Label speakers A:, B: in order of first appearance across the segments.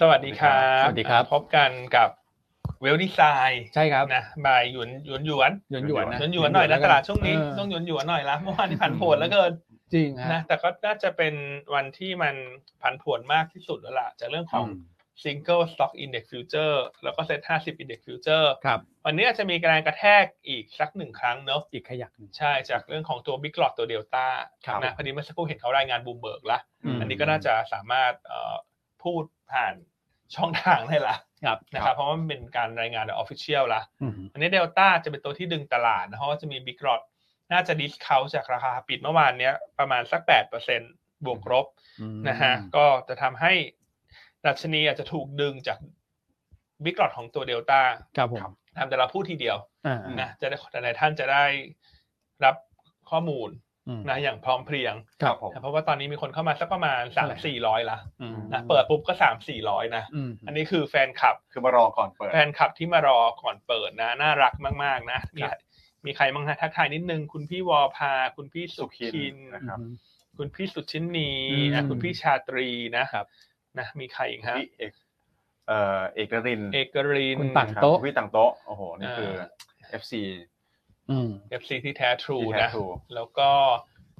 A: สวัสดีครับ
B: สวัสดีครับ
A: พบกันกับเวลดีไซน์
B: ใช่ครับ
A: นะบายหยวนหยวนหยวน
B: หยวนหยวนนะ
A: หยวนหยวนหน่อยนะตลาดช่วงนี้
B: เออ
A: ต้องหยวนหยวนหน่อยละเมื่อวานนี้ผันผวนแล้วเกิน
B: จริง
A: นะ
B: ฮะ
A: แต่ก็น่าจะเป็นวันที่มันผันผวนมากที่สุดแล้วล่ะจากเรื่องของ Single Stock Index Future แล้วก็ Set 50 Index Future
B: ครับ
A: วันนี้อาจจะมีการกระแทกอีกสักหนึ่งครั้งเนอะ
B: อีกขยักหนึ่ง
A: ใช่จากเรื่องของตัว Big Lot ตัว Delta
B: ครับ
A: นะพอดีเมื่อสักครู่เห็นเขารายงานบูมเบิร์กละ
B: ม
A: อันนี้ก็น่าจะสามารถเอ่อพูดผ่านช่องทางได้ละ
B: ครับ
A: นะครับ เพราะว่ามันเป็นการรายงานออฟฟิเชียลละ
B: อืม
A: อันนี้เดลต้าจะเป็นตัวที่ดึงตลาดนะเพราะว่าจะมีบิ๊กรอดน่าจะดิสเคาจากราคาปิดเมื่อวานเนี้ยประมาณสัก 8%บวกลบนะฮะก็จะทำให้ดัชนีอาจจะถูกดึงจากบิ๊กรอดของตัวเดลต้า
B: ครับผม
A: ทำแต่เราพูดทีเดียว
B: อ่า
A: นะจะได้หลายๆท่านจะได้รับข้อมูล
B: อืม
A: นะอย่างพร้อมเพรียง
B: ครับผม
A: นะเพราะว่าตอนนี้มีคนเข้ามาสักประมาณ
B: เท่า
A: สาม
B: ไหร่
A: สี่ร้อยละ
B: อืม
A: นะเปิดปุ๊บก็สามสี่ร้อยนะ
B: อืม
A: อันนี้คือแฟนคลับ
C: คือมารอก่อนเปิด
A: แฟนคลับที่มารอก่อนเปิดนะ น่ารักมาก ๆ นะมี
C: ครับ
A: มีใครบ้างฮะทักทายนิดนึง คุณพี่วอพา คุณพี่สุ
C: สุขิ
A: ขิน
C: นนะครับ
B: อืม
A: คุณพี่สุชินี
B: อืม
A: นะคุณพี่ชาตรีนะครับ นะมีใครอีกฮะ
C: พี่เอกเอ่อเอกนรินทร์
A: เอกริน
B: คุณต่าง
C: ครับ
B: โต๊ะ
C: พี่ต่างโต๊ะโอ้โห นี่
A: อ่า
C: คือ FC
B: อืม
A: เอฟซีที่แท้ทรู
C: ที่แท้
A: นะ
C: ทรู
A: แล้วก็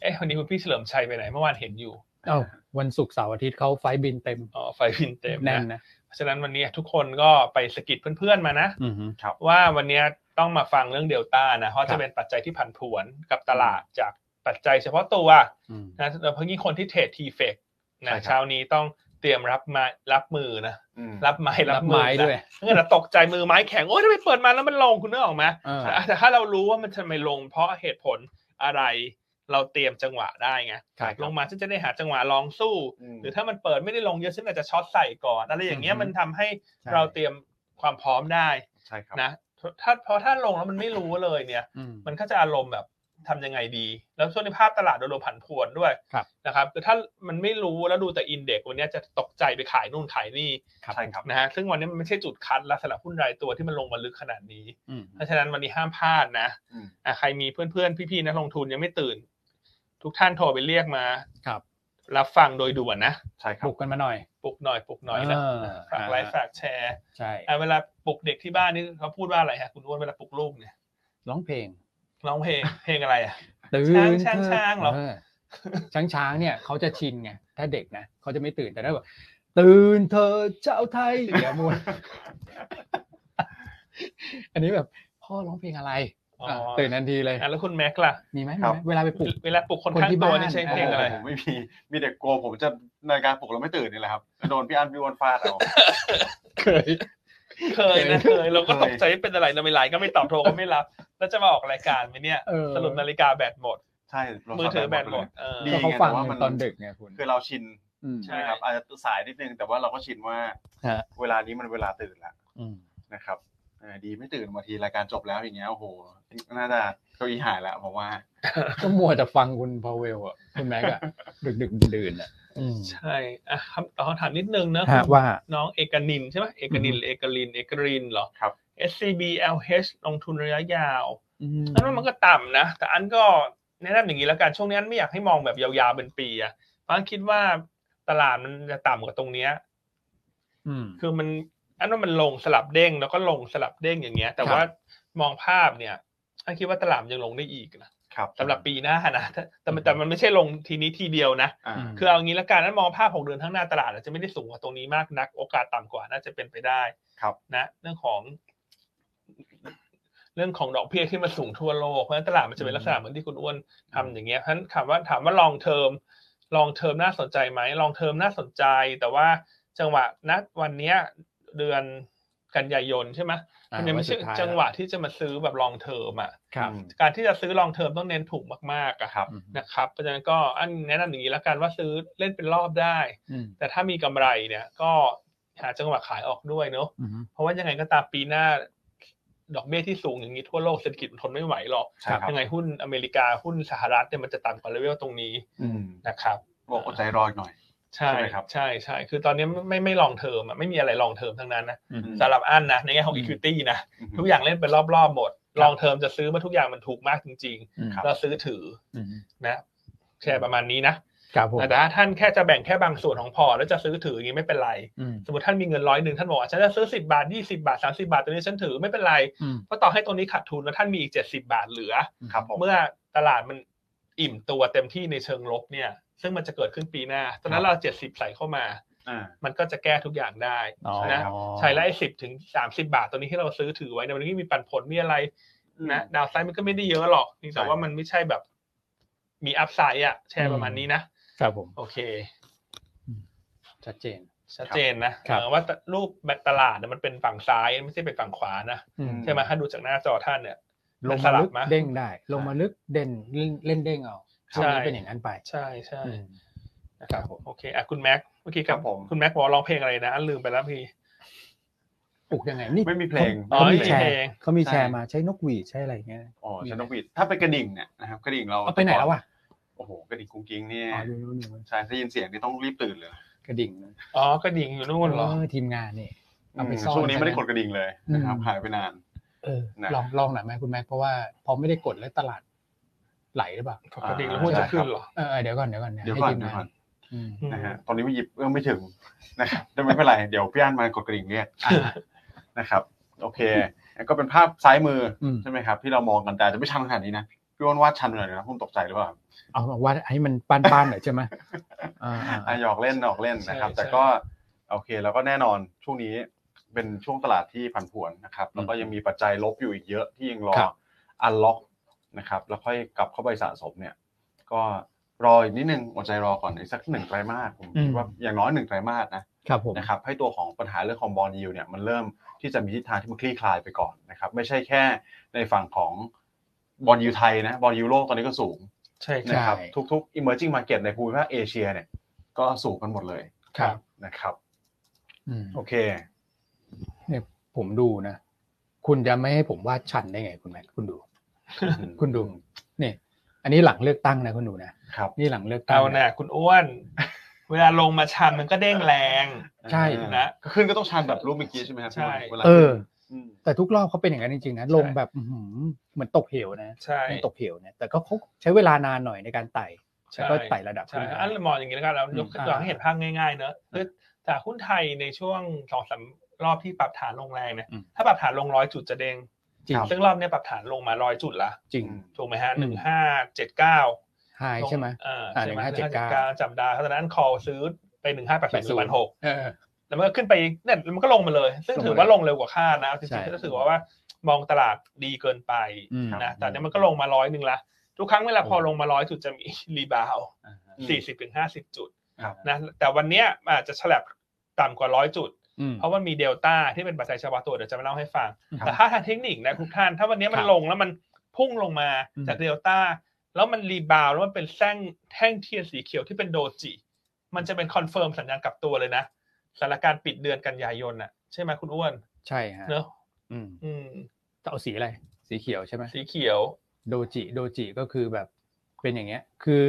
A: เอ๊ะวันนี้คุณพี่เฉลิมชัยไปไหนเมื่อวานเห็นอยู่
B: เอ้าวันศุกร์เสาร์อาทิตย์เขาไฟล์บินเต็ม
A: อ๋อไฟพินเต็ม
B: แน่
A: นะ
B: นนะ
A: เพราะฉะนั้นวันนี้ทุกคนก็ไปสะกิดเพื่อนๆมานะ
B: อืม
A: ว่าวันเนี้ยต้องมาฟังเรื่องเดลต้านะ เพราะ
B: ครั
A: จะ
B: บ
A: เป็นปัจจัยที่ผันผวนกับตลาดจากปัจจัยเฉพาะตัว
B: อืม
A: นะเพราะยิ่งคนที่เทรดทีเฟกนะ
C: ใช่ครับ
A: เช้านี้ต้องเตรียมรับมารับมือนะ
C: อืม
A: รับไม้
B: รั
A: รั
B: บบ ไม้
A: มือนะ
B: ด้วย
A: เมื่อเราตกใจมือไม้แข็ง โอ้ยทำไมเปิดมาแล้วมันลงคุณนึกออกไหม
B: เออ
A: แต่แต่ถ้าเรารู้ว่ามันทำไมลง เพราะเหตุผลอะไรเราเตรียมจังหวะได้ไง
B: ใช่ครับ
A: ลงมาฉันจะได้หาจังหวะลองสู้
C: อืม
A: หรือถ้ามันเปิดไม่ได้ลงเยอะฉันอาจจะช็อตใส่ก่อนอะไรอย่างเงี้ย
B: อือฮึ
A: มันทำให้
C: ใช่
A: เราเตรียมความพร้อมได้
C: ใช่ครับ
A: นะถ้าเพราะถ้าลงแล้วมันไม่รู้เลยเนี่ย
B: อืม
A: มันก็จะอารมณ์แบบทำยังไงดี แล้วช่วงนี้ภาพตลาดโดยรวมผันผวนด้วย
B: ครับ
A: นะครับคือถ้ามันไม่รู้แล้วดูแต่อินเด็กซ์วันนี้จะตกใจไปขายนู่นขายนี่
C: ใช่ครับ
A: นะฮะซึ่งวันนี้มันไม่ใช่จุดคัดและสำหรับหุ้นรายตัวที่มันลงมาลึกขนาดนี้
B: อืม
A: เพราะฉะนั้นวันนี้ห้ามพลาดนะ
C: อืม
A: อ่ะใครมีเพื่อนๆพี่ๆนักลงทุนยังไม่ตื่น ทุกท่านโทรไปเรียกมา
B: ครับ
A: รับฟังโดยด่วนนะ
C: ใช่ครั
B: ปลุ
C: บ
B: กกันมาหน่อย
A: ปลุกหน่อยปลุกหน่อยนะ
B: เออ
A: ฝากไลค์ฝากแชร์
B: ใช่
A: อ่ะเวลาปลุกเด็กที่บ้านนี่เขาพูดว่าอะไรฮะคุณอ้วนเวลาปลุกลูกเนี่ย
B: ร้องเพลง
A: ร้องเพลง เพลงอะไรอ่ะ
B: ตื่น
A: ช้างช้างช้างเหรอ
B: ช้างช้างเนี่ยเขาจะชินไงถ้าเด็กนะเขาจะไม่ตื่นแต่ถ้าแบบตื่นเธอเจ้าไทยเดี๋ยวมวน อันนี้แบบพ่อร้องเพลงอะไร
A: อ๋อ
B: อ่ะตื่นทันทีเลย
A: อ่ะแล้วคุณแม็กซ์ล่ะ
B: มีไหม
C: ครั
B: มีไห
C: บ
B: มเวลาไปปลุก
A: เวลาปลุกคน
B: คน
A: ข้าง
B: ที่
A: ตัว
B: บ้าน
A: นี่ใช้
B: อ้
A: เพลงอะไร
C: ผมไม่มี มีเด็กโกลัวผมจะนาฬิกาปลุกแล้วไม่ตื่นนี่แหละครับ โดนพี่อันพี่อ้วันฟาดเอา
B: เคย
A: เคยนะเคยเราก็
C: เคย
A: ตกใจว่าเป็นอะไรเราไม่ไลน์ก็ไม่ตอบโทรก็ไม่รับ แล้วจะมาออกรายการไหมเนี่ย
B: เออ
A: สรุปนาฬิกาแบตหมด
C: ใช่โทรศัพท์
A: มือถือแบตหมด
C: ไป
A: เออ
C: ดี
B: ก็เขาฟังกันตอนดึกไงคุณ
C: เลยคือเราชิน
B: อืม
C: ใช่ไหมครับอาจจะสายนิดนึงแต่ว่าเราก็ชินว่า
B: ฮะ
C: เวลานี้มันเวลาตื่นละ
B: อืม
C: นะครับเออดีไม่ตื่นบางทีรายการจบแล้วอย่างเงี้ยโอ้โหน่าจะเก้าอี้หายละผมว่า
B: ก็มัวแต่ฟังคุณพาวเวลอ่ะคุณแม็กอะดึกดึกๆดื่นๆอ่ะอืม
A: ใช่อ่ะคำตอบคำถามนิดนึงเนอะ
B: ฮะว่า
A: น้องเอกนินใช่ไหมเอกนินหรือเอกลินเอกรินเหรอ
C: ครับ
A: SCBLH ลงทุนระยะยาว
B: อืม
A: อันว่ามันก็ต่ำนะ แต่อันก็แนะนำอย่างนี้แล้วกันช่วงนี้อันไม่อยากให้มองแบบยาวๆเป็นปีอะเพราะอันคิดว่าตลาดมันจะต่ำกว่าตรงเนี้ย
B: อืม
A: คือมันอันว่ามันลงสลับเด้งแล้วก็ลงสลับเด้งอย่างเงี้ย แต่
B: ครับ
A: ว่ามองภาพเนี่ยอันคิดว่าตลาดมันยังลงได้อีกนะครับ สำหรับปีหน้านะแต่แต่มันแต่มันไม่ใช่ลงทีนี้ทีเดียวนะ
C: อ่า
B: ม
A: คือเอางี้ละกันนั้นมองภาพหกเดือนข้างหน้าตลาดอาจจะไม่ได้สูงกว่าตรงนี้มากนัก โอกาสต่ำกว่าน่าจะเป็นไปได้
C: ครับ
A: นะ เรื่องของ เรื่องของดอกเบี้ยที่มันสูงทั่วโลกเพราะฉะนั้นตลาดมันจะเป็นลักษณะเหมือนที่คุณอ้วนทำอย่างเงี้ยเพราะฉะนั้นถามว่าถามว่าลองเทอมลองเทอมน่าสนใจไหมลองเทอมน่าสนใจ แต่ว่าจังหวะนวันเนี้ย เดือนกันยายนใช่ไหม
B: อ่า
A: มันยังไม่ใช่
B: วันสุดท้าย
A: จังหวะที่จะมาซื้อแบบลองเทอมอ่ะ
B: ครับ
C: อืม
A: การที่จะซื้อลองเทอมต้องเน้นถูกมากๆอะ
C: ครับ
B: อืม
A: นะครับเพราะฉะนั้นก็อันแนะนำอย่างนี้ละกันว่าซื้อเล่นเป็นรอบได้
B: อืม
A: แต่ถ้ามีกำไรเนี่ยก็หาจังหวะขายออกด้วยเนาะ
B: อืม
A: เพราะว่ายังไงก็ตามปีหน้า ดอกเบี้ยที่สูงอย่างนี้ทั่วโลกเศรษฐกิจมันทนไม่ไหวหรอก
C: ใช่ครับ
A: ยังไงหุ้นอเมริกาหุ้นสหรัฐเนี่ยมันจะต่ำกว่าเลเวลตรงนี้
C: อืม
A: นะครับ
C: บอกอดใจรออีกหน่อย
A: ใช่
C: ใช่ไหมครับ
A: ใช่ใช่คือตอนนี้ไม่ไม่ไม่ลองเทอมอะไม่มีอะไรลองเทอมทั้งนั้นนะ
B: อืม
A: สำหรับอันนะในแง่ของ
B: อืม
A: equity นะ
C: อืม
A: ทุกอย่างเล่นเป็นรอบๆหมด ลองเทอมจะซื้อเมาทุกอย่างมันถูกมากจริง
B: อืม
A: ๆเราซื้อถือ
B: อืม
A: นะแชร์ประมาณนี้นะ
B: ครับผม
A: แต่ถ้าท่านแค่จะแบ่งแค่บางส่วนของพอร์ตแล้วจะซื้อถืออย่างนี้ไม่เป็นไร
B: อืม
A: สมมติท่านมีเงินร้อยหนึ่งท่านบอกว่าฉันจะซื้อสิบาทยี่สิบาทสามสิบาทตัวนี้ฉันถือไม่เป็นไร
B: อืม
A: เพราะต่อให้ตัวนี้ขาดทุนแล้วท่านมีอีกเจ็ดสิบาทเหลือ
C: ครับผม
A: เมื่อตลาดมันอิ่มตัวเต็มที่ในเชิงลบเนี่ย ซึ่งมันจะเกิดขึ้นปีหน้าตอนนั้นเราเจ็ดสิบใส่เข้ามา
C: อ่า
A: มันก็จะแก้ทุกอย่างได้
B: อ๋อ
A: นะใช่แล้วไอ้สิบถึงสามสิบาทตัวนี้ที่เราซื้อถือไว้เนี่ยมันก็มีปันผลมีอะไรนะดาวไซด์มันก็ไม่ได้เยอะหรอกแต่ว่ามันไม่ใช่แบบ มีอัพไซด์อะแชร์ประมาณนี้นะครับ
B: ผม
A: โอเค
B: ชัดเจน
A: ชัดเจนนะครับ เออว่ารูปแบบตลาดเนี่ยมันเป็นฝั่งซ้ายไม่ใช่เป็นฝั่งขวานะ
B: อืม
A: ใช่ไหมถ้าดูจากหน้าจอท่านเนี่ย
B: ลงมาลึ
A: สลั
B: ก
A: บมา
B: เด้งได้ ลงมาลึกเด่นเล่นเล่นเด้งเอา
A: ใช่
B: ช่วงนี้เป็นอย่างนั้นไป
A: ใช่ใช่
B: อืม
A: นะครับ
B: ผม
A: โอเคอ่ะคุณแม็กเมื่อกี้ครับ
C: ครับผม
A: คุณแม็กบอกว่าร้องเพลงอะไรนะอันลืมไปแล้วพี่
B: ปลุกยังไงนี่
C: ไม่มีเพลง
A: อ๋อ
B: เขามีแช
A: ไม่มีเพ
B: ร์
A: ลง
B: เขามีแชร์
C: ใช่
B: มาใช้นกหวีดใช้อะไรอย่างเงี้ย
C: อ๋อฉันต้องปิดถ้าเป็นกระดิ่งเนี่ยนะครับกระดิ่งเรา
B: เอาไปไหนแล้ววะ
C: โอ้โหกระดิ่งกุ้งกิ้งเนี่ย
B: อ๋อดูนู่นดูนู่น
C: ใช่ถ้ายินเสียงนี่ต้องรีบตื่นเลย
B: กระดิ่ง
A: อ๋อกระดิ่งอยู่นู่นเหรอ
B: เออทีมงานนี่เอาไป
C: อืม
B: ซ่อน
C: ช่วงนี้ไม่ได้
B: ซะงั้
C: กดกระดิ่งเลยนะครับ
B: อืม
C: หายไปนาน
B: เออ
C: นะ
B: ลองลองหน่อยไหมคุณแม็กเพราะว่าพอไม่ได้กดแล้วตลาดไหลหรือเปล่า
A: ปกติ
C: อ่า
A: แล้วหุ้นจะขึ้นเหรอ
B: เออเออเดี๋ยวก่อนเดี๋ยวก่อนนะ
C: เดี๋ยว
B: ให้
C: ก่อน
B: ทีม
C: เดี๋
B: งา
C: ยวก่อน น
B: อืม
C: นะฮะตอนนี้ไม่หยิบเอื้อมไม่ถึงนะครับแต่ไม่เป็นไรเดี๋ยวพี่อันมากดกระดิ่งเรียกนะครับ โอเคแล้วก็เป็นภาพซ้ายมือ
B: อืม
C: ใช่ไหมครับ ที่เรามองกันแต่จะไม่ชันขนาดนี้นะพี่อ้วนวาดชันหน่อยนะผมตกใจหรือเปล่า
B: เอามาวัดให้มันปานๆหน่อยใช่ไหมอ่า
C: อ่ะหยอกเล่นหยอกเล่นนะครับ
A: ใช่
C: แต่ก็โอเคแล้วก็แน่นอนช่วงนี้เป็นช่วงตลาดที่ผันผวนนะครับ แล้วก็ยังมีปัจจัยลบอยู่อีกเยอะที่ยังรออันล็อกนะครับ แล้วค่อยกลับเข้าไปสะสมเนี่ย ก็รออีกนิดนึงอดใจรอก่อนอีกสักหนึ่งไตรมาสผมคิดว่าอย่างน้อยหนึ่งไตรมาสนะ
B: ครับผม
C: นะครับให้ตัวของปัญหาเรื่องของบอลยูเนี่ยมันเริ่มที่จะมีทิศทางที่มันคลี่คลายไปก่อนนะครับไม่ใช่แค่ในฝั่งของบอลยูไทยนะบอลยูโลกตอนนี้ก็สูง
A: ใช่ครับ
C: นะครับทุกๆ emerging market ในภูมิภาคเอเชียเนี่ยก็สูงกันหมดเลย
B: ครับ
C: นะครับ
B: อืม
C: โอเค
B: ผมดูนะ คุณจะไม่ให้ผมวาดชันได้ไงคุณแม็กคุณดู คุณดูนี่ อันนี้หลังเลือกตั้งนะคุณดูนะครับ นี่หลังเลือกตั้ง
A: เอาน่ะคุณอ้วน เวลาลงมาชันมันก็เด้งแรง
B: ใช่
C: อ่า
A: นะ
C: ขึ้นก็ต้องชันแบบรูปเมื่อกี้ใช่ไหมครับ
A: ใช่
C: วลา
B: เออ
C: อืม
B: แต่ทุกรอบเขาเป็นอย่างนั้นจริงๆนะลงแบบอื้อหือเหมือนตกเหวนะ
A: ใช่
B: ยังตกเหวนะแต่ก็เขาใช้เวลานานหน่อยในการไต่
A: ใช่
B: แล้วก็ไต่ระดับ
A: ใช่
B: ขึ้นมา
A: อันมองอย่างนี้แล้วกันแล้วยก
B: อืม
A: ตัวอย่างให้เห็นภาพง่ายๆเนอะคือจากหุ้นไทยในช่วงสองสามรอบที่ปรับฐานลงแรงเนี่ย
B: อืม
A: ถ้าปรับฐานลงร้อยจุดจะเด้ง
B: จริง
A: ซึ่งรอบเนี้ยปรับฐานลงมาร้อยจุดละ
B: จริง
A: ถูกไหมฮะ
B: อื
A: ห
B: ม
A: นึ่งห้าเจ็ดเก้า
B: ไฮใช่ไหม
A: อ่า
B: อ่า
A: ใช่ไหมหนึ่
B: 1579
A: งห้าเจ็ดเก้าจำได้เพราะฉะนั้นคอซื้อไปหนึ่งห้าแปดศูนย์พันหก
B: เออ
A: แล้วมันก็ขึ้นไปเนี่ยมันก็ลงมาเลย ซึ่งถือว่าลงเร็วกว่าคาดนะจ
B: ใช่
A: ริงๆก็ถือว่าว่ามองตลาดดีเกินไป
B: อืม
A: นะแต่เนี่ยมันก็ลงมาร้อยหนึ่งละทุกครั้งเวลาพอลงมาร้อยจุดจะมี รีบาวสี่สิบถึงห้าสิบจุด
B: ครับ
A: นะแต่วันเนี้ยมันอาจจะฉลับต่ำกว่าร้อยจุด
B: อืม
A: เพราะมันมีเดลต้าที่เป็นปัจจัยเฉพาะตัวเดี๋ยวจะมาเล่าให้ฟัง
B: ครับ
A: แต่ถ้าทางเทคนิคนะทุกท่าน ถ้าวันเนี้ยมันลงแล้วมันพุ่งลงมาจากเดลต้าแล้วมันรีบาวแล้วมันเป็นแท่งแท่งเทียนสีเขียวที่เป็นโดจิ มันจะเป็นคอนเฟิร์มสัญญาณกลับตัวเลยนะสถานการณ์ปิดเดือนกันยายนน่ะใช่ไหมคุณอ้วน
B: ใช่ฮะ
A: เนอะ
B: อืม
A: อืม
B: จะเอาสีอะไร สีเขียวใช่ไหม
A: สีเขียว
B: โดจิโดจิก็คือแบบเป็นอย่างเงี้ย คือ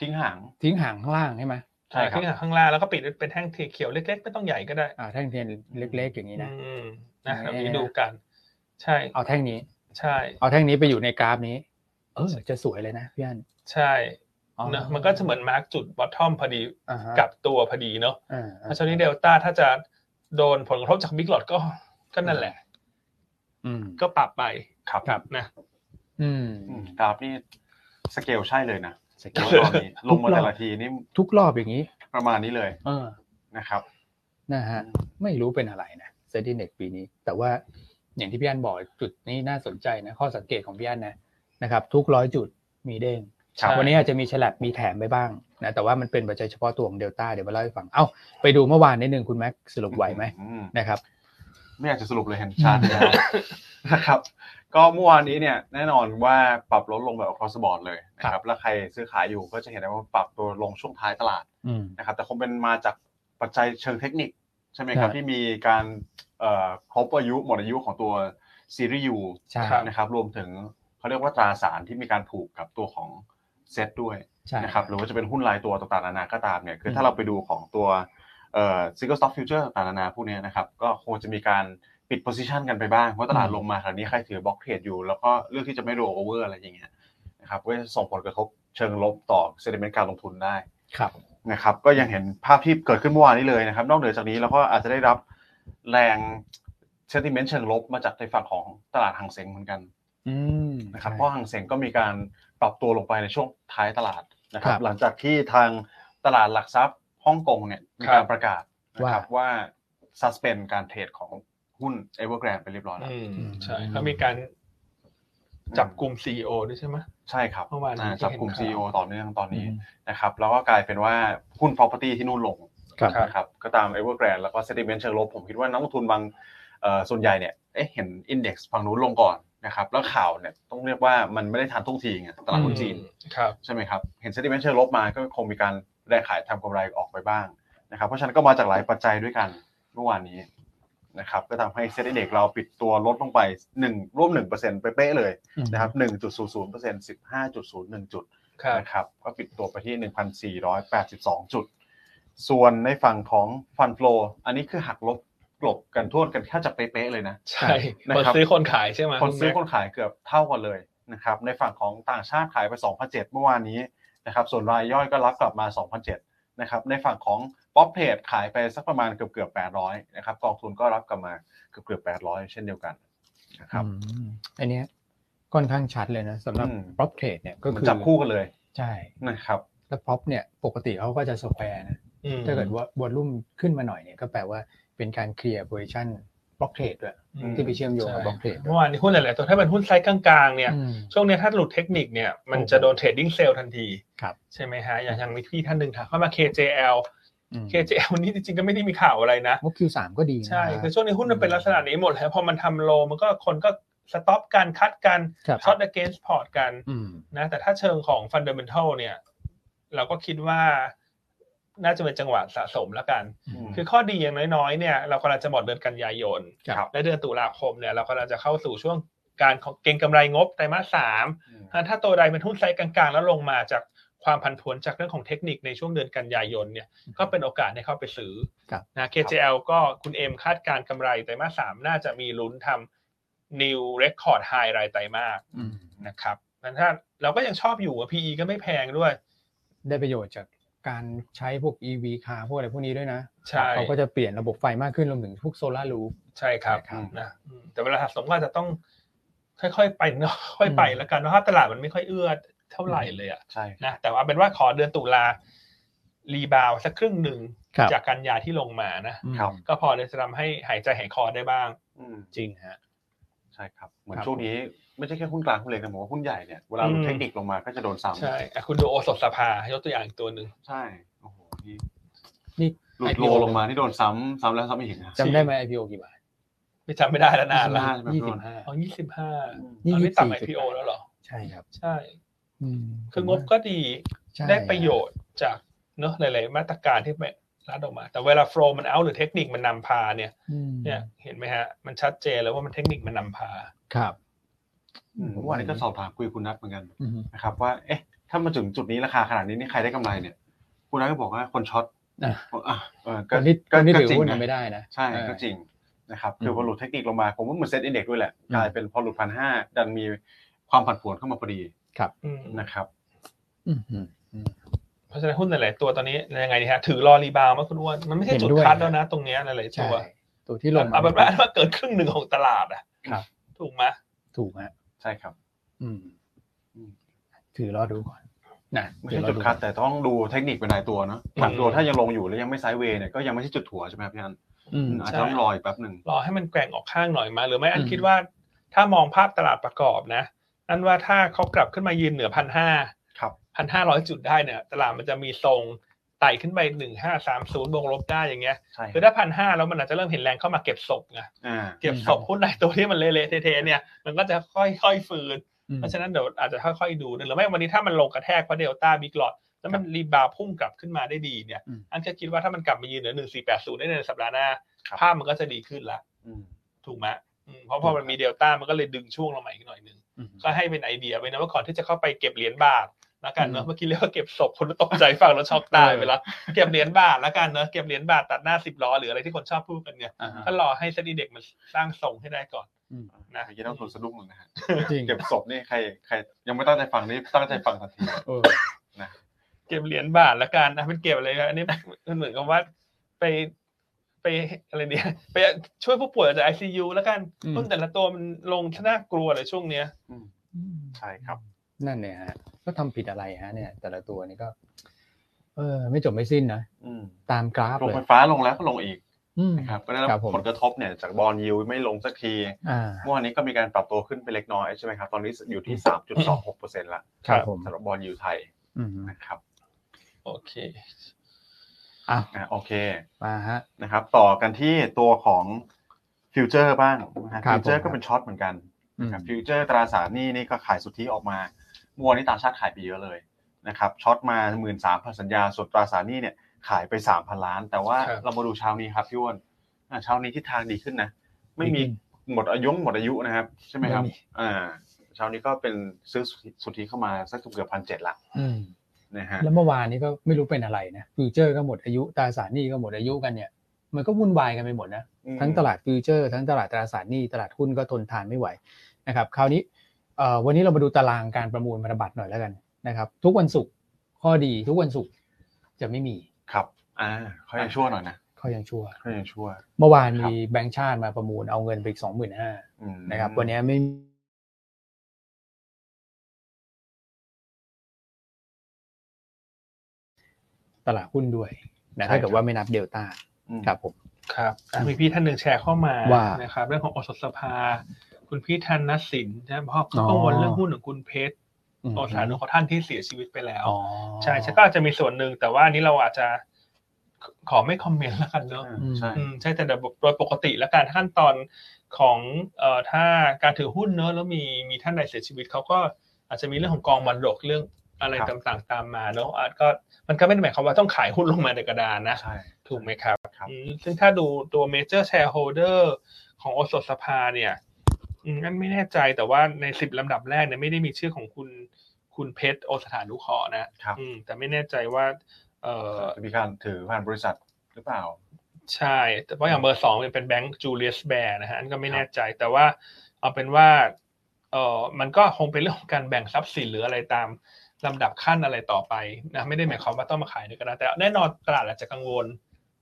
C: ทิ้งหาง
B: ทิ้งหางข้างล่างใช่ไหม
C: ใช่ครับ
A: ขึ้นข้างล่างแล้วก็ปิดเป็นแท่งเทียนเขียวเล็กๆ ไม่ต้องใหญ่ก็ได้
B: อ่าแท่งเทียนเล็ก ๆ อย่างนี้นะ
A: อืมนะ
B: เอ๊ะ
A: เราไปดูกัน ใช่
B: เอาแท่งนี้
A: ใช่
B: เอาแท่งนี้ไปอยู่ในกราฟนี้ เออจะสวยเลยนะพี่อัน
A: ใช่
B: อ๋อ
A: เนอะมันก็จะเหมือนมาร์กจุดบอททอมพอดี
B: อ่าฮะ
A: กลับตัวพอดีเนอะ
B: อ่า
A: ถ้าช่วงนี้เดลต้าถ้าจะโดนผลกระทบจากบิ๊กหลอดก็ก็นั่นแหละ
B: อืม
A: ก็ปรับไป
C: ครับ
B: ครับ
A: นะ
B: อืม
C: อืมกราฟนี่สเกลใช่เลยนะ
B: ส
C: เก
B: เกิ
C: ล
B: ล
C: ตอนนี้ลงมาแต่ละทีนี่
B: ทุกรอบอย่างนี้
C: ประมาณนี้เลย
B: เออ
C: นะครับ
B: นะฮะ ไม่รู้เป็นอะไรนะเซติเน็ตปีนี้ แต่ว่าอย่างที่พี่อันบอกจุดนี้น่าสนใจนะ ข้อสังเกตของพี่อันนะนะครับ ทุกร้อยจุดมีเด้ง
A: ใช่
B: วันนี้อาจจะมีฉลับมีแถมไปบ้างนะแต่ว่ามันเป็นปัจจัยเฉพาะตัวของเดลต้าเดี๋ยวมาเล่าให้ฟัง เอ้า ไปดูเมื่อวานนิดนึงคุณแม็กสรุปไหวไหม
C: อืม
B: นะครับ
C: ไม่อยากจะสรุปเลยเห็นชาติแล้วนะครับ ก็เมื่อวานนี้เนี่ยแน่นอนว่าปรับลดลงแบบ across the board เลยนะค
B: ครั
C: รับบ แล้วใครซื้อขายอยู่ก็จะเห็นได้ว่าปรับตัวลงช่วงท้ายตลาด
B: อืม
C: นะครับ แต่คงเป็นมาจากปัจจัยเชิงเทคนิคใช่ไหมครับ
B: ใช่
C: ที่มีการเอ่อครบอายุหมดอายุของตัวซีรีส์ยู
B: ใช่
A: ครับ
C: นะครับรวมถึงเขาเรียกว่าตราสารที่มีการผูกกับตัวของเซ็ตด้วย
B: ใช่
C: นะครับหรือว่าจะเป็นหุ้นรายตัวต่างๆนานาก็ตามเนี่ยคือ
B: ม
C: ถ้าเราไปดูของตัวเอ่อซิงเกิลสต็อกฟิวเจอร์ต่างๆนานาพวกเนี้ยนะครับก็คงจะมีการปิดโพซิชันกันไปบ้างเพราะตลาด
B: อืม
C: ลงมาคราวนี้ใครถือบล็อกเทรดอยู่ แล้วก็เลือกที่จะไม่โรเวอร์อะไรอย่างเงี้ยนะครับก็จะส่งผลกระทบ เชิงลบต่อเซนิเมนต์การลงทุนได้
B: ครับ
C: นะครับก็ยังเห็นภาพที่เกิดขึ้นเมื่อวานนี้เลยนะครับ นอกเหนือจากนี้เราก็อาจจะได้รับแรงเซนติเมนต์เชิงลบมาจากในฝั่งของตลาดหังเสงเหมือนกัน
B: อืม
C: นะครับ
B: ใช่
C: เพราะหังเสงก็มีการปรับตัวลงไปในช่วงท้ายตลาดนะครั
B: ครับ บ
C: หลังจากที่ทางตลาดหลักทรัพย์ฮ่องกงเนี่ยมีการประกาศนะครับว่า u ั p e n d การเทรดของหุ้น Evergrande ไปเรียบร้อยแล้ว
A: อืม
B: อืม
A: ใช่เขามีการจับกลุ่มซีอด้วยใช่ไหม
C: ใช่ครับ
A: เมื่อวานนี้
C: อ่าจับกลุ่ม
A: ที่เห็น
C: CEO
A: ข่าว
C: ต่อเนื่องตอน
B: อื
C: นี้
B: ม
C: นะครับแล้วก็กลายเป็นว่าหุ้น property ที่นู่นลง
B: ครับ
A: ครับ
C: นะครับก็ตาม Evergrande แล้วก็ sentiment เชิงลบ ผมคิดว่านักลงทุนบางเอ่อส่วนใหญ่เนี่ยเอ๊ะเห็น index ฝั่งนู้นลงก่อนนะครับแล้วข่าวเนี่ยต้องเรียกว่ามันไม่ได้ทันท่วงทีไงตลาดหุ้นจีน
A: ครับ
C: ใช่ไหมครับเห็น sentiment เชิงลบมาก็คงมีการแรงขายทำกำไรออกไปบ้างนะครับเพราะฉะนั้นก็มาจากหลายปัจจัยด้วยกันเมื่อวานนี้นะครับก็ทำให้เซ็นดีเด็กเราปิดตัวลดลงไป1ร่วม1%เปอร์เซ็นต์เป๊ะๆเลยนะครับ1.00เปอร์เซ็นต์15.01จุด
A: ครับ
C: นะครับก็ปิดตัวไปที่ 1,482 จุด ส่วนในฝั่งของฟัน l ฟลอันนี้คือหักลบกลบกันทั่วกันแค่จะเป๊ะๆเลยนะ
A: ใช่
C: นะ
A: คน
C: ครับ
A: ซื้อคนขายใช่ไหม
C: คนซื้อค
A: ณแม็ก
C: นขายเกือบเท่ากันเลยนะครับในฝั่งของต่างชาติขายไป 2,007 เมื่อวานนี้นะครับส่วนรายย่อยก็รับกลับมา 2,007 นะครับในฝั่งของป๊อปเทรดขายไปสักประมาณเกือบเกือบ800 นะครับกองทุนก็รับกลับมาเกือบเกือบ800 เช่นเดียวกันนะครับ
B: อืมอันเนี้ยค่อนข้างชัดเลยนะสำหรับ
C: อืม
B: พร็อพเทรดเนี่ยก็
C: เหมื
B: คื
C: อน
B: อ
C: จับคู่กันเลย
B: ใช่
C: นะครับ
B: แล้วพร็อพเนี่ยปกติเขาก็จะสแควร์นะ
A: อืม
B: ถ้าเกิดว่าวอลลุ่มขึ้นมาหน่อยเนี่ยก็แปลว่าเป็นการเคลียร์โพซิชันบล็อกเทรดด้วย
A: อืม
B: ที่ไปเชื่อมโยงกับบล็อกเทรดด้
A: เมื่
B: วย
A: อวานนี้หุ้นหลายๆตัวถ้าเป็นหุ้นไซส์กลางๆเนี่ย
B: อืม
A: ช่วงเนี้ยถ้าหลุดเทคนิคเนี่ยมัน
B: โอ้โห
A: จะโดนเทรดดิ้งเซลทันที
B: ครับ
A: ใช่ไหมฮะอย่างทางพี่ท่านหนึ่งถามเข้ามา KJL
B: อืม
A: KJL นี่จริงๆก็ไม่ได้มีข่าวอะไรนะ
B: งบ Q3 ก็ดีนะ
A: ใช่คือช่วงนี้หุ้นมันเป็นลักษณะนี้หมดแล้วพอมันทำโลมันก็คนก็สต็อปการคัดกัน
B: ครับ
A: ช็อต against port กัน
B: อืม
A: นะแต่ถ้าเชิงของ fundamental เนี่ย เราก็คิดว่าน่าจะเป็นจังหวะสะสมแล้วกัน
C: ม
A: คือข้อดีอย่างน้อยๆเนี่ยเรากำลังจะหมดเดือนกันยายน
B: ครับ
A: และเดือนตุลาคมเนี่ยเรากำลังจะเข้าสู่ช่วงการของเก็งกำไรงบไตรมาสสาม อ่าถ้าตัวใดเป็นหุ้นไซส์กลางๆ แล้วลงมาจากความผันผวนจากเรื่องของเทคนิคในช่วงเดือนกันยายนเนี่ยก็เป็นโอกาสให้เข้าไปซื้อ
B: ครับ
A: นะ KJL ก็คุณเอ็มคาดการณ์กำไรไตรมาสสามน่าจะมีลุ้นทำ new record high รายไตรมาส
B: อืม
A: นะครับนั้นถ้าเราก็ยังชอบอยู่อะ PE ก็ไม่แพงด้วย
B: ได้ประโยชน์จากการใช้พวก EV คาร์พวกอะไรพวกนี้ด้วยนะ
A: ใช่
B: เขาก็จะเปลี่ยนระบบไฟมากขึ้นรวมถึงพวกโซลารูฟ
A: ใช่ครับ
B: ครับ
A: นะอืมแต่เวลาสะสมก็อาจจะต้องค่อยๆไปเนาะค่อยๆไปแล้วกันเพราะว่าตลาดมันไม่ค่อยเอื้อเท่าไหร่เลยอะ
C: ใช่
A: นะแต่ว่าเป็นว่าขอเดือนตุลารีบาวสักครึ่งหนึ่ง
B: ครับ
A: จากกันยาที่ลงมานะ
C: ครับ
A: ก็พอจะทำให้หายใจหายคอได้บ้าง
C: อืม
B: จริงฮะ
C: ใช่ครับ เหมือน
B: ครับ
C: ช่วงนี้ไม่ใช่แค่หุ้นกลางหุ้นเล็กนะผมว่าหุ้นใหญ่เนี่ยเวลาล
A: อื
C: ง
A: ม
C: เทคนิคลงมาก็จะโดนซ้ำ
A: ใช่อ่ะคุณดูโอสถสภายกตัวอย่างอีกตัวหนึ่ง
C: ใช่โอ้โหนี่
B: นี่
C: หลุด
B: IPO
C: โลลงมานี่โดนซ้ำซ้ำแล้วซ้ำอีกนะ
B: จำได้ไหม IPO กี่บาท
A: ไม่จำไม่ได้แล้วนานละ
C: 25ใช่ไหม
B: ยี่
C: พี่
B: สิ
C: น
B: บ
C: นท์
B: ห้า
A: อ๋อยี่สิบห้า
B: นี่
A: ไม่ต่ำ
B: 24
A: IPO แล้วเหรอ
B: ใช่ครับ
A: ใช่
B: อืม
A: คืองบก็ดี
B: ใช่
A: ได้ประโยชน์จากเนอะหลาย ๆ มาตรการที่แบบรัดออกมา แต่เวลาโฟลมันเอาหรือเทคนิคมันนำพาเนี่ย
B: อืม
A: เนี่ยเห็นไหมฮะ มันชัดเจนเลยว่ามันเทคนิคมันนำพา
B: ครับ
C: อืมเมื่อวานนี้ก็สอบถามคุยกับคุณนัทเหมือนกัน
B: อืม
C: นะครับว่าเอ๊ะถ้ามาถึงจุดนี้ราคาขนาดนี้นี่ใครได้กำไรเนี่ย คุณนัทก็บอกว่าคนช็อต
B: อ่ะ
C: บอกอ่ะเออ
B: ค
C: ก็
B: นที่คนที่
C: ก็
B: ถือ
C: จริง
B: หุ้น
C: นะ
B: ยังไม่ได้นะ
C: ใช่
B: เออ
C: ก็จริงนะครับ
B: อืม
C: คือพอหลุดเทคนิคลงมา ผมว่าเหมือนเซ็ตอินเด็กซ์ด้วยแหละ
B: อืม
C: กลายเป็นพอหลุดพันห้าดันมีความผันผวนเข้ามาพอดี
A: อืม
C: นะครับ
B: อืมอืม
A: เพราะฉะนั้นหุ้นหลายๆตัวตอนนี้ยังไงดีฮะถือรอรีบาวไหมั้คุณอ้วนมันไม่ใช่จุด
B: เห็นด้วย
A: คัดแล้วนะ ตรงเนี้ยหลายๆ
B: ใช่
A: ตัว
B: ตัวที่ลงมา
A: เอาเป็นว่าว่าเกินครึ่งหนึ่งของตลาดอ่ะ
B: ครับ
A: ถูกไหม
B: ถูกฮะ
C: ใช่ครับ
B: อืม
C: อืม
B: ถือรอดูก่อนนะ
C: ไม่
B: เดี๋ยวร
C: ใช่
B: อ
C: จุด
B: ดู
C: คัดแต่ต้องดูเทคนิคเป็นรายตัวเนาะ
B: ครับ
C: บางตัวถ้ายังลงอยู่แล้วยังไม่ไซด์เวย์เนี่ยก็ยังไม่ใช่จุดถัวใช่ไหมครับพี่อัน
B: อืม
C: อาจจะต้องรออีกแป๊บหนึ่ง
A: รอให้มันแกว่งออกข้างหน่อยมา หรือไม่อัน
B: อืม
A: คิดว่า ถ้ามองภาพตลาดประกอบนะอันว่าถ้าเขากลับขึ้นมายืนเหนือพันห้า
C: ครับ
A: พันห้าร้อยจุดได้เนี่ย ตลาดมันจะมีทรงไต่ขึ้นไปหนึ่งห้าสามศูนย์บวกลบได้อย่างเงี้ย
C: ใช่
A: คือถ้าพันห้าแล้วมันอาจจะเริ่มเห็นแรงเข้ามาเก็บศพไง
C: อ่า
A: เก็บศพหุ้นหลายตัวที่มันเละๆเทะๆเนี่ยมันก็จะค่อยๆฟื้น
B: อืม
A: เพราะฉะนั้นเดี๋ยวอาจจะค่อยๆดูนะหรือไม่วันนี้ถ้ามันลงกระแทกเพราะเดลต้าบิ๊กหลอดแล้วมันรีบาวพุ่งกลับขึ้นมาได้ดีเนี่ย
B: อืม
A: อันก็คิดว่าถ้ามันกลับมายืนเหนือหนึ่งสี่แปดศูนย์ได้ในสัปดาห์หน้า ภาพมันก็จะดีขึ้นละ
C: อืม
A: ถูกไหมอืมเพราะพอมันมีเดลต้ามันก็เลยดึงช่วงลงมาอีกหน่อยหนึ่ง
B: อืม
A: ก็ให้เป็นไอเดียไปนะว่าก่อนที่จะเข้าไปเก็บเหรียญบาท แล้วกันเน
B: อื
A: อะ
B: ม
A: เมื่อกี้เรียกว่าเก็บศพคนตกใจฟังแล้วช็อกตายไปแล้วเก็บเหรียญบาทแล้วกันเนอะเก็บเหรียญบาทตัดหน้าสิบล้อหรืออะไรที่คนชอบพูดกันเนี่ย
B: อ่าฮะ
A: ก็รอให้เซตอินเด็กซ์มันสร้างทรงให้ได้ก่อน
C: นะเมื่อกี้ต้องทุนสะดุ้งเลยนะฮะ
B: จริง
C: เก็บศพนี่ใครใคร ยังไม่ตั้งใจฟังนี่ตั้งใจฟังทันที
B: เออ
A: เก็บเหรียญบาทละกันนะเป็นเก็บอะไรนะอันนี้ มันเหมือนกับว่าไปไปอะไรเนี่ยไปช่วยผู้ป่วยจากไอซียูแล้วกัน
B: อืม
A: ต้นแต่ละตัวมันลงน่ากลัวเลยช่วงเนี้ย
C: ใช่ครับ
B: นั่นเนี่ยฮะก็ทำผิดอะไรฮะเนี่ย แต่ละตัวนี่ก็ เออ ไม่จบไม่สิ้นนะ
C: อืม
B: ตามกราฟ
C: ลง
B: เลย
C: ไฟฟ้าลงแล้วก็ลงอีก
B: อืม
C: นะครับก็ได้รับ
B: ครับผม
C: ผลกระทบเนี่ยจากบอลยูไม่ลงสักที
B: อ่า
C: เมื่อวานนี้ก็มีการปรับตัวขึ้นไปเล็กน้อยใช่ไหมครับ ตอนนี้อยู่ที่สามจุดสองหกเปอร์เซ็นต์ละ
B: ครับ ผม
C: สำหรับบอลยูไทย
B: อืม
C: นะครับ
A: โอเค
B: อ่ะ
C: อ่ะโอเค
B: มาฮะ
C: นะครับต่อกันที่ตัวของฟิวเจอร์บ้างนะฮะ
B: ครับ
C: ฟิวเจอร์
B: ผม
C: ก็เป็นช็อตเหมือนกัน
B: อืม
C: นะครับฟิวเจอร์ตราสารหนี้นี่ก็ขายสุทธิออกมาเมื่อวานนี้ต่างชาติขายไปเยอะเลยนะครับช็อตมา1 3 0 0 0 สัญญา ส่วนตราสารหนี้เนี่ยขายไป 3,000 ล้าน แต่ว่า
A: ครับ
C: เรามาดูเช้านี้ครับพี่อ้วนอ่ะเช้านี้ทิศทางดีขึ้นนะ ไม่มี
B: ดีขึ้
C: หมดอายุหมดอายุนะครับ ใช่ไหมครับ
B: ไม่มี
C: อ่าเช้านี้ก็เป็นซื้อสุทธิเข้ามาสักเกือบพันเจ็ดละ
B: อืม
C: นะฮะ
B: แล้วเมื่อวานนี้ก็ไม่รู้เป็นอะไรนะฟิวเจอร์ก็หมดอายุตราสารหนี้ก็หมดอายุกันเนี่ย มันก็วุ่นวายกันไปหมดนะ ทั้งตลาดฟิวเจอร์ ทั้งตลาดตราสารหนี้ ตลาดหุ้นก็ทนทานไม่ไหวนะครับคราวนี้เอ่อวันนี้เรามาดูตารางการประมูลพันธบัตรหน่อยแล้วกันนะครับทุกวันศุกร์ข้อดีทุกวันศุกร์จะไม่มี
C: ครับ อ่าเขายังชั่วหน่อยนะ
B: ข้อยังชั่ว
C: เขายังชั่ว
B: เมื่อวาน
C: ครับ
B: มีแบงก์ชาติมาประมูลเอาเงินไปอีกสองหมื่นห้า
C: อืม
B: นะครับวันนี้ไม่ตลาดหุ้นด้วยนะ
C: ใช่
B: ถ้าเกิ
C: ครั
B: ด
C: บ
B: ว่าไม่นับเดลต้า
C: อืม
B: ครับผม
A: ครับอ่ะมีพี่ท่านหนึ่งแชร์เข้ามา
B: ว่า
A: นะครับเรื่องของอสสภา คุณพี่ธนสินนะเพราะ
B: อ๋
A: เขา
B: อ
A: กังวลเรื่องหุ้นของคุณเพชร
B: ม
A: โอสานุของท่านที่เสียชีวิตไปแล้ว
B: อ๋อ
A: ใช่ใช่ก็อาจจะมีส่วนหนึ่งแต่ว่าอันนี้เราอาจจะขอไม่คอมเมนต์แล้วกันเนาะ
B: อืม
C: ใช่
A: อืมใช่แต่โดยปกติและการขั้นตอนของเอ่อถ้าการถือหุ้นเนอะแล้วมีมีท่านใดเสียชีวิตเขาก็อาจจะมีเรื่องของกองมรดกเรื่องอะไร
C: ครับ
A: ต่างๆตามมาเนอะอาจก็มันก็ไม่ได้หมายความว่าต้องขายหุ้นลงมาในกระดานนะ
C: ใช่
A: ถูกไหมครับ
C: ครับ
A: อืมซึ่งถ้าดูตัว major shareholder ของโอสถสภาเนี่ยอืมนั่นไม่แน่ใจแต่ว่าในสิบลำดับแรกเนี่ยไม่ได้มีชื่อของคุณคุณเพชรโอสถานุเคราะห์นะครับ อืมแต่ไม่แน่ใจว่าเอ่อ
C: จะมีการถือผ่านบริษัทหรือเปล่า
A: ใช่ แต่เพราะอย่างเบอร์สองเนี่ยเป็นแบงก์จูเลียสแบร์นะฮะอันนก็ไม่แน่ใจแต่ว่าเอาเป็นว่าเออมันก็คงเป็นเรื่องของการแบ่งทรัพย์สินหรืออะไรตามลำดับขั้นอะไรต่อไปนะไม่ได้หมายความว่าต้องมาขายด้วยกันนะแต่แน่นอนตลาดอาจจะกังวล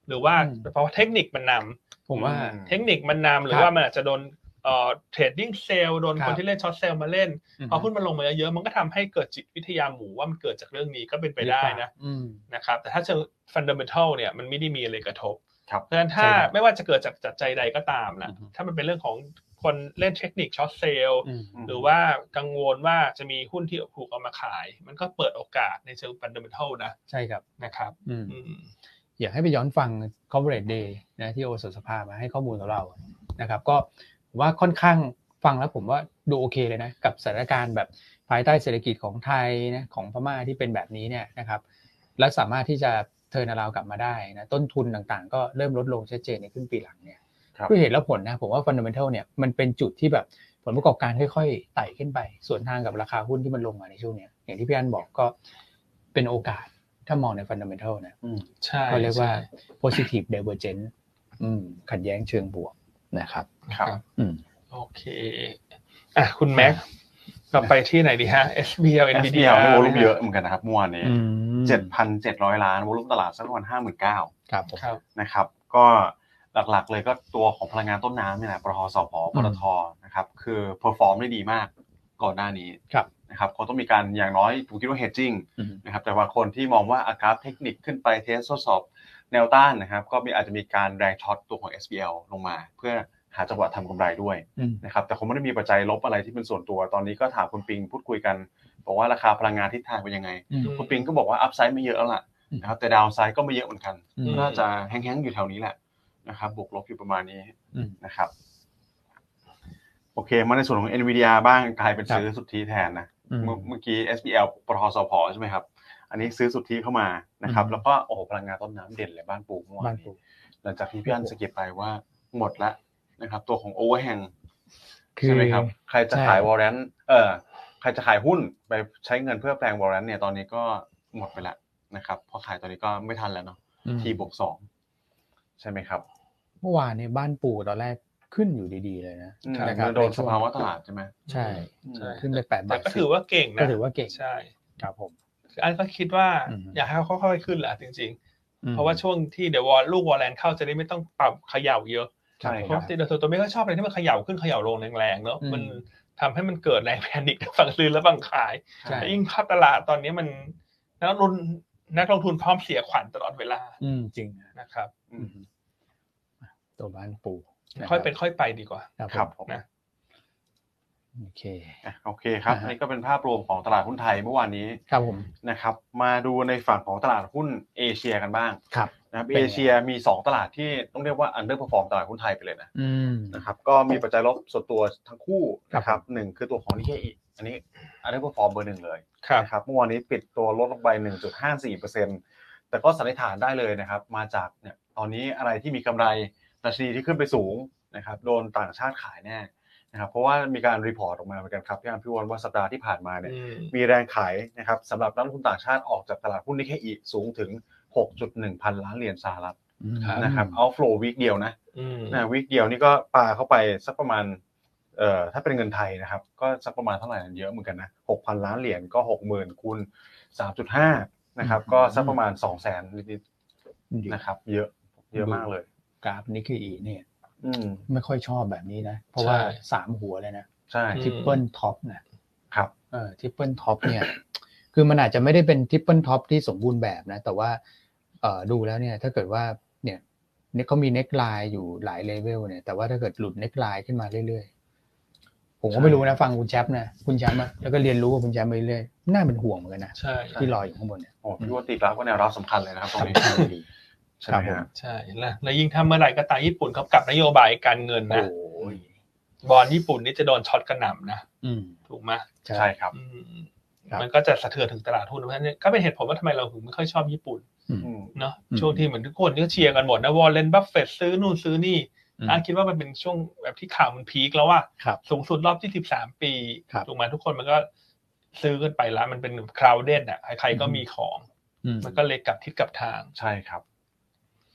A: หรือว่า
B: อืม
A: เพราะว่าเทคนิคมันนำ
B: ผมว่า
C: อืม
A: เทคนิคมันนำหรือ
B: ครับ
A: ว่ามันอาจจะโดนเอ่อเทรดดิ้งเซลโดน
B: ค
A: ค
B: รั
A: น
B: บ
A: ที่เล่นช็อตเซลมาเล่นพอหุ้น
B: ม
A: มันลงมาเยอะๆมันก็ทำให้เกิดจิตวิทยาหมู่ว่ามันเกิดจากเรื่องนี้ก็เป็นไปได้นะ
B: อืม
A: นะครับแต่ถ้าเชิงฟันเด m ม n ทัลเนี่ยมันไม่ได้มีอะไรกระทบ
C: ครับ
A: เพราะฉะนั้นถ้า
B: ใช่ครับ
A: ไม่ว่าจะเกิดจากจัดใจใดก็ตามนะ
B: อือฮึ
A: ถ้ามันเป็นเรื่องของคนเล่นเทคนิคช็อตเซล
B: อืม
A: หรือว่ากังวลว่าจะมีหุ้นที่ถูกเอามาขาย มันก็เปิดโอกาสในเชิงฟันเด m ม n ทัลนะ
B: ใช่ครับ
A: นะครับ
B: อืม
A: อืม
B: อยากให้ไปย้อนฟัง corporate day นะที่โอสถสภามาให้ข้อมูลกับเรานะครับ ก็ผมว่าค่อนข้างฟังแล้วผมว่าดูโอเคเลยนะ กับสถานการณ์แบบภายใต้เศรษฐกิจของไทยนะของพม่าที่เป็นแบบนี้เนี่ยนะครับ และสามารถที่จะเทิร์นาราวกลับมาได้นะต้นทุนต่างๆ ก็เริ่มลดลงชัดเจนในครึ่งปีหลังเนี่ย
C: ครับ
B: ด้วยเหตุและผลนะผมว่าฟันเดเมนทัลเนี่ยมันเป็นจุดที่แบบผลประกอบการค่อยๆไต่ขึ้นไปสวนทางกับราคาหุ้นที่มันลงมาในช่วงเนี้ยอย่างที่พี่อันบอกก็เป็นโอกาสถ้ามองในฟันเดเมนทัลนะ
A: ใช่
B: เขาเรียกว่า
A: ใช่
B: positive divergence อืมขัดแย้งเชิงบวกนะครับ
C: ครับ
B: อืม
A: โอเคอ่ะคุณแม็กเราไปที่ไหนดีฮะ SBL
C: SBL
A: NVDR
C: โวลุ่มเยอะเหมือนกันนะครับเมื่อวานนี้เจ็ดพันเจ็ดร้อยล้านวลุ่มตลาดสักประมาณห้าหมื่นเก้า
B: ครับผม
A: ครับ
C: นะครับ ก็หลักๆเลยก็ตัวของพลังงานต้นน้ำนี่แหละปตทสพปตทนะครับ คือเพอร์ฟอร์มได้ดีมากก่อนหน้านี้
B: ครับ
C: นะครับคงต้องมีการอย่างน้อยผมคิดว่า hedging
B: อืม
C: นะครับแต่บางคนที่มองว่าอากราฟเทคนิคขึ้นไปเทสทดสอบแนวต้านนะครับ ก็มีอาจจะมีการแรงช็อตตัวของ SBL ลงมา เพื่อหาจังหวะทำกำไรด้วย
B: อืม
C: นะครับแต่คงไม่ได้มีปัจจัยลบอะไรที่เป็นส่วนตัวตอนนี้ก็ถามคุณปิงพูดคุยกันบอกว่าราคาพลังงานทิศทางเป็นยังไง
B: อืม
C: คุณปิงก็บอกว่าอัพไซด์ไม่เยอะแล้วล่ะ
B: อืม
C: นะครับแต่ดาวไซด์ก็ไม่เยอะเหมือนกัน
B: อืม
C: น่าจะแห้งๆอยู่แถวนี้แหละนะครับบวกลบอยู่ประมาณนี้
B: อืม
C: นะครับโอเค มาในส่วนของ NVIDIA บ้างกลายเป็น
B: ครับ
C: ซื้อสุทธิแทนนะ
B: อืม
C: เมื่อเมื่อกี้ SBL ปทสพใช่ไหมครับ อันนี้ซื้อสุทธิเข้ามานะครับ
B: อืม
C: แล้วก็โอ้โหพลังงานต้นน้ำเด่นเลยบ้านปูเมื่อวา
B: บ้าน น
C: นี้
B: ปู
C: หลังจากที่พี่อันสะกิปไปว่าหมดละนะครับ ตัวของโอเวอร์แฮง
B: คือ
C: ใช่ไหมครับ ใครจะ
B: ใช่
C: ขายวอร์เรนเออ ใครจะขายหุ้นไปใช้เงินเพื่อแปลงวอร์เรนเนี่ยตอนนี้ก็หมดไปแล้วนะครับเพอขายตอนนี้ก็ไม่ทันแล้วเนาะ
B: อืม
C: ทีบวกสองใช่ไหมครับ
B: เมื่อวานเนี่ยบ้านปู่ตอนแรกขึ้นอยู่ดีๆเลยนะ
C: อืม
B: ะครับ
C: มันโดน
B: ใช่
C: ส
B: ง
C: ภาวะตลาดใช่ไหม
B: ใช่
A: ใช่
B: ขึ้นไปแปดบา
A: แต่
B: ท
A: ก็ถือว่าเก่งนะ
B: ก็ถือว่าเก่ง
A: ใช่
B: ครับผม
A: คืออันก็คิดว่า
B: อืม
A: อยากให้เขาค่อยๆขึ้นแหละจริง ๆ เพราะว่าช่วงที่เดี๋ยววอลลูกวอลแลนด์เข้าจะได้ไม่ต้องปรับเขย่าเยอะ
C: ใช่
A: เพ
C: ครั
A: ราะ
C: บ
A: จริงๆโดยส่วนตัวไม่ค่อยชอบอะไรที่มันเขย่าขึ้นเขย่าลงแรงๆเนอะ
B: อืม
A: มันทำให้มันเกิดแรงแพนิคทั้งฝั่งซื้อและฝั่งขาย
B: ใช่
A: แต่ยิ่งภาพตลาดตอนนี้มันนักลงทุนนักลงทุนพร้อมเสียขวัญตลอดเวลา
B: อืมจริงนะ
A: นะครับ
C: อืม
B: ตัวบ้านปู่ะรับ
A: ค่อยเป็นค่อยไปดีกว่า
C: ค
B: ค
C: รั
B: รั
C: บบ ผ
B: ผมมโอเค
C: อ่ะโอเคครับ
B: อ่าฮะ
C: อันนี้ก็เป็นภาพรวมของตลาดหุ้นไทยเมื่อวานนี้
B: ครับผม
C: นะครับ มาดูในฝั่งของตลาดหุ้นเอเชียกันบ้าง
B: ครับ
C: นะครับ
B: เป็นไง
C: เอเชียมีสองตลาดที่ต้องเรียกว่าอันเดอร์พอร์ฟอร์มตลาดหุ้นไทยไปเลยนะ
B: อืม
C: นะครับก็มีปัจจัยลบส่วนตัวทั้งคู่
B: ครับ
C: นะครับหนึ่งคือตัวของนิเคอีอันนี้อันเดอร์พอร์ฟอร์มเบอร์หนึ่งเลย
A: ครับ
C: นะครับเมื่อวานนี้ปิดตัวลดลงไป 1.54%แต่ก็สันนิษฐานได้เลยนะครับ มาจากเนี่ยตอนนี้อะไรที่มีกำไรดัชนีที่ขึ้นไปสูงนะครับโดนต่างชาติขายแน่นะครับเพราะว่ามีการรีพอร์ตออกมาเหมือนกันครับพี่อันพี่วอนว่าสัปดาห์ที่ผ่านมาเนี่ย
A: อืม
C: มีแรงขายนะครับสำหรับนักลงทุนต่างชาติออกจากตลาดหุ้นนิเคอีสูงถึง 6.1 พันล้านเหรียญสหรัฐนะครับเอาฟลูวีคเดียวนะ
A: อืม
C: นะวีคเดียวนี่ก็ปาเข้าไปสักประมาณเอ่อถ้าเป็นเงินไทยนะครับ ก็สักประมาณเท่าไหร่เยอะเหมือนกันนะ 6,000 ล้านเหรียญก็ 60,000คูณ3.5นะครับ
B: อืม
C: ก็สักประมาณ 200,000นิดๆ
B: นะ
C: นะครับ เยอะเยอะมากเลย
B: กราฟนี่คืออีเนี่ย
C: อืม
B: ไม่ค่อยชอบแบบนี้นะ เพราะว่าสามหัวเลยนะ
C: ใช่
B: ทริปเปิลท็อปนะครับ เออทริปเปิลท็อปเนี่ย คือมันอาจจะไม่ได้เป็นทริปเปิลท็อปที่สมบูรณ์แบบนะ แต่ว่าเออดูแล้วเนี่ยถ้าเกิดว่าเนี่ยเนี่ยเขามีเน็กไลน์อยู่หลายเลเวลเนี่ยแต่ว่าถ้าเกิดหลุดเน็กไลน์ขึ้นมาเรื่อยๆ ผมก็ไม่รู้นะ ฟังคุณแชมป์นะคุณแชมป์อะแล้วก็เรียนรู้กับคุณแชมป์ไปเรื่อยน่าเป็นห่วงเหมือนกันนะ
A: ใช่
B: ที่ลอยอยู่ข้างบนเนี่ย
C: โอ้พี่ว่าตีกราฟก็แนวรับสำคัญเลยนะครับตรงนี้ใช่ไหม
B: ครับผม
C: ฮะ
A: ใช่แล้วแล้วยิ่งถ้าเมื่อไหร่ก็ตามญี่ปุ่นเขากลับนโยบายการเงินนะ
B: โอ้ย
A: บอลญี่ปุ่นนี่จะโดนช็อตกระหน่ำนะ
B: อืม
A: ถูกไหม
B: ใช่
C: ใช่ครับ
A: อืม
B: ครับ
A: มันก็จะสะเทือนถึงตลาดหุ้นเพราะฉะนั้นก็เป็นเหตุผลว่าทำไมเราถึงไม่ค่อยชอบญี่ปุ่น
C: อืม
A: เนาะ
B: อืม
A: ช่วงที่เหมือนทุกคนก็เชียร์กันหมดนะวอลเลนบัฟเฟตซื้อนู่นซื้อนี่
B: อืม
A: อันคิดว่ามันเป็นช่วงแบบที่ข่าวมันพีคแล้วว่า
B: ครับ
A: สูงสุดรอบที่ 13 ปี
B: ครับ
A: ถูกไหมทุกคนมันก็ซื้อกันไปแล้วมันเป็นคราวเด่นอ่ะใครๆก็
B: อืม
A: มีของ
B: อืม
A: มันก็เลยกลับทิศกลับทาง
C: ใช่ครับ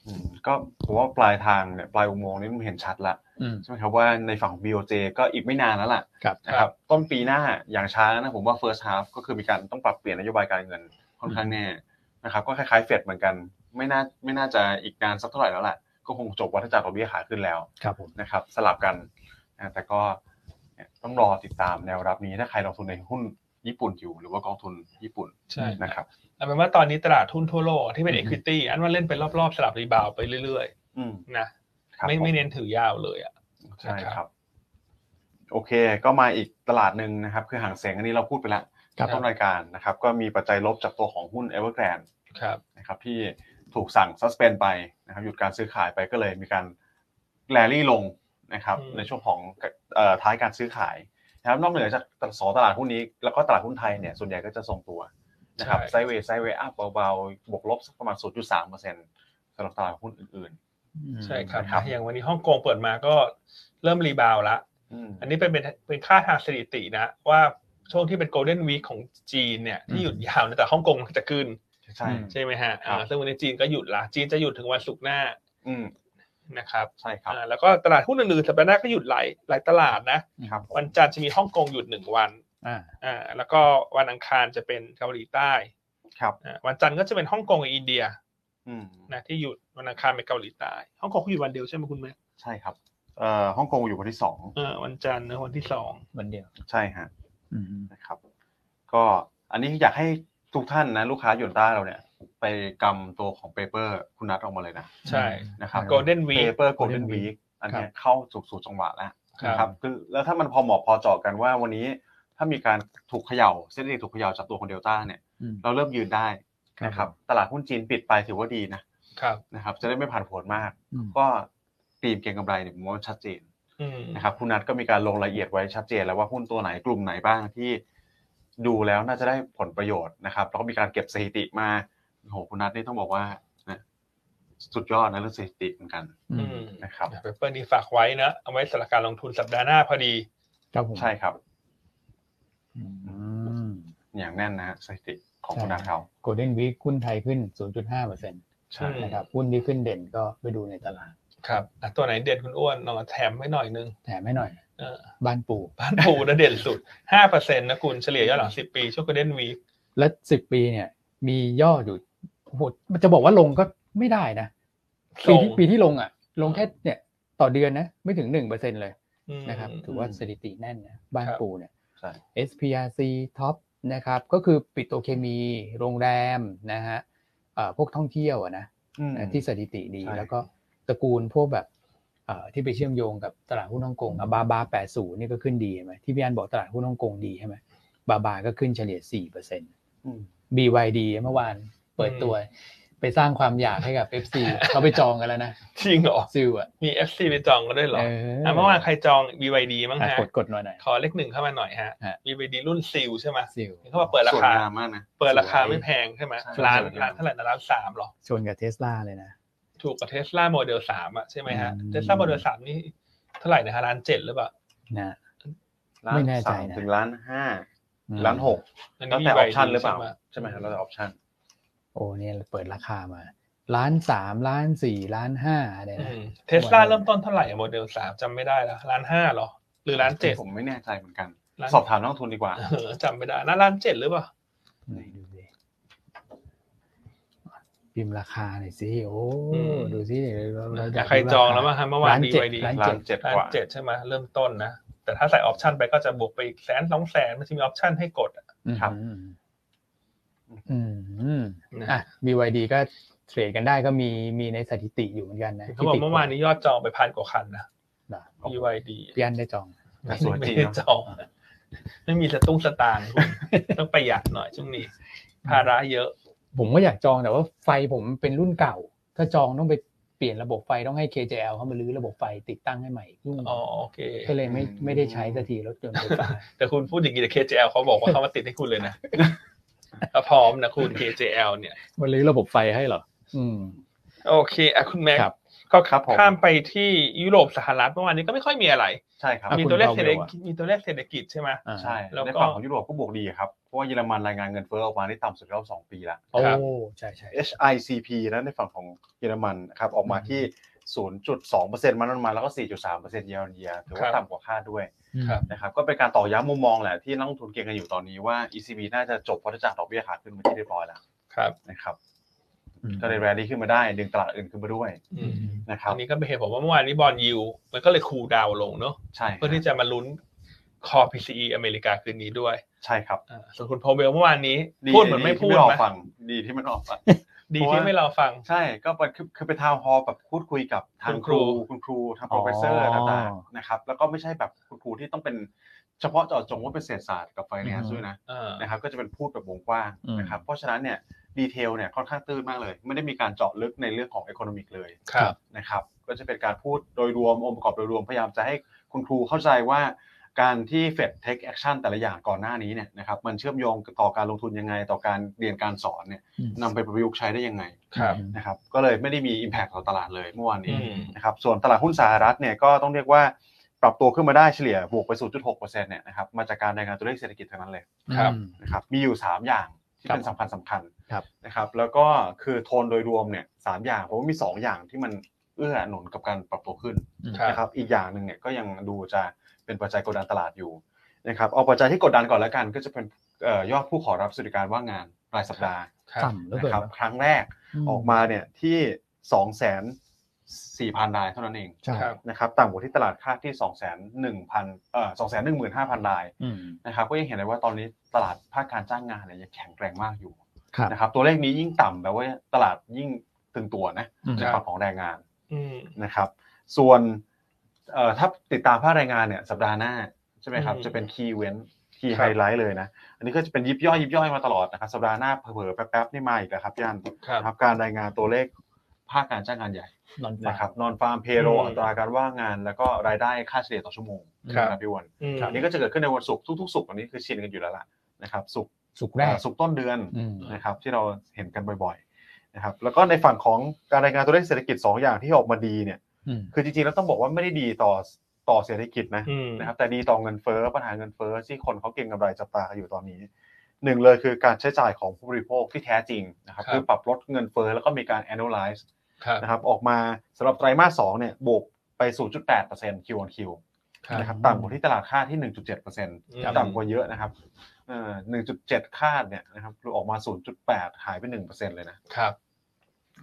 C: อืมก็ผมว่าปลายทางเนี่ยปลายอุโมงค์นี่มันเห็นชัดละ
B: อืม
C: ใช่ไหมครับว่าในฝั่ง BOJ ก็อีกไม่นานแล้วล่ะ
B: ครับ
C: นะ
A: ค
C: ค
A: รั
C: รับ บ ต้นปีหน้าอย่างช้านะผมว่า first half ก็คือมีการต้องปรับเปลี่ยนนโยบายการเงินค่อนข้างแน่นะครับ ก็คล้ายๆเฟดเหมือนกัน ไม่น่าไม่น่าจะอีกนานสักเท่าไหร่แล้วแหละก็คงจบวัฏจักรดอกเบี้ยขาขึ้นแล้ว
B: ครับผม
C: นะครับ สลับกันนะแต่ก็เนี่ยต้องรอติดตามแนวรับนี้ถ้าใครลงทุนในหุ้นญี่ปุ่นอยู่ หรือว่ากองทุนญี่ปุ่น
A: ใช่
C: นะครับ
A: เอาเป็นว่าตอนนี้ตลาดทุนทั่วโลกที่เป็น
B: อืม
A: Equity อันว่าเล่นไปรอบๆสลับรีบาวด์ไปเรื่อย
C: อืม
A: ๆนะครับ ไม่
C: ผ
A: ไม่เน้นถือยาวเลยอ่ะ
C: ใช่
A: นะ
C: ค
A: ครั
C: รับ
A: บ
C: โอเค ก็มาอีกตลาดหนึ่งนะครับ คือหางเสียงอันนี้เราพูดไปแล้ว
A: ครับ
C: ต้นรายการนะครับ ก็มีปัจจัยลบจากตัวของหุ้น Evergrande
A: ครับ
C: นะครับ ที่ถูกสั่ง suspend ไปนะครับ หยุดการซื้อขายไปก็เลยมีการแรลลี่ลงนะครับ ในช่วงของเอ่อท้ายการซื้อขายนะครับนอกเหนือจากสองตลาดหุ้นนี้ แล้วก็ตลาดหุ้นไทยเนี่ยส่วนใหญ่ก็จะทรงตัวนะครับไซเวย์ไซเวย์อัพเบาๆบวกลบสักประมาณ 0.3%สำหรับตลาดหุ้นอื่น
A: ใช่ครับ
C: ครับ
A: อย่างวันนี้ฮ่องกงเปิดมาก็เริ่มรีบาวด์ละ
C: ๆอืม
A: อันนี้เป็นเป็นเป็นค่าทางสถิตินะ ว่าช่วงที่เป็นโกลเด้นวีคของจีนเนี่ยที่หยุดยาวนะแต่ฮ่องกงจะขึ้น
C: ใช่
B: อืม
A: ใช่ไหมฮะ
C: ครับ
A: อ่าซึ่งวันนี้จีนก็หยุดละจีนจะหยุดถึงวันศุกร์หน้า
C: อืม
A: นะครับ
C: ใช่ครับ
A: อ่าแล้วก็ตลาดหุ้นอื่นๆสัปดาห์หน้าก็หยุดหลายหลายตลาดนะ
C: ครับ
A: วันจันทร์จะมีฮ่องกงหยุดหนึ่งวัน
B: อ่า
A: อ่าแล้วก็วันอังคารจะเป็นเกาหลีใต้
C: ครับ
A: อ่าวันจันทร์ก็จะเป็นฮ่องกงกับอินเดีย
C: อืม
A: นะที่หยุดวันอังคารเป็นเกาหลีใต้ฮ่องกงเขาหยุดวันเดียวใช่ไหมคุณแม่
C: ใช่ครับ เอ่อฮ่องกงอยู่วันที่สอง
A: เออวันจันทร์เนอะวันที่สอง
B: วันเดียว
C: ใช่ฮะ
B: อืม
C: นะครับ ก็อันนี้อยากให้ทุกท่านนะ ลูกค้าหยวนต้าเราเนี่ย ไปกำตัวของเปเปอร์คุณนัทออกมาเลยนะ
A: ใช่
C: นะครับ
A: โกลเด้นวีค
C: เปเปอร์โกลเด้น
B: Golden
C: วี
B: Week
C: คอันเนี้
B: ค
C: ย
B: รับ
C: เข้าสู่สู่จังหวะแล้ว
A: ครับ
C: นะครับคือแล้วถ้ามันพอเหมาะพอเจาะกันว่าวันนี้ถ้ามีการถูกเขย่าเส้นเอกถูกเขย่าจากตัวของเดลต้าเนี่ย
B: อืม
C: เราเริ่มยืนได้นะครับ ตลาดหุ้นจีนปิดไปถือว่าดีนะครับ นะครับ จะได้ไม่ผ่านผวนมาก
B: อืม
C: ก็ตีมเก็งกำไรเนี่ยผมว่ามันชัดเจน
A: อืม
C: นะครับคุณนัทก็มีการลงรายละเอียดไว้ชัดเจนแล้วว่าหุ้นตัวไหนกลุ่มไหนบ้างที่ดูแล้วน่าจะได้ผลประโยชน์นะครับแล้วก็มีการเก็บสถิติมาโอ้โหคุณนัทนี่ต้องบอกว่านะสุดยอดนะเรื่องสถิติเหมือนกัน
B: อื
A: อื
B: ม
A: ม
C: นะครับ
A: เปเปอร์นี้ฝากไว้นะ เอาไว้สำหรับการลงทุนสัปดาห์หน้าพอดี
B: ครับผม
C: ใช่ครับ
B: อืม
C: อย่างแน่นนะฮะสถิติของธนาคาร
B: โกลเด้นวีคหุ้นไทยขึ้น 0.5%น
A: ใช่
B: ะครับหุ้นที่ขึ้นเด่นก็ไปดูในตลาด
A: ครับอ่ะตัวไหนเด่นคุณอ้วนลองแถมไว้หน่อยนึง
B: แถมให้หน่อย
A: เออ
B: บ้านปู่
A: บ้านปูนะเด่นสุดห้าเปอร์เซ็นต์นะคุณเฉลี่ยย้อนหลังสิบปีช่วงก็เด่นวีค
B: และสิบปีเนี่ย มีย่ออยู่โอ้โหมันจะบอกว่าลงก็ไม่ได้นะ ปีที่ปีที่ลงอ่ะ ลงแค่เนี่ย ต่อเดือนนะ ไม่ถึงหนึ่งเปอร์เซ็นเลย
A: อืม
B: นะครับ ถือว่าสถิติแน่นนะ บ้าน
A: ครับ
B: ปูเนี่ย
C: ใช่
B: SPRC Top นะครับ ก็คือปิโตรเคมี โรงแรมนะฮะเอ่อพวกท่องเที่ยวอะนะ
C: อืม
B: นะที่สถิติดี
C: ใช่
B: แล้วก็ตระกูลพวกแบบเอ่อที่ไปเชื่อมโยงกับตลาดหุ้นฮ่องกงบาบา 80 นี่ก็ขึ้นดีใช่ไหมที่พี่อันบอกตลาดหุ้นฮ่องกงดีใช่ไหมบาบาก็ขึ้นเฉลี่ย 4%
C: อืม
B: BYD เมื่อวานเปิดตัว ไปสร้างความอยากให้กับ FC เขาไปจองกันแล้วนะ
A: จริงเหรอ
B: ซิลอ่ะ
A: มีเอฟซีไปจองกันด้วยเหรอ
B: เอ
A: อ่ะเมื่อวานใครจอง BYD มั้ง
B: อ่ะ
A: ฮะ
B: กดกดหน่อยหน่อย
A: ขอเลขหนึ่งเข้ามาหน่อยฮะ
B: ฮะ
A: BYD รุ่นซิลใช่ไหม
B: ซิล
A: เห็นเขาบอกเปิดรา
C: สวย
A: คา
C: งามมากนะ
A: เปิดราคาไม่แพงใช่ไหม
C: ใช่
A: ร้าน
C: สวยงาม
A: ร้านเท่าไหร่นะร้านสามเหรอ
B: ชนกับเทสลาเลยนะ
A: ถูกกว่าเทสลาโมเดลสามอ่ะใช่ไหมฮะ
B: อืม
A: เทสลาโมเดลสามนี่เท่าไหร่นะฮะร้านเจ็ดหรือเปล่า
B: นะ
C: ร้าน
B: ไม่แน่ใจ
C: สาม
B: นะ
C: ถึงร้านห้า
B: อืม
C: ร้านหก
A: อัน
C: แล้ว
A: นี้
C: แต่ออป
A: BYD
C: ชันหรือเปล่า
A: ใช่ไม
C: ใช่ไหมฮะแล้วแต่ออปชัน
B: โอ้เนี่ยเปิดราคามาล้านสามล้านสี่ล้านห้าเนี่ย
A: อื
B: นะ
A: มเทสลาเริ่มต้นเท่าไหร่อะโมเดลสามจำไม่ได้ละร้านห้าเหรอ หรือร้านเจ็ด
C: ผมไม่แน่ใจเหมือนกัน
A: ร้าน
C: สอบถามนักลงทุนดีกว่า
A: เออจำไม่ได้น่าร้านเจ็ดหรือเปล่า
B: ไหนดูดิพิมพ์ราคาหน่อยสิ โอ้ ดูสิเดี๋ยวเราเราอยาก
A: ใครจองแล้วมั้
B: มั้
A: งฮะเมื่อวาน
B: ร้านเจ็ด
A: BYD
B: ร้าน
C: ร้านเจ็ด
A: ร้าน
C: กว่า
A: เจ็ดใช่ไหมเริ่มต้นนะ แต่ถ้าใส่ออปชันไปก็จะบวกไปอีกแสนสองแสนมันจะมีออปชันให้กดอะ
C: ครับ
B: อืมอืม
A: นะ
B: อ่ะ BYD ก็เทรดกันได้ก็มีมีในสถิติอยู่เหมือนกันนะ
A: เขาบอก
B: ที่ติด
A: เมื่อวานนี้ยอดจองไปพันกว่าคันนะ
B: นะ
A: BYD
B: พี่อันได้จอง
C: แต่สวยจริ
A: ไม่
C: ง
A: ได้
C: เนอะ
A: จอง ไม่มีสตุ้งสตางค์ คุณต้องประหยัดหน่อยช่วงนี้ ภาระเยอะ
B: ผมก็อยากจองแต่ว่าไฟผมเป็นรุ่นเก่า ถ้าจองต้องไปเปลี่ยนระบบไฟต้องให้ KJL เขามาลื้อระบบไฟติดตั้งให้ใหม่ยุ่ง
A: อ๋อโอเค
B: ก็เลยไม่ไม่ได้ใช้สักทีรถยนต์ไฟฟ้า
A: แต่คุณพูดอย่างนี้แต่ KJL เขาบอกว่าเขามาติดให้คุณเลยนะ ก็พร้อมนะคุณ KJL เนี่ย
B: มันลื้อระบบไฟให้เหรอ อืม
A: โอเคอ่ะคุณแม็ก
B: ครับ
A: ก็
C: ครับผม
A: ข้ามไปที่ยุโรปสหรัฐเมื่อวานนี้ก็ไม่ค่อยมีอะไร
C: ใช่ครับ
B: อ่ะ
A: มี
B: คุณ
A: ตัวเลข
B: เรา
A: เศรษฐ
B: เร็วอะ
A: กิจมีตัวเลขเศรษฐกิจใช่ไหม
B: อ่า
C: ใช่
A: แล้วก็
C: ในฝั่งของยุโรปก็บวกดีครับเพราะว่าเยอรมันรายงานเงินเฟ้อออกมาได้ต่ำสุดรอบสองปีละ
B: โอ้
A: ครับ
B: ใช่ใช่
C: HICP นะในฝั่งของเยอรมันนะครับออกมาที่ 0.2%มันนมาแล้วก็ 4.3%เยอรมันเยียถือ
A: ครั
C: ว่า
A: บ
C: ต่ำกว่าคาดด้วย
A: ครับ
C: นะครับก็เป็นการต่อกย้ำมุมมองแหละที่นักลงทุนเก็งกันอยู่ตอนนี้ว่า ECB น่าจะจบวัฏจักรดอกเบี้ยขาขึ้นมาที่เรียบร้อยแล้ว
A: ครับ
C: นะครับ
B: อืม
C: ก็เลยแรลลี่ขึ้นมาได้ ดึงตลาดอื่นขึ้นมาด้วย
A: อืม
C: นะครั
A: อั
C: บ
A: นนี้ก็เป็นเหตุผลว่าเมื่อวานนี้บอลยูมันก็เลยคูลดาวน์ลงเนาะ
C: ใช่ค
A: เพื่
C: รั
A: อบ ที่จะมาลุ้นคอ PCE อเมริกาคืนนี้ด้วย
C: ใช่ครับ
A: อ่าส่วนคุณโพเวลเมื่อวานนี้พูดเหมือนไม่พูด
C: รอ
A: นะ
C: ฟังดีที่ไม่รอฟัง
A: ดี
C: เพราะ
A: ที่
C: ว่า
A: ไม่รอฟัง
C: ใช่ก็เป็นคือคือไปทาวน์ฮอลล์แบบพูดคุยกับทาง
A: คุณค
C: ค
A: รู
C: รูคุณครูทางโปรเฟสเซอร์
B: อ๋อ
C: ต่างๆนะครับแล้วก็ไม่ใช่แบบคุณครูที่ต้องเป็นเฉพาะเจาะจงว่าเป็นเศรษฐศาสตร์กับไฟแนน
B: อื
C: ซ์
B: ม
C: ด้วยนะ
A: เออ
C: นะครับก็จะเป็นพูดแบบวงกว้าง
B: อืม
C: นะครับเพราะฉะนั้นเนี่ยดีเทลเนี่ยค่อนข้างตื้นมากเลย ไม่ได้มีการเจาะลึกในเรื่องของ e อ o n o m i c เลย
A: ครับ
C: นะครับก็จะเป็นการพูดโดยรวมองค์ประกอบโดยรวมพยายามจะให้คุณครูเข้าใจว่า การที่เฟดเทคแอคชั่นแต่ละอย่างก่อนหน้านี้เนี่ยนะครับมันเชื่อมโยงต่อการลงทุนยังไง ต่อการเรียนการสอนเนี่ย
B: อืม
C: นำไปประยุกต์ใช้ได้ยังไง
A: ครับ
C: นะครับก็เลยไม่ได้มี Impact ต่อตลาดเลยเมื่อวาน
A: อื
C: นี้
A: ม
C: นะครับส่วนตลาดหุ้นสหรัฐเนี่ยก็ต้องเรียกว่าปรับตัวขึ้นมาได้เฉลี่ยบวกไป 0.6%เนี่ยนะครับมาจากการรายงานตัวเลขเศรษฐกิจทั้งนั้นเลย
A: ครับ
C: นะครับมีอยู่ 3 อย่างที่เป็น
B: ครับ
C: สำคัญสำคัญ
B: ครับ
C: นะครับแล้วก็คือโทนโดยรวมเนี่ยสามอย่างเพราะว่ามี 2 อย่างที่มันเอื้อหนุนกับการปรับตัวขึ้น
A: ครับ
C: นะครับอีกอย่างหนึ่งเนี่ยก็ยังดูจะเป็นปัจจัยกดดันตลาดอยู่นะครับเอาปัจจัยที่กดดันก่อนแล้วกัน ก็จะเป็นเอ่อยอดผู้ขอรับสวัสดิการว่างงานรายสัปดาห์
A: ครับ
B: ต่ำเหลือ
C: นะ
B: เกิน
C: ครับ
B: นะ
C: ครั้งแรก ออกมาเนี่ยที่สองแสนสี่พันรายเท่านั้นเอง
B: ใช่
A: ครับ
C: นะครับต่ำกว่าที่ตลาดคาดที่สองแสนหนึ่งพันเอ่อสองแสนหนึ่งหมื่นห้าพันราย
B: อืม
C: นะครับก็ยังเห็นได้ว่าตอนนี้ตลาดภาคการจ้างงานเนี่ยยังแข็งแกร่งมากอยู่
B: ครับ
C: นะครับตัวเลขนี้ยิ่งต่ำแปลว่าตลาดยิ่งตึงตัวนะ
B: อืม
C: ใน
A: ครับ
C: ฝั่งของแรงงาน
A: อืม
C: นะครับ ส่วนเอ่อถ้าติดตามภาคแรงงานเนี่ยสัปดาห์หน้าใช่ไหมครับ
A: อืม
C: จะเป็นคีย์เว้นคีย์
A: ครั
C: ไฮ
A: บ
C: ไลท์เลยนะอันนี้ก็จะเป็นยิบย่อยยิบย่อยมาตลอดนะครับสัปดาห์หน้าเผลอๆแป๊บๆนี่มาอีกแล้วครับพี่อัน
A: ครับ
C: นะครับการรายงานตัวเลขภาคการจ้างงานใหญ่
B: นอนฝัน
C: นะครับนอนฟาร์มเพโล
A: อืม
C: อัตราการว่างงาน แล้วก็รายได้ค่าเฉลี่ยต่อชั่วโมง
A: ครับ
C: นะพี่อ้วัน
A: อืม
C: อันนี้ก็จะเกิดขึ้นในวันศุกร์ทุกๆศุกร์อันนี้คือชินกันอยู่แล้วล่ะนะครับศุกร์
B: สุกร์แรก
C: อ่าศุกร์ต้นเดือน
B: อืม
C: นะครับที่เราเห็นกันบ่อยๆนะครับแล้วก็ในฝั่งของการรายงานตัวเลขเศรษฐกิจ 2 อย่างที่ออกมาดีเนี่ย
B: อืม
C: คือจริงๆแล้วต้องบอกว่าไม่ได้ดีต่อต่อเศรษฐกิจนะ
A: อืม
C: นะครับแต่ดีต่อเงินเฟ้อปัญหาเงินเฟ้อที่คนเขาเก็งกำไรจับตากันอยู่ตอนนี้ หนึ่งเลยคือการใช้จ่ายของผู้บริโภคที่แท้จริงนะครับ
A: ครับ
C: คือปรับลดเงินเฟ้อแล้วก็มีการ annualize
A: ครับ
C: นะครับออกมาสำหรับไตรมาส2เนี่ยบวกไป 0.8% Q on Q
A: ครับ
C: นะครับต่ำกว่าที่ตลาดคาดที่ 1.7%
A: ครับ
C: ต่ำกว่าเยอะนะครับเอ่อ1.7 คาดเนี่ยนะครับออกมา 0.8 หายไป 1%เลยนะ
A: ครับ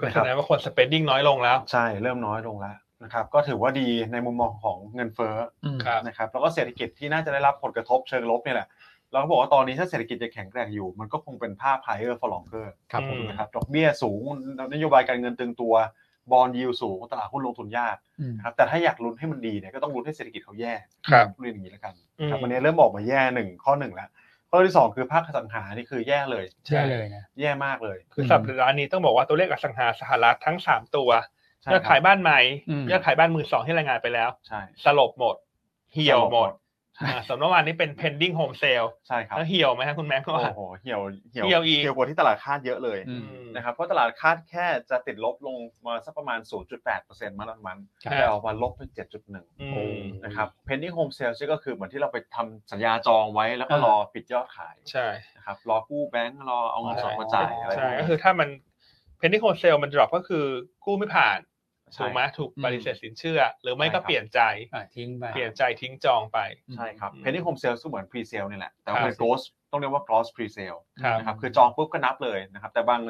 C: นะครั
A: ก็
C: บ
A: แสดงว่าคน spending น้อยลงแล้ว
C: ใช่เริ่มน้อยลงแล้วนะครับก็ถือว่าดีในมุมมองของเงินเฟ้อ
B: อืม
A: ครับ
C: นะครับแล้วก็เศรษฐกิจที่น่าจะได้รับผลกระทบเชิงลบเนี่ยแหละเราก็บอกว่าตอนนี้ถ้าเศรษฐกิจจะแข็งแกร่งอยู่ มันก็คงเป็นภาพ higher for longer
B: ครับผม
A: อืม
C: นะครับดอกเบี้ยสูงนโยบายการเงินตึงตัวบอลยิวสูงตลาดหุ้นลงทุนยาก
B: อืม
C: นะครับแต่ถ้าอยากลุ้นให้มันดีเนี่ยก็ต้องลุ้นให้เศรษฐกิจเขาแย่
A: ครับ
C: เรียนอย่างนี้แล้วกัน
A: อืม
C: ครับวันนี้เริ่มออกมาแย่หนึ่งข้อหนึ่งแล้วข้อที่สองคือภาคอสังหานี่คือแย่เลย
B: ใช่เลยนะ
C: แย่มากเลย
A: คือสัปดาห์นี้ต้องบอกว่าตัวเลขอสังหาสหรัฐทั้งสามตัว
C: ใช่
A: ยอด
C: ค
A: ขา
C: รั
A: ยบ้านใหม่
B: อืม
A: ยอดขายบ้านมือสองที่รายงานไปแล้ว
C: ใช่
A: สลบหมด เหี่ยวหมด
C: ใช่
A: อ่าสำนักงานนี้เป็น pending home sale
C: ใช่ครับ
A: แล้วเหี่ยวไหมครับคุณแม็กซ์ว่า
C: โอ้โหเหี่ยวเหี่ยว
A: เหี่ยวอีก
C: เหี่ยวกว่าที่ตลาดคาดเยอะเลย
B: อืม
C: นะครับเพราะตลาดคาดแค่จะติดลบลงมาสักประมาณ 0.8%มันมัน
B: ครับ
C: แต่ออกมาลบไป7.1
A: อืม
C: นะครับ pending home sales ก็คือเหมือนที่เราไปทำสัญญาจองไว้แล้วก็รอปิดยอดขาย
A: ใช่
C: นะครับรอกู้แบงก์รอเอาเงินสดมาจ่ายอะไร
A: ใช่ก็คือถ้ามัน pending home sale มัน drop ก็คือกู้ไม่ผ่าน
C: ใช่
A: ถูกไหมถูกปฏิเสธสินเชื่อ หรือไม่
C: ใช่ครั
A: ก็
C: บ
A: เปลี่ยนใจ
B: อ่ะทิ้งไป
A: เปลี่ยนใจทิ้งจองไป
C: ใช่ครับ
A: อืม
C: pending home sales ก็เหมือน pre sale นี่แหละแต่
A: ครับ
C: ว่าเป็น gross ต้องเรียกว่า gross pre sale
A: ครับ
C: นะครับคือจองปุ๊บก็นับเลยนะครับแต่บาง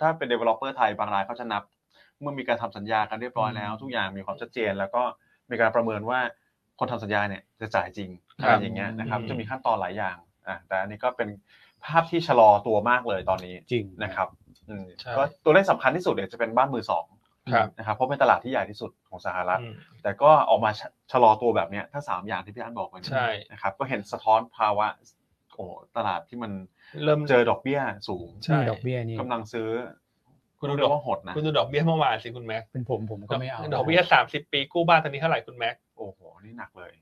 C: ถ้าเป็น developer ไทยบางรายเขาจะนับ เมื่อมีการทำสัญญากันเรียบร้อยแล้ว
B: อืม
C: ทุกอย่างมีความชัดเจน แล้วก็มีการประเมินว่าคนทำสัญญาเนี่ยจะจ่ายจริง
A: ครับ
C: อะไรอย่างเงี้ยนะครับ
B: อืม
C: จะมีขั้นตอนหลายอย่างอ่ะแต่อันนี้ก็เป็นภาพที่ชะลอตัวมากเลยตอนนี้
B: จริง
C: นะครับอืม
A: ใช่
C: ก็ตัวเลขสำคัญที่สุดเนี่ยจะเป็นบ้านมือสอง
A: ครับ
C: นะครับเพราะเป็นตลาดที่ใหญ่ที่สุดของสหรัฐ
A: อืม
C: แต่ก็ออกมาชะชะลอตัวแบบเนี้ยถ้าสามอย่างที่พี่อันบอกไป
A: ใช่
C: นะครับก็เห็นสะท้อนภาวะโอ้โหตลาดที่มัน
A: เริ่ม
C: เจอดอกเบี้ยสูง
A: ใช่
B: ใช่ดอกเบี้ยนี่
C: กำลังซื้อ
A: คุณ
C: เรี
A: ดู
C: ย
A: ดอก ก
C: ว่าหดนะ
A: คุณดูดอกเบี้ยเมื่อวานสิคุณแม็กซ์
B: เป็นผมผมก็ไม่เอา
A: ดอกเบี้ยสามสิบปีกู้บ้านตอนนี้เท่าไหร่คุณแม็กซ์
C: โอ้โห นี่หนักเลย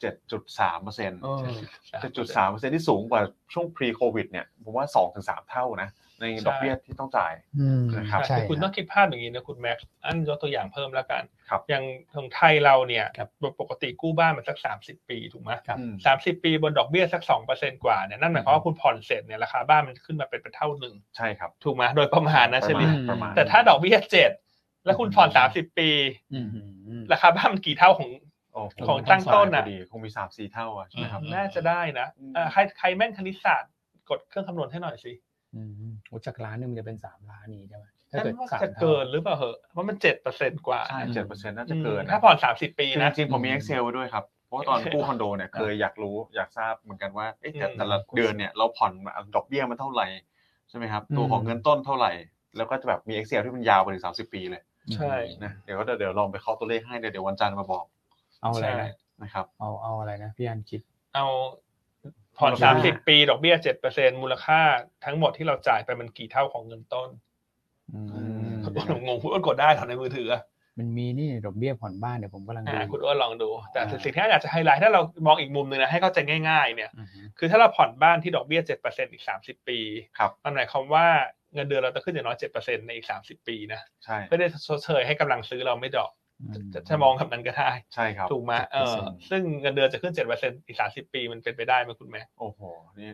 C: เจ็ดจุดสามเปอร์เซ็นต์
B: เออ
C: เจ็ดจุดสามเปอร์เซ็นต์ที่สูงกว่าช่วง pre covid เนี่ยผมว่าสองถึงสามเท่านะ ในดอกเบี้ยที่ต้องจ่าย
B: อืม
C: นะครับ
B: ใช่
A: แต่คุณต้
B: รั
A: อบ งคิดภาพอย่างนี้นะคุณแม็กซ์อันยกตัวอย่างเพิ่มแล้วกัน
C: ครับ
A: อย่างของไทยเราเนี่ย
B: ครับ
A: ปกติกู้บ้านมันสักสามสิบปีถูกไหม
B: ครับ
C: อืม
A: สามสิบปีบนดอกเบี้ยสักสองเปอร์เซ็นกว่าเนี่ยนั่นหมายความว่าคุณผ่อนเสร็จเนี่ยราคาบ้านมันขึ้นมาเป็นเป็นเท่าหนึ่ง
C: ใช่ครับ
A: ถูกไหมโดยประมาณนะใช่ไหม
B: ประมาณ
C: ประมาณ
A: แต่ถ้าดอกเบี้ยเจ็ดแล้วคุณผ่อนสามสิบปี
B: อืมอืม
A: ราคาบ้านมันกี่เท่าของ
C: โโห
A: ของตั้งต้นน่ะ
C: ดีคงมีสามสี่เท่าอะใช่ไหมครับ
B: อืม
A: น่าจะได้นะ
C: อืม
A: อ่าใครใครแม่นคณิตศาสตร์กดเครื่องคำนวณให้หน่อยสิ
B: อืมโอ้จากล้านหนึ่งมันจะเป็นสามล้านนี่ใช่ไหมถ้า
A: นั่
B: เกิ
A: น
B: ด
A: ว่า
B: สาม
A: จะ
B: ท่า
A: เกินหรือเปล่าเหอะว่าะมันเจ็ดเปอร์เซ็นต์กว่า
C: ใช่เจ็ดเปอร์เซ็นต์น่าจะเกิน
A: อืม
C: นะ
A: ถ้าผ่อนสามสิบปี
C: คือ
A: นะ
C: จริงๆผมมี Excel ไว้ด้วยครับ เพราะว่าตอนกู้คอนโดเนี่ยเคยอยากรู้อยากทราบเหมือนกันว่าเอ๊ะแต่
A: อืม
C: แต่ละเดือนเนี่ยเราผ่อนมาดอกเบี้ยมันเท่าไหร่ใช่ไหมครับ ตัว
B: อืม
C: ของเงินต้นเท่าไหร่ แล้วก็จะแบบมี Excel ที่มันยาวไปถึงสามสิบปีเลย
A: ใช่
C: นะเดี๋ยวก็เดี๋ยวลองไปเคาะตัวเลขให้เดี๋ยวเดี๋ยววันจันทร์มาบอก
B: เอาอะไรนะ
A: ใช่
C: นะครับ
B: เอาเอาอะไรนะพี่อันคิด
A: เอาผ่อน
C: มู
A: สา
C: ลค่า
A: มสิบปี ดอกเบี้ยเจ็ดเปอร์เซ็นมูลค่าทั้งหมดที่เราจ่ายไปมันกี่เท่าของเงินต้น
B: อืม
C: อื
A: ผมงงคุณอ้วนกดได้เหรอในมือถืออ่ะ
B: มันมีนี่ดอกเบี้ยผ่อนบ้านเดี๋ยวผมกำลังดู
A: อ่าคุณอ้วนลองดู แต่สิ่งที่อยากจะไฮไลท์ถ้าเรามองอีกมุมหนึ่งนะให้เข้าใจง่ายๆเนี่ย
B: อือฮึ
A: คือถ้าเราผ่อนบ้านที่ดอกเบี้ยเจ็ดเปอร์เซ็นอีกสามสิบปี
C: ครับ
A: มันหมายความว่าเงินเดือนเราจะขึ้นอย่างน้อยเจ็ดเปอร์เซ็นในอีกสามสิบปีนะ
C: ใช่
A: เพื่อได้ชดเชยให้กำลังซื้อเราไม่ดรอก
B: อืม
A: จะจะมองแบบนั้นก็ได้
C: ใช่ครับ
A: ถูกไหมเออ
B: 7%
A: ซึ่งเงินเดือนจะขึ้นเจ็ดเปอร์เซ็นอีกสามสิบปีมันเป็นไปได้ไหมคุณแม่
C: โอ้โหนี่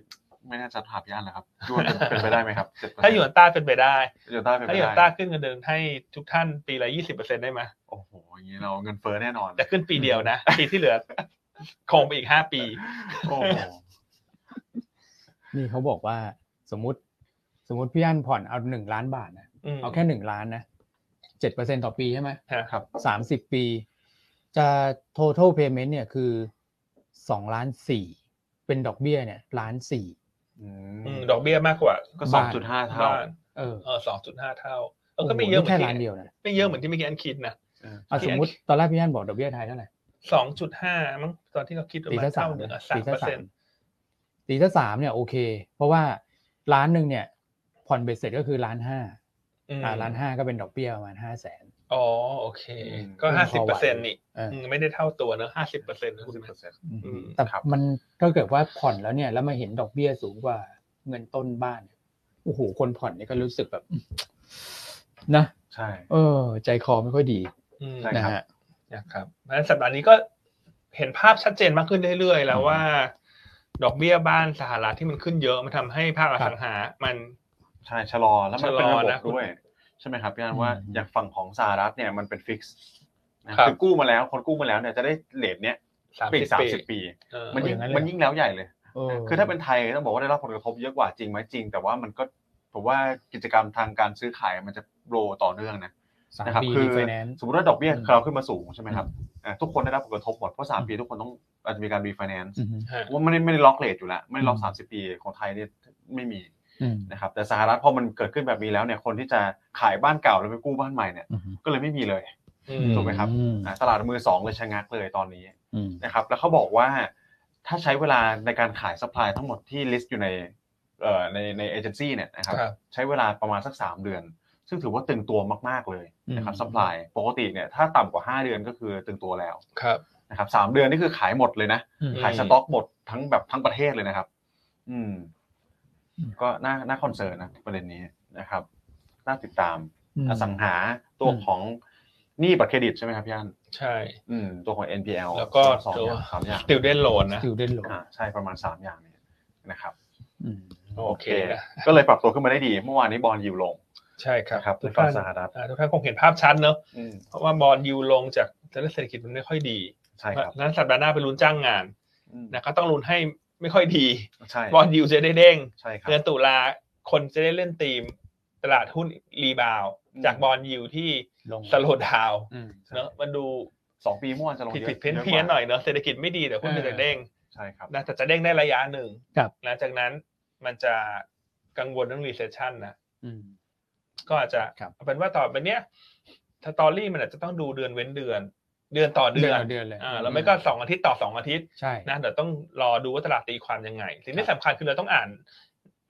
C: ไม่น่าจะถามยานเหรอครับด้วาเป็นเป็นไปได้ไหมครับ7%
A: ถ้าอยู่ใต้าเป็นไปได้
C: อยู่ใต้เป็นไป
A: ถ้าอย่างต้า
C: ได้
A: ขึ้นเงินเดือนให้ทุกท่านปีละยี่สิบเปอร์เซ็นได้ไหม
C: โอ้โหอย่างนี้เราเงินเฟ้อแน่นอน
A: แต่ขึ้นปีเดียว นะ ปีที่เหลือ คงไปอีกห้าปี
C: โอ้โห
B: นี่เขาบอกว่าสมมติ สมมติพี่อันผ่อนเอาหนึ่งล้านบาทนะ
A: อืม
B: เอาแค่หนึ่งล้านนะเจ็ดเปอร์เซ็นต่อปีใช่ไหม
A: ฮะ
C: ครับ
B: สามสิบปี จะ total payment เนี่ยคือสองล้านสี่เป็นดอกเบี้ยเนี่ยล้านสี่
C: อื
A: อื
C: ม
A: มดอกเบี้ยมากกว่า
C: ก็ส
B: บ้า
C: อง
B: น
C: จุดห้าเท่า
A: บ้าน
B: เออ
A: เออสองจุดห้าเท่าเออก็ไม่เยอะเหมือ
B: แค่
A: น
B: ล้านเดี
A: ที่
B: ยวนะ
A: ไม่เยอะเหมือนที่เมื่อกี้อันคิดนะ
C: เออ
B: อ่ะ
A: ที่
B: สมมติตอนแรกพี่อันบอกดอกเบี้ยไทยเท่าไหร่
A: สองจุดห้ามั้งตอนที่เราคิดประ
B: ตี
A: มา
B: ซะ
A: ณ
B: สา
A: เท่าม หนึ่ง
B: ตี
A: สาม
B: ซะ
A: เปอร์
B: สา
A: เซ็น
B: ม
A: ต์
B: ตีซะสามเนี่ยโอเค เพราะว่าล้านหนึ่งเนี่ยผ่อนเบ็ดเสร็จก็คือล้านห้าอ่าล้านห้าก็เป็นดอกเบี้ยประมาณห้าแสน
A: อ๋อโอเค ก็
B: อืม
A: ห้าสิบ
B: พอไห
A: เปอร์เซ็น
B: ว
A: ต์นี่
B: เออ
A: อืมไม่ได้เท่าตัวเนอะห้าสิบเปอร์เซ็นต์นะคุณ
C: สิบ
A: แม่
C: เปอร์เซ็นต์
B: อืม
A: อืม
B: แต่
C: ครับ
B: มันถ้าเกิดว่าผ่อนแล้วเนี่ย แล้วมาเห็นดอกเบี้ยสูงกว่าเงินต้นบ้านเนี่ยโอ้โหคนผ่อนเนี่ยก็รู้สึกแบบ นะ
C: ใช่
B: เออ ใจคอไม่ค่อยดี
A: อืม
B: นะฮะ
A: นะครับเพราะฉะนั้นสัปดาห์นี้ก็เห็นภาพชัดเจนมากขึ้นเรื่อยๆแล้วว่า ดอกเบี้ยบ้านสหรัฐที่มันขึ้นเยอะมันทำให้ภาคอสังหา มัน
C: ใช่ชะลอแล้วมันเป็น
A: ชะ
C: ระบ
A: ลอบ นะ
C: ด้วย ใช่ไหมครับพี่อันว่า
B: อืม
C: อย่างฝั่งของสหรัฐเนี่ยมันเป็นฟิกซ์นะครับ คือกู้มาแล้วคนกู้มาแล้วเนี่ยจะได้เลทเนี้ย
A: สาม
C: ปี
A: สิบ
C: สาม
A: ปี
C: สิบปี
A: เออ
C: มัน
B: อ
C: ยิ่ง
B: ย่างนั้นเลย
C: มันยิ่งแล้วใหญ่เลย
B: เออ
C: คือถ้าเป็นไทยต้องบอกว่าได้รับผลกระทบเยอะกว่าจริงไหมจริง แต่ว่ามันก็ผมว่ากิจกรรมทางการซื้อขายมันจะโรต่อเนื่องนะ
B: สาม
C: นะครับ
B: ปี
C: คือ
B: รีไฟแนนซ์
C: สมมติว่าดอกเบี้ย
B: อืม
C: เราขึ้นมาสูงใช่ไหมครับอ่ะทุกคนได้รับผลกระทบหมดเพราะสามปีทุกคนต้องอาจจะมีการรีไฟแนนซ์
B: อืมฮึ
A: ฮะ
C: ว่าไม่ได้ไม่ได้ล็อกเลทอยู่แล้วไม่ได้ล็อก
B: อืม
C: สามสิบปีของไทยเนี่ยไม่มี
B: อืม
C: นะครับแต่สหรัฐพอมันเกิดขึ้นแบบนี้แล้วเนี่ยคนที่จะขายบ้านเก่าแล้วไปกู้บ้านใหม่เนี่ย
B: อืมฮึ
C: ก็เลยไม่มีเลย
A: อื
B: ถูกไหมครับ
C: อ่ะตลาดมือสองเลยชะงักเลยตอนนี้
B: อืม
C: นะครับแล้วเขาบอกว่าถ้าใช้เวลาในการขายสป라이ทั้งหมดที่ลิสต์อยู่ในเอ่อในในเอเจนซี่เนี่ยนะครับ
A: ครับ
C: ใช้เวลาประมาณสัก 3 เดือน ซึ่งถือว่าตึงตัวมาก ๆ เลยนะครับ
B: อืม
C: สป라이ปกติเนี่ยถ้าต่ำกว่า 5 เดือนก็คือตึงตัวแล้ว
A: ครับ
C: นะครับสามเดือนนี่คือขายหมดเลยนะ
B: อืม
C: ขายสต็อกหมดทั้งแบบทั้งประเทศเลยนะครับ อืม ก็น่าน่าคอนเซิร์นนะประเด็นนี้นะครับ น่าติดตามอสังหาตัว
B: อืม
C: ของหนี้บัตรเครดิตใช่ไหมครับพี่อัน
A: ใช่
C: อืม ตัวของ NPL
A: แล้วก็
C: สอง
A: ตั
C: อ
A: ว
C: ย่างสามอย่าง
A: สติลเดนโลนนะ
B: ติวเด่นหลง
C: อ่าใช่ประมาณสามอย่างนี้นะครับ
B: อืม
A: โอเคนะ
C: ก็เลยปรับตัวขึ้นมาได้ดี เมื่อวานนี้บอลยิวลง
A: ใช่ครับ
C: นะครับ
A: ทุ
C: ใน
A: ก
C: ฝั่
A: ท่าง น
C: สหรัฐ
A: อ่าทุกท่านคงเห็นภาพชัดเนอะ
C: อืม
A: เพราะว่าบอลยูลงจากเศรษฐกิจมันไม่ค่อยดี
C: ใช่
A: เพ
C: ค
A: ราะ
C: รับ
A: ฉะนั้นสัปดาห์หน้าไปลุ้นจ้างงาน
C: อืม
A: นะก็ต้องลุ้นให้ไม่ค่อยดี
C: ใช่
A: บอลยูจะได้เด้ง
C: ใช่ครับ
A: เดือนตุลาคนจะได้เล่นธีม ตลาดหุ้นรีบาวด์
C: อืม
A: จากบอลยูที่
B: ลง
A: สโลดาวน์
B: อืม
A: เนอะมันดู
C: สองปีเมื่อวานจะลง
A: ผิด
C: เยอะ
A: ผิดเพี้ยน
C: อะกว่า
A: เพี้ยนหน่อยเนอะเศรษฐกิจไม่ดีแต่หุ้นมันจะเด้ง
C: ใช่ครับ
A: นะแต่จะเด้งได้ระยะหนึ่ง
B: ครับ
A: หลังจากนั้นมันจะกังวลเรื่อง recession นะ
B: อืม
A: ก็อาจจะ
B: ครับ
A: เอาเป็นว่าต่อไปเนี้ยถ้าตอรี่มันอาจจะต้องดูเดือนเว้นเดือน เดือนต่อเดื
B: เดื
A: อ
B: อน
A: น
B: ต่อเดือนเลย
A: อ่าแล้วไม่ก็สองอาทิตย์ต่อสองอาทิตย์
B: ใช่
A: นะเดี๋ยวต้องรอดูว่าตลาดตีความยังไง สิ่งที่สำคัญคือเราต้องอ่าน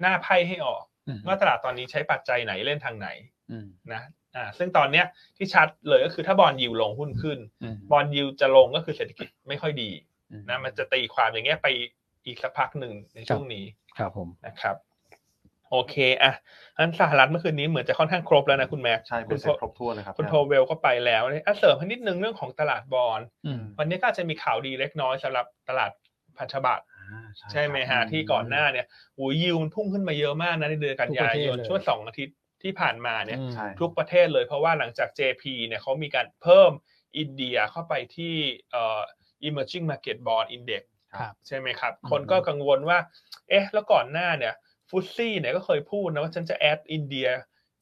A: หน้าไพ่ให้ออก
B: อืม
A: ว่าตลาดตอนนี้ใช้ปัจจัยไหนเล่นทางไหน
B: อืม
A: นะอ่าซึ่งตอนเนี้ยที่ชัดเลยก็คือถ้าบอลยิวลงหุ้นขึ้น
B: อืม
A: บอลยิวจะลงก็คือเศรษฐกิจไม่ค่อยดี
B: อื
A: นะมันจะตีความอย่างเงี้ยไปอีกสักพักหนึ่งในช่วงนี้
B: ครับผม
A: นะครับโอเคอ่ะอันสหรัฐเมื่อคืนนี้เหมือนจะค่อนข้างครบแล้วนะคุณแม็ก
C: ใช่เป็
A: คุ
C: น
A: ณ
C: เซ็
A: โท
C: ตครบถ้วนเลยครับ
A: คุณโทเวลก็ไปแล้วเนี่ยอ่ะเสริมให้นิดนึงเรื่องของตลาดบอล
B: อืม
A: วันนี้ก็อาจจะมีข่าวดีเล็กน้อยสำหรับตลาดพันธบัตร
C: อ่า
A: ใช่ไหม
C: ครับ
A: ฮะ
B: อืม
A: ที่ก่อนหน้าเนี่ยโอ้ยยิวมันพุ่งขึ้นมาเยอะมากนะในเดือนกันยายน
B: ทุกประเทศเลย
A: ช่วงสองอาทิตย์ที่ผ่านมาเนี่ย
B: อืม
C: ใช่
A: ทุกประเทศเลยเพราะว่าหลังจาก JP เนี่ยเขามีการเพิ่มอินเดียเข้าไปที่เอ่อ emerging market bond index
B: ครับ
A: ใช่ไหมครับ
B: อืม
A: คนก็กังวลว่า เอ๊ะ แล้วก่อนหน้าเนี่ยฟุตซี่เนี่ยก็เคยพูดนะว่าฉันจะแอดอินเดีย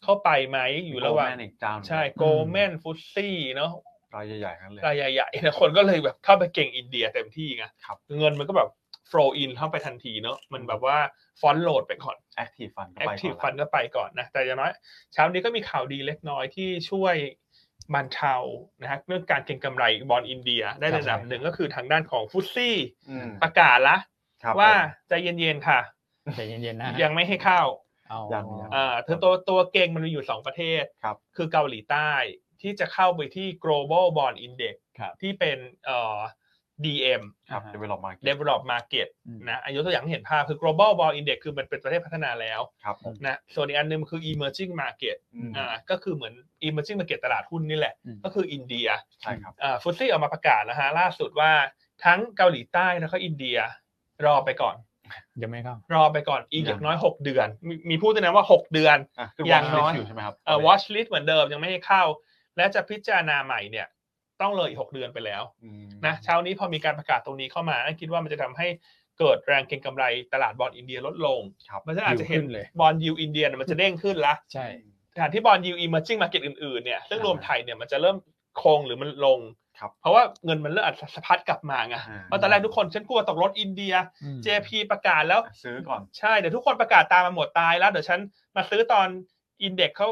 A: เข้าไปไหมอยู่ระหว่าง
C: โกลแมนอีกเจ้าหนึ่ง
A: ใช่โกลแมนฟุตซี่เนาะ
C: รายใหญ่ๆทั้งนั้นเลย
A: รายใหญ่ๆนะคนก็เลยแบบเข้าไปเก่งอินเดียเต็มที่ไง
C: ครับ
A: เงินมันก็แบบ flow in เข้าไปทันทีเนาะมันแบบว่าฟอนโหลดไปก่อน
C: แอคทีฟฟันก็
A: แอ
C: ไป
A: ค
C: ก่อน
A: ทีฟ
C: ละ
A: ฟันก็ไปก่อนนะ แต่อย่างน้อยเช้านี้ก็มีข่าวดีเล็กน้อยที่ช่วยบรรเทานะฮะเรื่องการเก็งกำไรบอลอินเดียได้ในระดับหนึ่งก็คือทางด้านของฟุตซี่
C: อืม
A: ประกาศละ
C: ครับ
A: ว่า
C: ผม
A: ใจเย็นๆค่ะ
B: ใจเย็นๆนะ
A: ยังไม่ให้เข้า
B: เอาย
C: งยัง
A: อ่าคือตัวตัวเก่งมันมีอยู่สองประเทศ
C: ครับ
A: อเกาหลีใต้ที่จะเข้าไปที่ global bond index
B: ครับ
A: ที่เป็นเอ่อ DM
C: ครับ
B: อ่า
C: เด
B: ฮะ
C: เวลลอปมา
A: develop market
B: อืม
A: นะอายุตัวอย่างให้เห็นภาพคือ global bond index คือมันเป็นประเทศพัฒนาแล้ว
C: ครับผม
A: นะส่วนอีกอันหนึงคือ emerging market
C: อืม
A: อ่าก็คือเหมือน emerging market ตลาดหุ้นนี่แหละ
B: อืม
A: ก็คืออินเดีย
C: ใช่ครับ
A: อ่าฟุตซี่ออกมาประกาศนะฮะล่าสุดว่าทั้งเกาหลีใต้แล้วก็อินเดีย รอไปก่อน
B: ยังไม่เข้า
A: รอไปก่อนอีก
C: ยัง
A: อย่างน้อย 6 เดือน มีมีพูดด้วยนะว่า 6 เดือน
C: อ่ะคือ
A: อ
C: อย่าง
A: น้
C: น้
A: อ
C: อย ยอยู่ใช่ไหมครับ
A: เอ่อ watch list เหมือนเดิมยังไม่ให้เข้า และจะพิจารณาใหม่เนี่ย ต้องเลยอีก 6 เดือนไปแล้ว
C: อืม
A: นะเช้านี้พอมีการประกาศตรงนี้เข้ามานั่นคิดว่ามันจะทำให้เกิดแรงเก็งกำไรตลาดบอลอินเดียลดลง
C: ครับ
A: มันจะอาจจะเห็น
B: ยิวขึ้นเลย
A: บอลยูอินเดียเนี่ยมันจะเด้งขึ้นละ
B: ใช่
A: สถานที่บอลยูอีเมอร์จิ้งมาเก็ตอื่นๆเนี่ยซึ่งรวมไทยเนี่ยมันจะเริ่มโคงหรือมันลง
C: ครับ
A: เพราะว่าเงินมันเริ่มอัตสะพัดกลับมาไง
C: อ่า
A: เพราะตอนแรกทุกคนฉันกลัวตกรถอินเดีย
B: อืม
A: JP ประกาศแล้ว
C: ซื้อก่อน
A: ใช่เดี๋ยวทุกคนประกาศตามมาหมดตายแล้ว เดี๋ยวฉันมาซื้อตอนอินเด็กเขา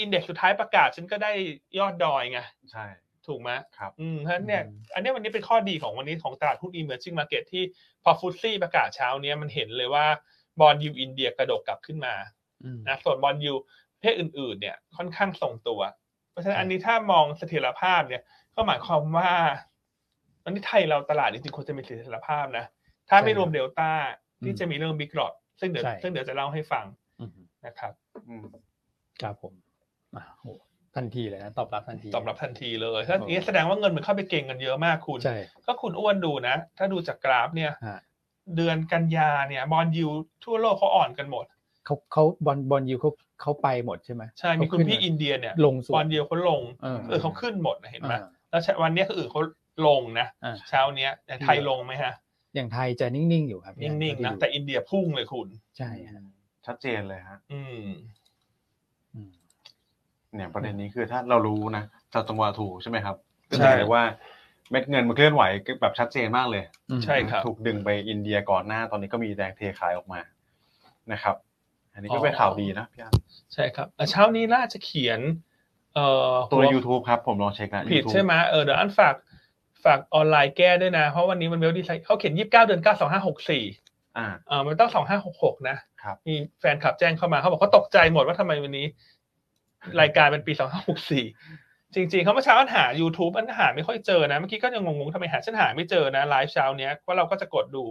A: อินเด็กสุดท้ายประกาศฉันก็ได้ยอดดอยไง
C: ใช่
A: ถูกไหม
C: ครับ
A: อืมเพราะฉะนั้นเนี่ย
B: อืม
A: อันเนี้ยวันนี้เป็นข้อดีของวันนี้ของตลาดหุ้นอีเมอร์จิ้งมาเก็ตที่พอฟุตซี่ประกาศเช้าเนี้ยมันเห็นเลยว่าบอลยูอินเดียกระโดดกลับขึ้นมา
B: อืม
A: นะส่วนบอลยูประเภทศอื่นๆ เนี่ยค่อนข้างทรงตัว เพราะฉะนั้น
B: ครับ
A: อันนี้ถ้ามองเสถียรภาพเนี่ยก็หมายความว่าตอนนี้ไทยเราตลาดจริงๆควรจะมีเสถียรภาพนะ ถ้าไม่รวมเดลต้าที่จะมีเรื่องบิ๊กรอดซึ่งเดี๋ยว
B: ใช่
A: ซึ่งเดี๋ยวจะเล่าให้ฟัง
B: อืม
A: นะครับ
C: อืม
B: ครับผมอ่ะโหทันทีเลยนะ ตอบรับทันที
A: ตอบรับทันทีเลยถ้าอ
B: โอ้
A: ย่างนี้แสดงว่าเงินมันเข้าไปเก่งกันเยอะมากคุณ
B: ใช่
A: ก็คุณอ้วนดูนะ ถ้าดูจากกราฟเนี่ย
B: ฮะ
A: เดือนกันยาเนี่ยบอลยูทั่วโลกเขาอ่อนกันหมด
B: เขาเขาบอลบอลยูเขาเขาไปหมดใช่ไหม
A: ใช่มีคุณ
B: ขาขึ้
A: พี่อินเดียเนี่ย
B: ลงสุด
A: บอลยูเขาลง
B: เออ
A: เออเขาขึ้นหมดนะเห็นไหม
B: อ่า
A: แล้ววันเนี้ยคืออื่นเขาลงนะ
B: อ่า
A: เช้าเนี้ยแต่ไทยลงไหมฮะ
B: อย่างไทยจะนิ่งๆอยู่ครับ
A: นิ่งๆนะ
B: เท่าที่ดู
A: แต่อินเดียพุ่งเลยคุณ
B: ใช่ฮะ
C: ชัดเจนเลยฮะ
A: อืม
B: อืม
C: เนี่ยประเด็นนี้คือถ้าเรารู้นะจับจังหวะถูกใช่ไหมครับก็
A: ใช่
C: จะเห็นเลยว่าเม็ดเงินมันเคลื่อนไหวแบบชัดเจนมากเลย
A: ใช่ครับ
C: ถูกดึงไปอินเดียก่อนหน้าตอนนี้ก็มีแรงเทขายออกมานะครับ อันนี้ก็เป็นข่าวดีนะพี่อาร์ต
A: ใช่ครับเอ่อเช้านี้น่าจะเขียน เอ่อ
C: ตัวใน
A: หั
C: YouTube ครับ ผมลองเช็คนะ
A: ผิด
C: YouTube
A: ใช่ไหมเออเดี๋ยวอันฝากฝากออนไลน์แก้ด้วยนะ เพราะวันนี้มันเวลดีไซน์เขาเขียนยี่สิบเก้าเดือนเก้าสองห้าหกสี่
C: อ่า
A: เออมันต้องสองห้าหกหกนะครับ มีแฟนคลับแจ้งเข้ามาเขาบอกเขาตกใจหมดว่าทำไมวันนี้ รายการเป็นปีสองห้าหกสี่จริงๆเขาเมื่อเช้าอันหา YouTube อันหาไม่ค่อยเจอนะเมื่อกี้ก็ยังงงๆทำไมหาฉันหาไม่เจอนะไลฟ์เช้าเนี้ยว่าะเราก็จะกดดู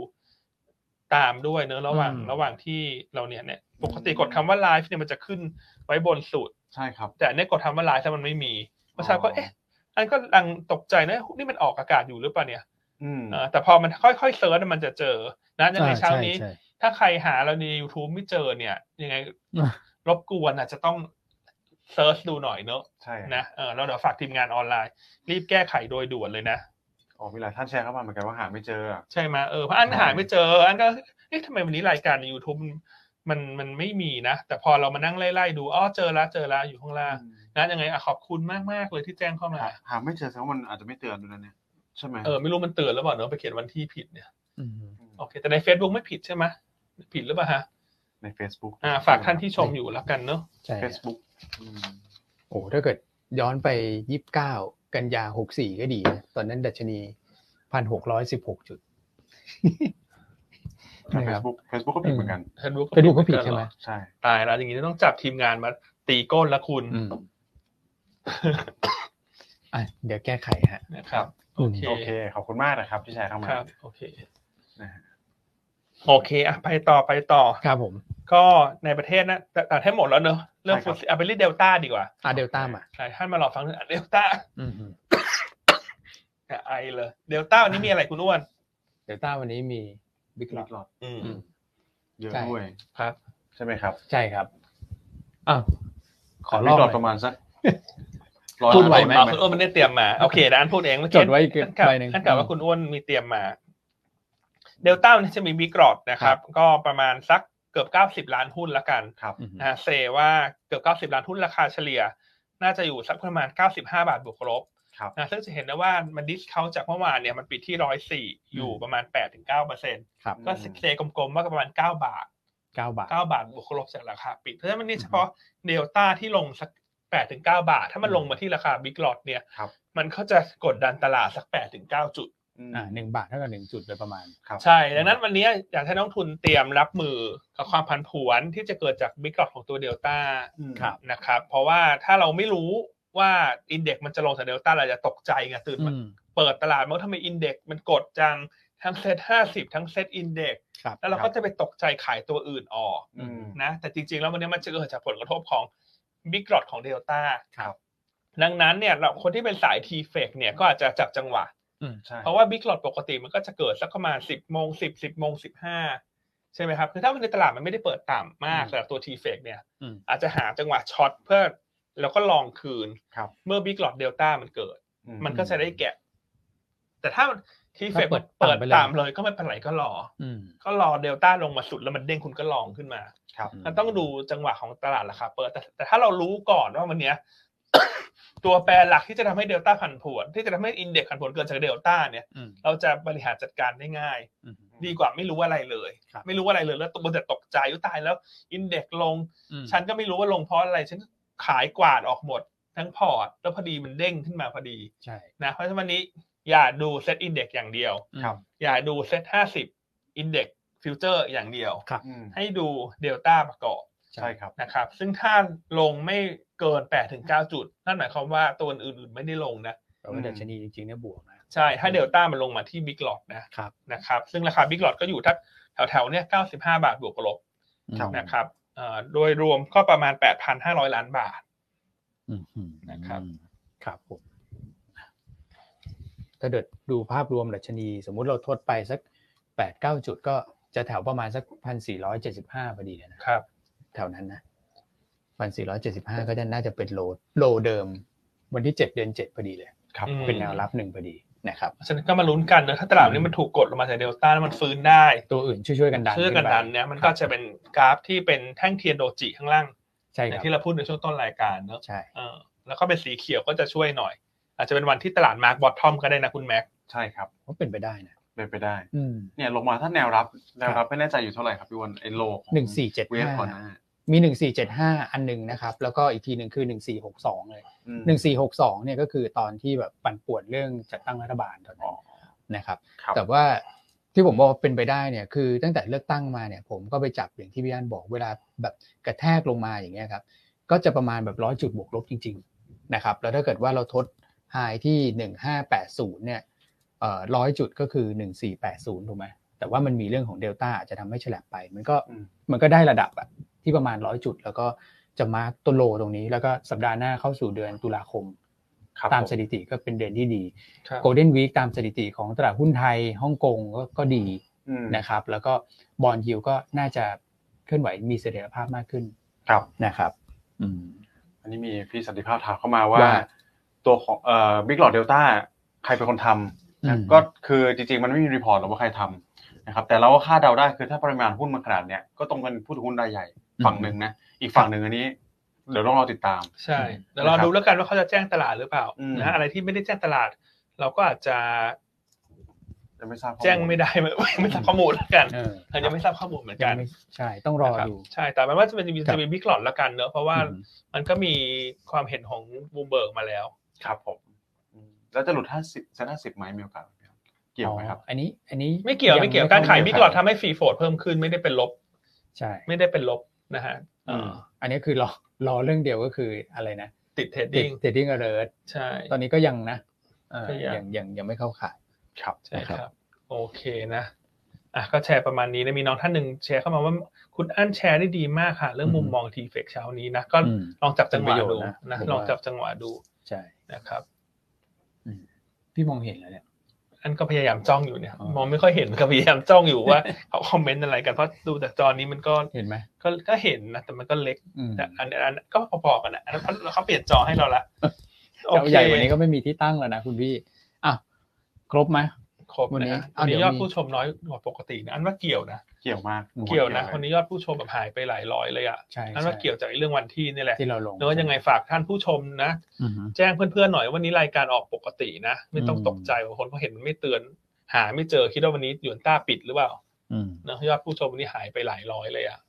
A: ตามด้วยเนอะระหว่าง
B: อืม
A: ระหว่างที่เราเนี่ยเนี่ยปกติกดคำว่าไลฟ์เนี่ยมันจะขึ้นไว้บนสุด
C: ใช่ครับ
A: แต่เนี่ยกดทำว่าไลฟ์แล้วมันไม่มีเมื่อเช้าก็
C: อ๋อ
A: เอ๊ะ อันก็ลังตกใจนะนี่มันออกอากาศอยู่หรือเปล่าเนี่ย
C: อืม
A: เออแต่พอมันค่อยๆเซิร์ชมันจะเจอนะยังไง
B: อ่
A: เช้านี้
B: ใช่ใช่
A: ถ้าใครหาเราใน YouTube ไม่เจอเนี่ยยังไง
B: อ่ะ
A: รบกวนอาจจะต้องเซิร์ชดูหน่อยเนอะ
C: ใช่
A: นะเออแล้วเดี๋ยวฝากทีมงานออนไลน์ รีบแก้ไขโดยด่วนเลยนะ
C: อ๋อมีหลายท่านแชร์เข้ามาเหมือนกันว่าหาไม่เจออะ
A: ใช่ไหมเออเพราะอัน
C: ใช่
A: หาไม่เจอ อันก็เอ๊ะทำไมวันนี้รายการใน YouTube มันมันไม่มีนะ แต่พอเรามานั่งไล่ๆดูอ๋อเจอละเจอละอยู่ข้างล่างนะยังไงอ่ะขอบคุณมากๆเลยที่แจ้งเข้ามา
C: หาหาไม่เจอแสดงว่ามันอาจจะไม่เตือนด้วยนะเนี่ยใช่ไหม
A: เออไม่รู้มันเตือนหรือเปล่าเนอะไปเขียนวันที่ผิดเนี่ย
B: อืม
A: โอเคแต่ใน Facebook ไม่ผิดใช่ไหมผิดหรือเปล่าฮะ
C: ใน Facebook
A: อ่าฝากท่านที่ชมอยู่แล้วกันเนอะ
B: ใช่ฮะ
C: Facebook อืม
B: โอ้ถ้าเกิดย้อนไปยี่สิบเก้ากันยาหกสี่ก็ดีนะตอนนั้นดัชนีพันหกร้อยสิบหกจุด
C: แต่
B: นะครับ
C: Facebook Facebook ก็ผิดเหมือนกัน
A: เฟซบุ๊ก
B: ไปดูเขาผิดใช่ไหม
C: ใช่
A: ตายแล้วอย่างนี้ต้องจับทีมงานมาตีก้นละคุณ
B: อืมอ่ะเดี๋ยวแก้ไขฮะ
A: นะครับ
B: อื
A: โอ
B: ม
A: เค
C: โอเคขอบคุณมากนะครับ ที่แชร์เข้ามา
A: ครับโอเค
C: นะฮะ
A: โอเคอ่ะไปต่อไปต่อ
B: ครับผม
A: ก็ในประเทศนะแต่แต่ให้หมดแล้วเนอะเรื่องฟุตเอาไปเรื่องเดลต้าดีกว่า
B: อ่ะเดลต้ามา
A: หลายท่านมารอฟังเรื่องเดลต้า
B: อืม
A: อ่ะไอเลยเดลต้าวันนี้มีอะไรคุณอ้วน
B: เดลต้าวันนี้มีบิ๊ก
C: ห
B: ล
C: ล
B: อ
C: อ
B: ต
C: ดหลอด
A: อืม
B: อืม
C: เยอะ
B: ใช่
C: ด้วย
A: ครับ
C: ใช่ไหมครับ
B: ใช่ครับอ้าวขอล
C: แต่
B: อก
C: หลอด
B: หน่อย
C: ประมาณสัก
B: พูดไหวไหม
A: เอาคุณอ้วนไม่ได้เตรียมมาโอเคนะอันพูดเองเมื่อ
B: จ
A: กี้
B: ดไว้อีก
A: ท่านกล่าว
B: ใบหนึ่ง
A: ท่านกล่าวว่าคุณอ้วนมีเตรียมมาเดลต้าเนี่ยจะมีบิ๊กรอดนะครับ ก็ประมาณสักเกือบเก้าสิบล้านหุ้นละกัน
C: ครับ
B: อืม
A: นะฮะเซว่าเกือบเก้าสิบ90 ล้านหุ้นราคาเฉลี่ย น่าจะอยู่สักประมาณเก้าสิบห้าบาทบวกลบ
C: ครับ
A: นะซึ่งจะเห็นได้ว่ามันดิสเขาจากเมื่อวานเนี่ยมันปิดที่ร้อยสี่อยู่ประมาณแปดถึงเก้าเปอร์เซ็นต์
B: ครับ
A: ก็เซกลมๆว่าก็ประมาณเก้าบาท
B: เก้าบาท
A: เก้าบาทบวกลบจากราคาปิด เพราะฉะนั้นวันนี้เฉพาะเดลต้าที่ลงสักแปดถึงเก้าบาท ถ้ามันลงมาที่ราคาบิ๊กลอตเนี่ย
C: ครับ
A: มันก็จะกดดันตลาดสักแปดถึงเก้าจุด
C: ม
B: อ่าหนึ่งบาทเท่ากับหนึ่งจุดโดยประมาณ
C: ครับ
A: ใช่ ดังนั้นวันนี้อยากให้น้องทุนเตรียมรับมือกับความผันผวนที่จะเกิดจากบิ๊กลอตของตัวเดลต้า
C: อืม
A: นะครับ เพราะว่าถ้าเราไม่รู้ว่าอินเด็กซ์มันจะลงจากเดลต้าเราจะตกใจไงตื่นมา เปิดตลาดมันว่าทำไมอินเด็กซ์มันกดจังทั้งเซ็ตห้าสิบทั้งเซ็ตอินเด็กซ์
B: ครับ
A: แล้วเราก็จะไปตกใจขายตัวอื่นออก
C: อืม
A: นะแต่จริงๆ แล้ววันนี้มันจะเกิดจากผลกระทบของบิ๊กรอดของเดลต้า
C: ครับ
A: ดังนั้นเนี่ยเราคนที่เป็นสายทีเฟกเนี่ยก็อาจจะจับจังหวะ
C: ใช่
A: เพราะว่าบิ๊กรอดปกติมันก็จะเกิดสักประมาณ 10 โมง 10 10 โมง 15 ใช่ไหมครับ คือถ้ามันในตลาดมันไม่ได้เปิดต่ำมาก
B: อืม
A: แต่ตัวทีเฟกเนี่ย
B: อืม
A: อาจจะหาจังหวะช็อตเพื่อแล้วก็ลองคืน
C: ครับ
A: เมื่อบิ๊กรอดเดลต้ามันเกิด
C: อื
A: มันก็จะได้แกะ แต่ถ้าทีเฟก
B: ถ้าเปิด
A: เปิด
B: ต่ำไป
A: ต่ำ
B: เลย
A: เลยก็ไม่เป็นไรก็รอ
B: อืม
A: ก็รอเดลต้าลงมาสุดแล้วมันเด้งคุณก็ลองขึ้นมา
C: ครับ
B: อืม
A: มันต้องดูจังหวะของตลาดราคาเปิดแต่แต่ถ้าเรารู้ก่อนว่าวันเนี้ย ตัวแปรหลักที่จะทำให้เดลต้าผันผวน ที่จะทำให้อินเด็กซ์ผันผวนเกินจากเดลต้าเนี่ย
B: อืม
A: เราจะบริหารจัดการได้ง่าย
B: อืม
A: ดีกว่าไม่รู้อะไรเลย
B: ครับ
A: ไม่รู้อะไรเลยแล้วตกแต่ตกใจอุยตายแล้ว อินเด็กซ์ลง
B: อืม
A: ฉันก็ไม่รู้ว่าลงเพราะอะไร ฉันขายกวาดออกหมด ทั้งพอร์ตแล้วพอดีมันเด้งขึ้นมาพอดี
B: ใช่
A: นะเพราะฉะนั้นวันนี้อย่าดูเซตอินเด็กซ์อย่างเดียว
C: ครับ
A: อย่าดูเซตห้าสิบอินเด็กซ์ฟิวเจอร์อย่างเดียว
B: ครับ
C: อืม
A: ให้ดูเดลต้าประกอบ
C: ใช่ครับ
A: นะครับซึ่งถ้าลงไม่เกิน8ถึง9จุด นั่นหมายความว่าตัวอื่นๆไม่ได้ลงนะ
B: แต่ว่าดัชนีจริงๆเนี่ยบวกนะ
A: ใช่ ถ้าเดลต้ามันลงมาที่บิ๊กหลอดนะครับ นะครับซึ่งราคาบิ๊กหลอดก็อยู่ทักแถวๆเนี่ย95 บาทบวกลบ
C: ครับ
A: นะครับเอ่อโดยรวมก็ประมาณ 8,500 ล้านบาท
B: อืมอืม
A: นะครับ
B: ครับผมถ้าเดิดดูภาพรวมดัชนี สมมุติเราทดไปสัก 8ปดเก้าจุดก็จะแถวประมาณสักพันสี่ร้อยเจ็ดสิบห้าพอดีเลยนะ
A: ครับ
B: แถวนั้นนะพันสี่ร้อยเจ็ดสิบห้าก็จะน่าจะเป็นโลโลเดิม วันที่เจ็ดเดือนเจ็ดพอดีเลย
C: ครับ
A: อืม
B: เป็นแนวรับหนึ่งพอดีนะครับ
A: เพราะฉะนั้นก็มาลุ้นกันเนอะถ้าตลาดวันนี้มันถูกกดลงมาจากเดลต้าแล้วมันฟื้นได้
B: ตัวอื่นช่วยๆกันดัน
A: เชื่อกันดันเนี่ยมันก็จะเป็นกราฟที่เป็นแท่งเทียนโดจิข้างล่าง
B: ใช่
A: อ
B: ค
A: ย่า
B: รั
A: ง
B: บ
A: ที่เราพูดในช่วงต้นรายการเนอะ
B: ใช่
A: เออแล้วก็เป็นสีเขียวก็จะช่วยหน่อย อาจจะเป็นวันที่ตลาดมาร์กบอททอมก็ได้นะคุณแม็ก
C: ใช่ครับ
B: ก็เป็นไปได้นะ
C: เป็นไปได้
B: อืม
C: เนี่ยลงมาถ้าแนวรับแนว
B: ครั
C: รับบ ไม่แน่ใจอยู่เท่าไหร่ครับพี่อ้วันไอ้โล
B: หนึ่งสี่เจ็ด
C: เวฟ
B: ห้า
C: คอร์นา
B: มีหนึ่งสี่เจ็ดห้าอันหนึ่งนะครับ แล้วก็อีกทีหนึ่งคือหนึ่งสี่หกสองเลย
C: อืม
B: หนึ่งสี่หกสองเนี่ยก็คือตอนที่แบบปั่นป่วนเรื่องจัดตั้งรัฐบาลตอน
C: อ๋
B: นั้
C: อน
B: นะครับ
C: ครับ
B: แต่ว่าที่ผมบอกว่าเป็นไปได้เนี่ยคือตั้งแต่เลือกตั้งมาเนี่ย ผมก็ไปจับอย่างที่พี่อันบอกเวลาแบบกระแทกลงมาอย่างเงี้ยครับ ก็จะประมาณแบบร้อยจุดบวกลบจริง ๆนะครับ แล้วถ้าเกิดว่าเราทดไฮที่หนึ่งห้าแปดศูนย์เนี่ยร้อยจุดก็คือหนึ่งสี่แปดศูนย์ถูกไหมแต่ว่ามันมีเรื่องของเดลต้าอาจจะทำให้ฉลับไป มันก็
C: อืม
B: มันก็ได้ระดับอะที่ประมาณร้อยจุด แล้วก็จะมาร์กตัวโลตรงนี้ แล้วก็สัปดาห์หน้าเข้าสู่เดือนตุลาคม
C: ครับ
B: ตาม
C: ผ
B: สถิติก็เป็นเดือนที่ดี
A: ครับ
B: โกลเด้นวีคตามสถิติของตลาดหุ้นไทยฮ่องกงก็ก็ดี
C: อืม
B: นะครับ แล้วก็บอลยิวก็น่าจะเคลื่อนไหวมีเสถียรภาพมากขึ้น
C: ครับ
B: นะครับ อืม
C: อันนี้มีพี่สันติภาพถามเข้ามาว่า
B: ว่า
C: ตัวของเอ่อบิ๊กหลอดเดลต้าใครเป็นคนทำนะก็คือจริงๆ มันไม่มีรีพอร์ตหรอกว่าใครทำนะครับแต่เราก็คาดเดาได้คือถ้าปริมาณหุ้นมันขนาดเนี้ยก็ต้องเป็นผู้ถือหุ้นรายใหญ่ฝั่งหนึ่งนะ อีกฝั่งหนึ่งอันนี้ เดี๋ยวต้องรอติดตาม
A: ใช่เดี๋ยวรอดูแล้วกันว่าเขาจะแจ้งตลาดหรือเปล่า
C: อืม
A: นะฮะอะไรที่ไม่ได้แจ้งตลาด เราก็อาจจะ
C: จะไม่ทราบข้อล
A: แจ้งไม่ได้ ไม่ไม่ทราบข้อมูลแล้วกัน
B: เออ
A: เรายังไม่ทราบข้อมูลเหมือน
B: ยั
A: กั
B: ง
A: น
B: ไม่ใช่ต้องรอ
A: นะครับ
B: ดู
A: ใช่แต่แปลว่าจะเป็น
B: ครับ
A: จะเป็นบิ๊กหลอดแล้วกันเนอะเพราะว่า
B: อืม
A: มันก็มีความเห็นของบูมเบิร์กมาแล้ว
C: ครับผมอืมแล้วจะหลุดห้าสิบเซ็นห้าสิบไหมมีโอกาสไหมครับเกี่ยวไหมครับ
B: อ๋ออันนี้ อันนี้
A: ไม่เกี่ยว
B: ง
A: ไม่เกี่ยวการขาย
B: ต้ง
A: บิ๊กหลอดทำให้ฟรีโฟลดเพิ่มขึ้นไม่ได้เป็นลบ
B: ใช่
A: ไม่ได้เป็นลบนะฮะเอ่ออ
C: ม
B: อันนี้คือรอรอเรื่องเดียวก็คืออะไรนะ
A: ติดเทรด
B: ติด
A: ดิ้ง
B: เทรดดิ้งเอิร์
A: ใช่
B: ตอนนี้ก็ยังนะเออ
A: ก็ยัง
B: ยังยังยังไม่เข้าขาย
C: ครับ
A: ใช่
B: นะ
A: ค
B: ครับ
A: รับ โอเคนะอ่ะก็แชร์ประมาณนี้นะมีน้องท่านหนึ่งแชร์เข้ามาว่าคุณอั้นแชร์ได้ดีมากค่ะ เรื่องมุมมองทีเฟกเช้านี้นะก็
B: อืม
A: ลองจับจังห
B: เป็
A: วะ
B: นประโยชน์
A: ดู
B: นะ
A: นะ
B: ผมว่า
A: ลองจับจังหวะดู
B: ใช่
A: นะครับ
B: พี่มองเห็นแล้วเนี่ย
A: อันก็พยายามจ้องอยู่เนี่ย
B: อ๋อ
A: มองไม่ค่อยเห็นก็พยายามจ้องอยู่ว่า เขาคอมเมนต์อะไรกันเพราะดูจากจอนี้มันก็
B: เห็นไหม
A: ก็ก็เห็นนะแต่มันก็เล็ก
B: อืม
A: แต่อันอันก็พอๆกันนะอันนั้นเขาเขาเปลี่ยนจอให้เราละโอ
B: เจ้า
A: เค
B: ใหญ่วันนี้ก็ไม่มีที่ตั้งแล้วนะคุณพี่อ่ะครบไหม
A: ครบ
B: วันนี้
A: นะฮะวั
B: เอา
A: น
B: เดี๋
A: นี้
B: ยวย
A: อด
B: มี
A: ผู้ชมน้อยกว่าปกตินะอันว่าเกี่ยวนะ
C: เกี่ยวมาก
B: อืม
A: เกี่ยวนะวันนี้ยอดผู้ชมแบบหายไปหลายร้อยเลยอ่ะ
B: ใช่
A: นั่นว่าเกี่ยวจากไอ้เรื่องวันที่นี่แหละ
B: ที่เราลง
A: แล้วก็ยังไงฝากท่านผู้ชมนะ
B: อือฮึ
A: แจ้งเพื่อนๆหน่อยวันนี้รายการออกปกตินะ ไม่ต้อง
B: อืม
A: ตกใจบางคนเขาเห็นมันไม่เตือน หาไม่เจอคิดว่าวันนี้หยวนต้าปิดหรือเปล่า
B: อืม
A: นะยอดผู้ชมวันนี้หายไปหลายร้อยเลยอ่ะ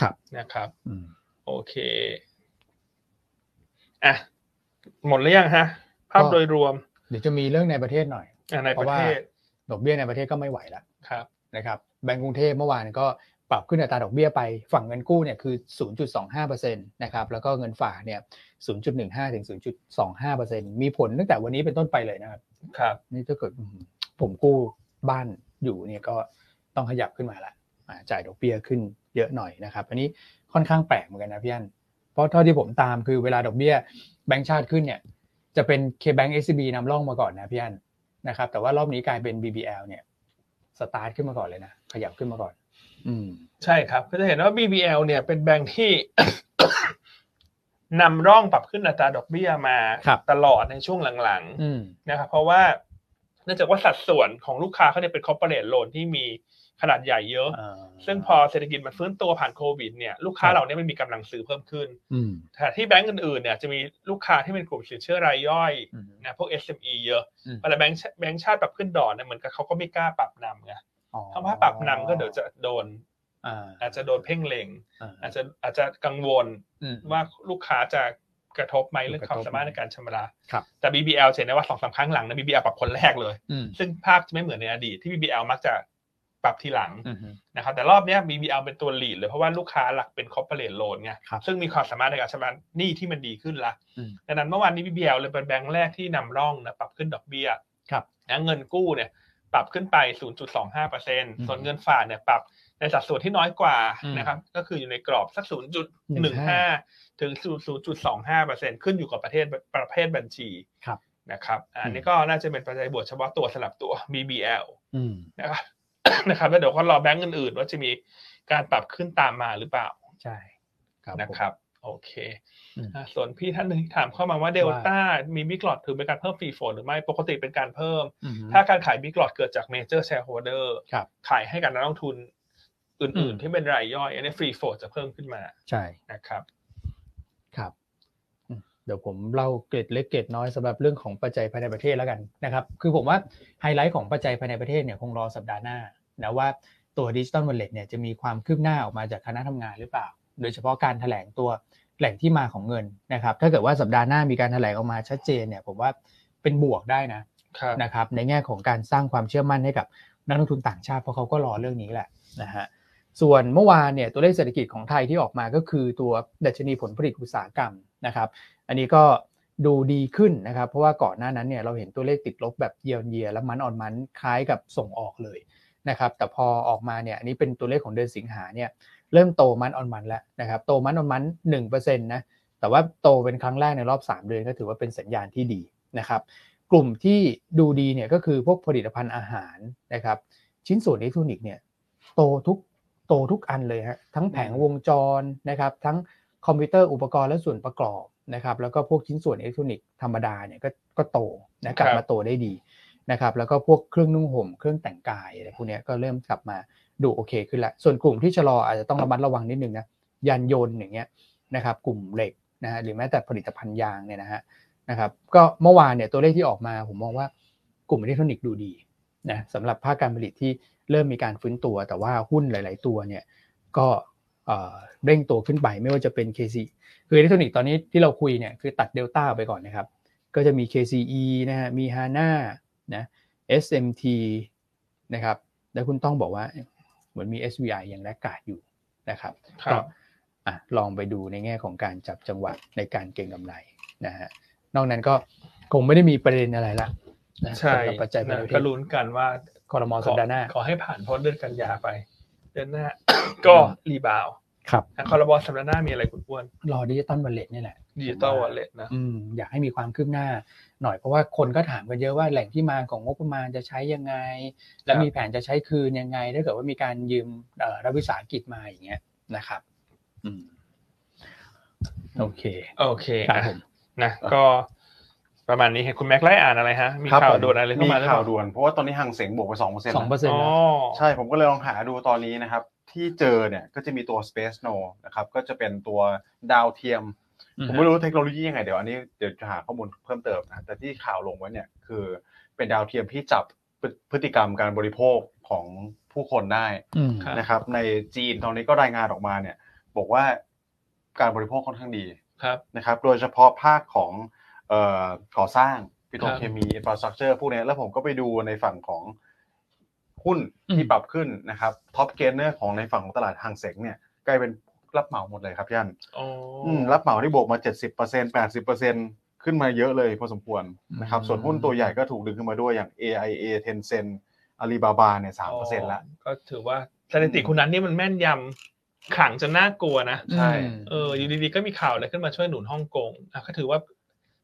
B: ครับ
A: นะครับ
B: อืม
A: โอเคอ่ะหมดหรือยังฮะ ภาพ
B: ก็
A: โดยรวม
B: เดี๋ยวจะมีเรื่องในประเทศหน่อย
A: อ่ะในประเทศ
B: ดอกเบี้ยในประเทศก็ไม่ไหวแล้ว
A: ครับ
B: นะครับแบงก์กรุงเทพเมื่อวานก็ปรับขึ้นอัตราดอกเบี้ยไปฝั่งเงินกู้เนี่ยคือ 0.25%นะครับแล้วก็เงินฝากเนี่ย 0.15ถึง0.25%มีผลตั้งแต่วันนี้เป็นต้นไปเลยนะครับ
A: ครับ
B: นี่ถ้าเกิดอืมผมกู้บ้านอยู่เนี่ยก็ต้องขยับขึ้นมาละอ่าจ่ายดอกเบี้ยขึ้นเยอะหน่อยนะครับ อันนี้ค่อนข้างแปลกเหมือนกันนะพี่อันเพราะเท่าที่ผมตามคือเวลาดอกเบี้ยแบงก์ชาติขึ้นเนี่ย จะเป็น KBank SCB นำร่องมาก่อนนะพี่อันนะครับ แต่ว่ารอบนี้กลายเป็น BBL เนี่ยสตาร์ทขึ้นมาก่อนเลยนะขยับขึ้นมาก่อน อืม
A: ใช่ครับก็จะเห็นว่า BBL เนี่ยเป็นแบงค์ที่ นำร่องปรับขึ้นอัตราดอกเบี้ยมา
B: ครับ
A: ตลอดในช่วงหลัง
B: อืม
A: ๆนะครับเพราะว่าเนื่องจากว่าสัดส่วนของลูกค้าเขาเนี่ยเป็นคอร์เปอเรทโลนที่มีขนาดใหญ่เยอะ ซึ่งพอเศรษฐกิจมันฟื้นตัวผ่านโควิดเนี่ยลูกค้า
B: ครับ
A: เหล่านี้มันมีกำลังซื้อเพิ่มขึ้น
B: อืม
A: แต่ที่แบงก์อื่นๆเนี่ยจะมีลูกค้าที่เป็นกลุ่มสินเชื่อรายย่อย
B: อืม
A: นะพวก SME เยอะ
B: อืม
A: เวลาแบงก์ชาแบงก์ชาติปรับขึ้นดอกเนี่ยเหมือนกับเขาก็ไม่กล้าปรับนำไง
B: อ๋อ
A: เพราะว่าปรับนำก็เดี๋ยวจะโดน
B: อ่
A: อาจจะโดนเพ่งเล็ง
B: อ่
A: อาจจะอาจจะกังวล
B: อืม
A: ว่าลูกค้าจะกระทบไหมเรื่อง
B: กระ
A: ค
B: ทบ
A: วามสามารถในการชำระ
B: ครับ
A: แต่ BBL จะเห็นได้ว่าสองสามครั้งหลังนะ BBL ปรับคนแรกเลย
B: อืม
A: ซึ่งภาพจะไม่เหมือนในอดีตที่ BBL มักจะปรับทีหลัง
B: อืม
A: นะครับแต่รอบเนี้ย BBL เป็นตัวหลีดเลยเพราะว่าลูกค้าหลักเป็น corporate loan ไง
B: ครับ
A: ซึ่งมีความสามารถในการชำระหนี้ที่มันดีขึ้นละ
B: อืม
A: ดังนั้นเมื่อวานนี้ BBL เลยเป็นแบงก์แรกที่นำร่องนะปรับขึ้นดอกเบี้ย
B: ครับ
A: นะเงินกู้เนี่ยปรับขึ้นไป 0.25%ส่วนเงินฝากเนี่ยปรับในสัดส่วนที่น้อยกว่า
B: อืม
A: นะครับ ก็คืออยู่ในกรอบสัก 0.15 ถึง 0.25%ขึ้นอยู่กับประเทศประเภทบัญชี
B: ครับ
A: นะครับ อันนี้ก็น่าจะเป็นปัจจัยบวกเฉพาะตัวสลับตัว BBL
B: อืม
A: นะครับ นะครับแล้วเดี๋ยวก็รอแบงก์อื่นๆว่าจะมีการปรับขึ้นตามมาหรือเปล่า
B: ใช่ครับ
A: นะ
B: ผม
A: ครับ โอเค
B: อืม
A: อ่ะส่วนพี่ท่านหนึ่งที่ถามเข้ามาว่าเดลต้ามีบิ๊กหลอดถือเป็นการเพิ่มฟรีโฟนหรือไม่ปกติเป็นการเพิ่ม
B: อือฮึ
A: ถ้าการขายบิ๊กหลอดเกิดจากเมเจอร์แชร์โฮเดอร์
B: ครับ
A: ขายให้กับนักลงทุน
B: อื
A: อื่
B: ม
A: น ๆ ที่เป็นรายย่อย อันนี้ฟรีโฟลจะเพิ่มขึ้นมา
B: ใช่
A: นะครับ
B: ครับอืมเดี๋ยวผมเล่าเกร็ดเล็กเกร็ดน้อยสำหรับเรื่องของปัจจัยภายในประเทศแล้วกันนะครับคือผมว่าไฮไลท์ของปัจจัยภายในประเทศเนี่ยคงรอสัปดาห์หน้านะว่าตัวดิจิตอลวอลเล็ตเนี่ยจะมีความคืบหน้าออกมาจากคณะทำงานหรือเปล่า โดยเฉพาะการแถลงตัวแหล่งที่มาของเงินนะครับถ้าเกิดว่าสัปดาห์หน้ามีการแถลงออกมาชัดเจนเนี่ยผมว่าเป็นบวกได้นะ
A: ครับ
B: นะครับในแง่ของการสร้างความเชื่อมั่นให้กับนักลงทุนต่างชาติเพราะเขาก็รอเรื่องนี้แหละนะฮะส่วนเมื่อวานเนี่ยตัวเลขเศรษฐกิจของไทยที่ออกมาก็คือตัวดัชนีผลผลิตอุตสาหกรรมนะครับ อันนี้ก็ดูดีขึ้นนะครับ เพราะว่าก่อนหน้านั้นเนี่ยเราเห็นตัวเลขติดลบแบบเยียนเยียและมันออนมันคล้ายกับส่งออกเลยนะครับ แต่พอออกมาเนี่ยอันนี้เป็นตัวเลขของเดือนสิงหาเนี่ยเริ่มโตมันออนมันแล้วนะครับโตมันออนมันหนึ่งเปอร์เซ็นต์นะแต่ว่าโตเป็นครั้งแรกในรอบสามเดือนก็ถือว่าเป็นสัญญาณที่ดีนะครับ กลุ่มที่ดูดีเนี่ยก็คือพวกผลิตภัณฑ์อาหารนะครับ ชิ้นส่วนอิเล็กทรอนิกส์เนี่ยโตทุกโตทุกอันเลยฮะทั้งแผงวงจรนะครับ ทั้งคอมพิวเตอร์อุปกรณ์และส่วนประกอบนะครับ แล้วก็พวกชิ้นส่วนอิเล็กทรอนิกส์ธรรมดาเนี่ยก็ก็โตนะกลับ
A: ครับ
B: มาโตได้ดีนะครับ แล้วก็พวกเครื่องนุ่งห่มเครื่องแต่งกายอะไรพวกเนี้ยก็เริ่มกลับมาดูโอเคขึ้นละส่วนกลุ่มที่ชะลออาจจะต้องระมัดระวังนิดนึงนะยานยนต์อย่างเงี้ยนะครับ กลุ่มเหล็กนะฮะหรือแม้แต่ผลิตภัณฑ์ยางเนี่ยนะฮะ นะครับก็เมื่อวานเนี่ยตัวเลขที่ออกมาผมมองว่ากลุ่มอิเล็กทรอนิกส์ดูดีนะสำหรับภาคการผลิตที่เริ่มมีการฟื้นตัว แต่ว่าหุ้นหลาย ๆ ตัวเนี่ยก็เอ่อเร่งตัวขึ้นไปไม่ว่าจะเป็น KC คืออิเล็กทรอนิกส์ตอนนี้ที่เราคุยเนี่ยคือตัดเดลต้าไปก่อนนะครับ ก็จะมี KCE นะฮะมี HANA นะ SMT นะครับแล้วคุณต้องบอกว่าเหมือนมี SVI ยังแลกขาดอยู่นะครับ
A: ครับ
B: ก็อ่ะลองไปดูในแง่ของการจับจังหวะในการเก็งกำไรนะฮะนอกนั้นก็คงไม่ได้มีประเด็นอะไรละนะ
A: ใช่
B: สำหรับปัจจัยภายในประเท
A: ก็
B: ศ
A: ลุ้นกันว่า
B: คอรมอสัปดาห์หน้า
A: ขอขอให้ผ่านพ้นเดือนกันยาไป เดือนหน้า ก็รีบาวด์
B: ครับ
A: อ่ะคอรบอสัปดาห์หน้ามีอะไรคุณอ้วน
B: รอดิจิตอลบัลเลตนี่ยแหละ
A: ดิจิตอลวอลเล็ตนะ
B: อืมอยากให้มีความคืบหน้าหน่อยเพราะว่าคนก็ถามกันเยอะว่าแหล่งที่มาของงบประมาณจะใช้ยังไง และ
A: ครับ
B: มีแผนจะใช้คืนยังไง ถ้าเกิดว่ามีการยืมเอ่อรัฐวิสาหกิจมาอย่างเงี้ยนะครับ อืมโอเค
A: โอเค
B: ครับ
A: อ่ะ
B: ผม
A: นะก็ประมาณนี้เห็นคุณแม็กไล่อ่านอะไรฮะ มี
C: ครับ
A: ข่าว
C: ผม
A: ด่วนอะไรเข้ามาหรือ
C: มี
A: เป
C: ข่า
A: ล่าว
C: ด่วนเพราะว่าตอนนี้ห่างเสียงบวกไปสองเปอร์เซ็นต์
B: สองเปอร์เซ็น
A: อ๋
B: ต์
A: อ
B: นะ
C: ใช่ผมก็เลยลองหาดูตอนนี้นะครับ ที่เจอเนี่ยก็จะมีตัว Space No นะครับก็จะเป็นตัวดาวเทียม ผมไม่รู้เทคโนโลยียังไงเดี๋ยวอันนี้เดี๋ยวจะหาข้อมูลเพิ่มเติมนะแต่ที่ข่าวลงไว้เนี่ยคือเป็นดาวเทียมที่จับพฤพฤติกรรมการบริโภคของผู้คนได้
B: อืม
A: ะ
C: นะครับ ในจีนตอนนี้ก็รายงานออกมาเนี่ย บอกว่าการบริโภคค่อนข้างดี
A: ครับ
C: นะครับ โดยเฉพาะภาคของเอ่อก่อสร้างปิโตร
A: ครับ
C: เคมีอินฟราสตรักเจอร์พวกเนี้ยแล้วผมก็ไปดูในฝั่งของหุ้นที่
B: อืม
C: ปรับขึ้นนะครับท็อปเกนเนอร์ของในฝั่งของตลาดหางเสงเนี่ยกลายเป็นรับเหมาหมดเลยครับย่าน
A: อ๋ออ
C: อืมรับเหมาที่บวกมา 70% 80%ขึ้นมาเยอะเลยพอสมควรนะครับ
B: อืม
C: ส่วนหุ้นตัวใหญ่ก็ถูกดึงขึ้นมาด้วยอย่าง AIA Tencent Alibaba เนี่ย3%ละ
A: ก็ถือว่าสถิติคุณนั้นนี่มันแม่นยำขลังจนน่ากลัวนะ
C: ใช่
B: อืม
A: เอออยู่ดีๆก็มีข่าวอะไรขึ้นมาช่วยหนุนฮ่องกงอ่ะก็ถือว่า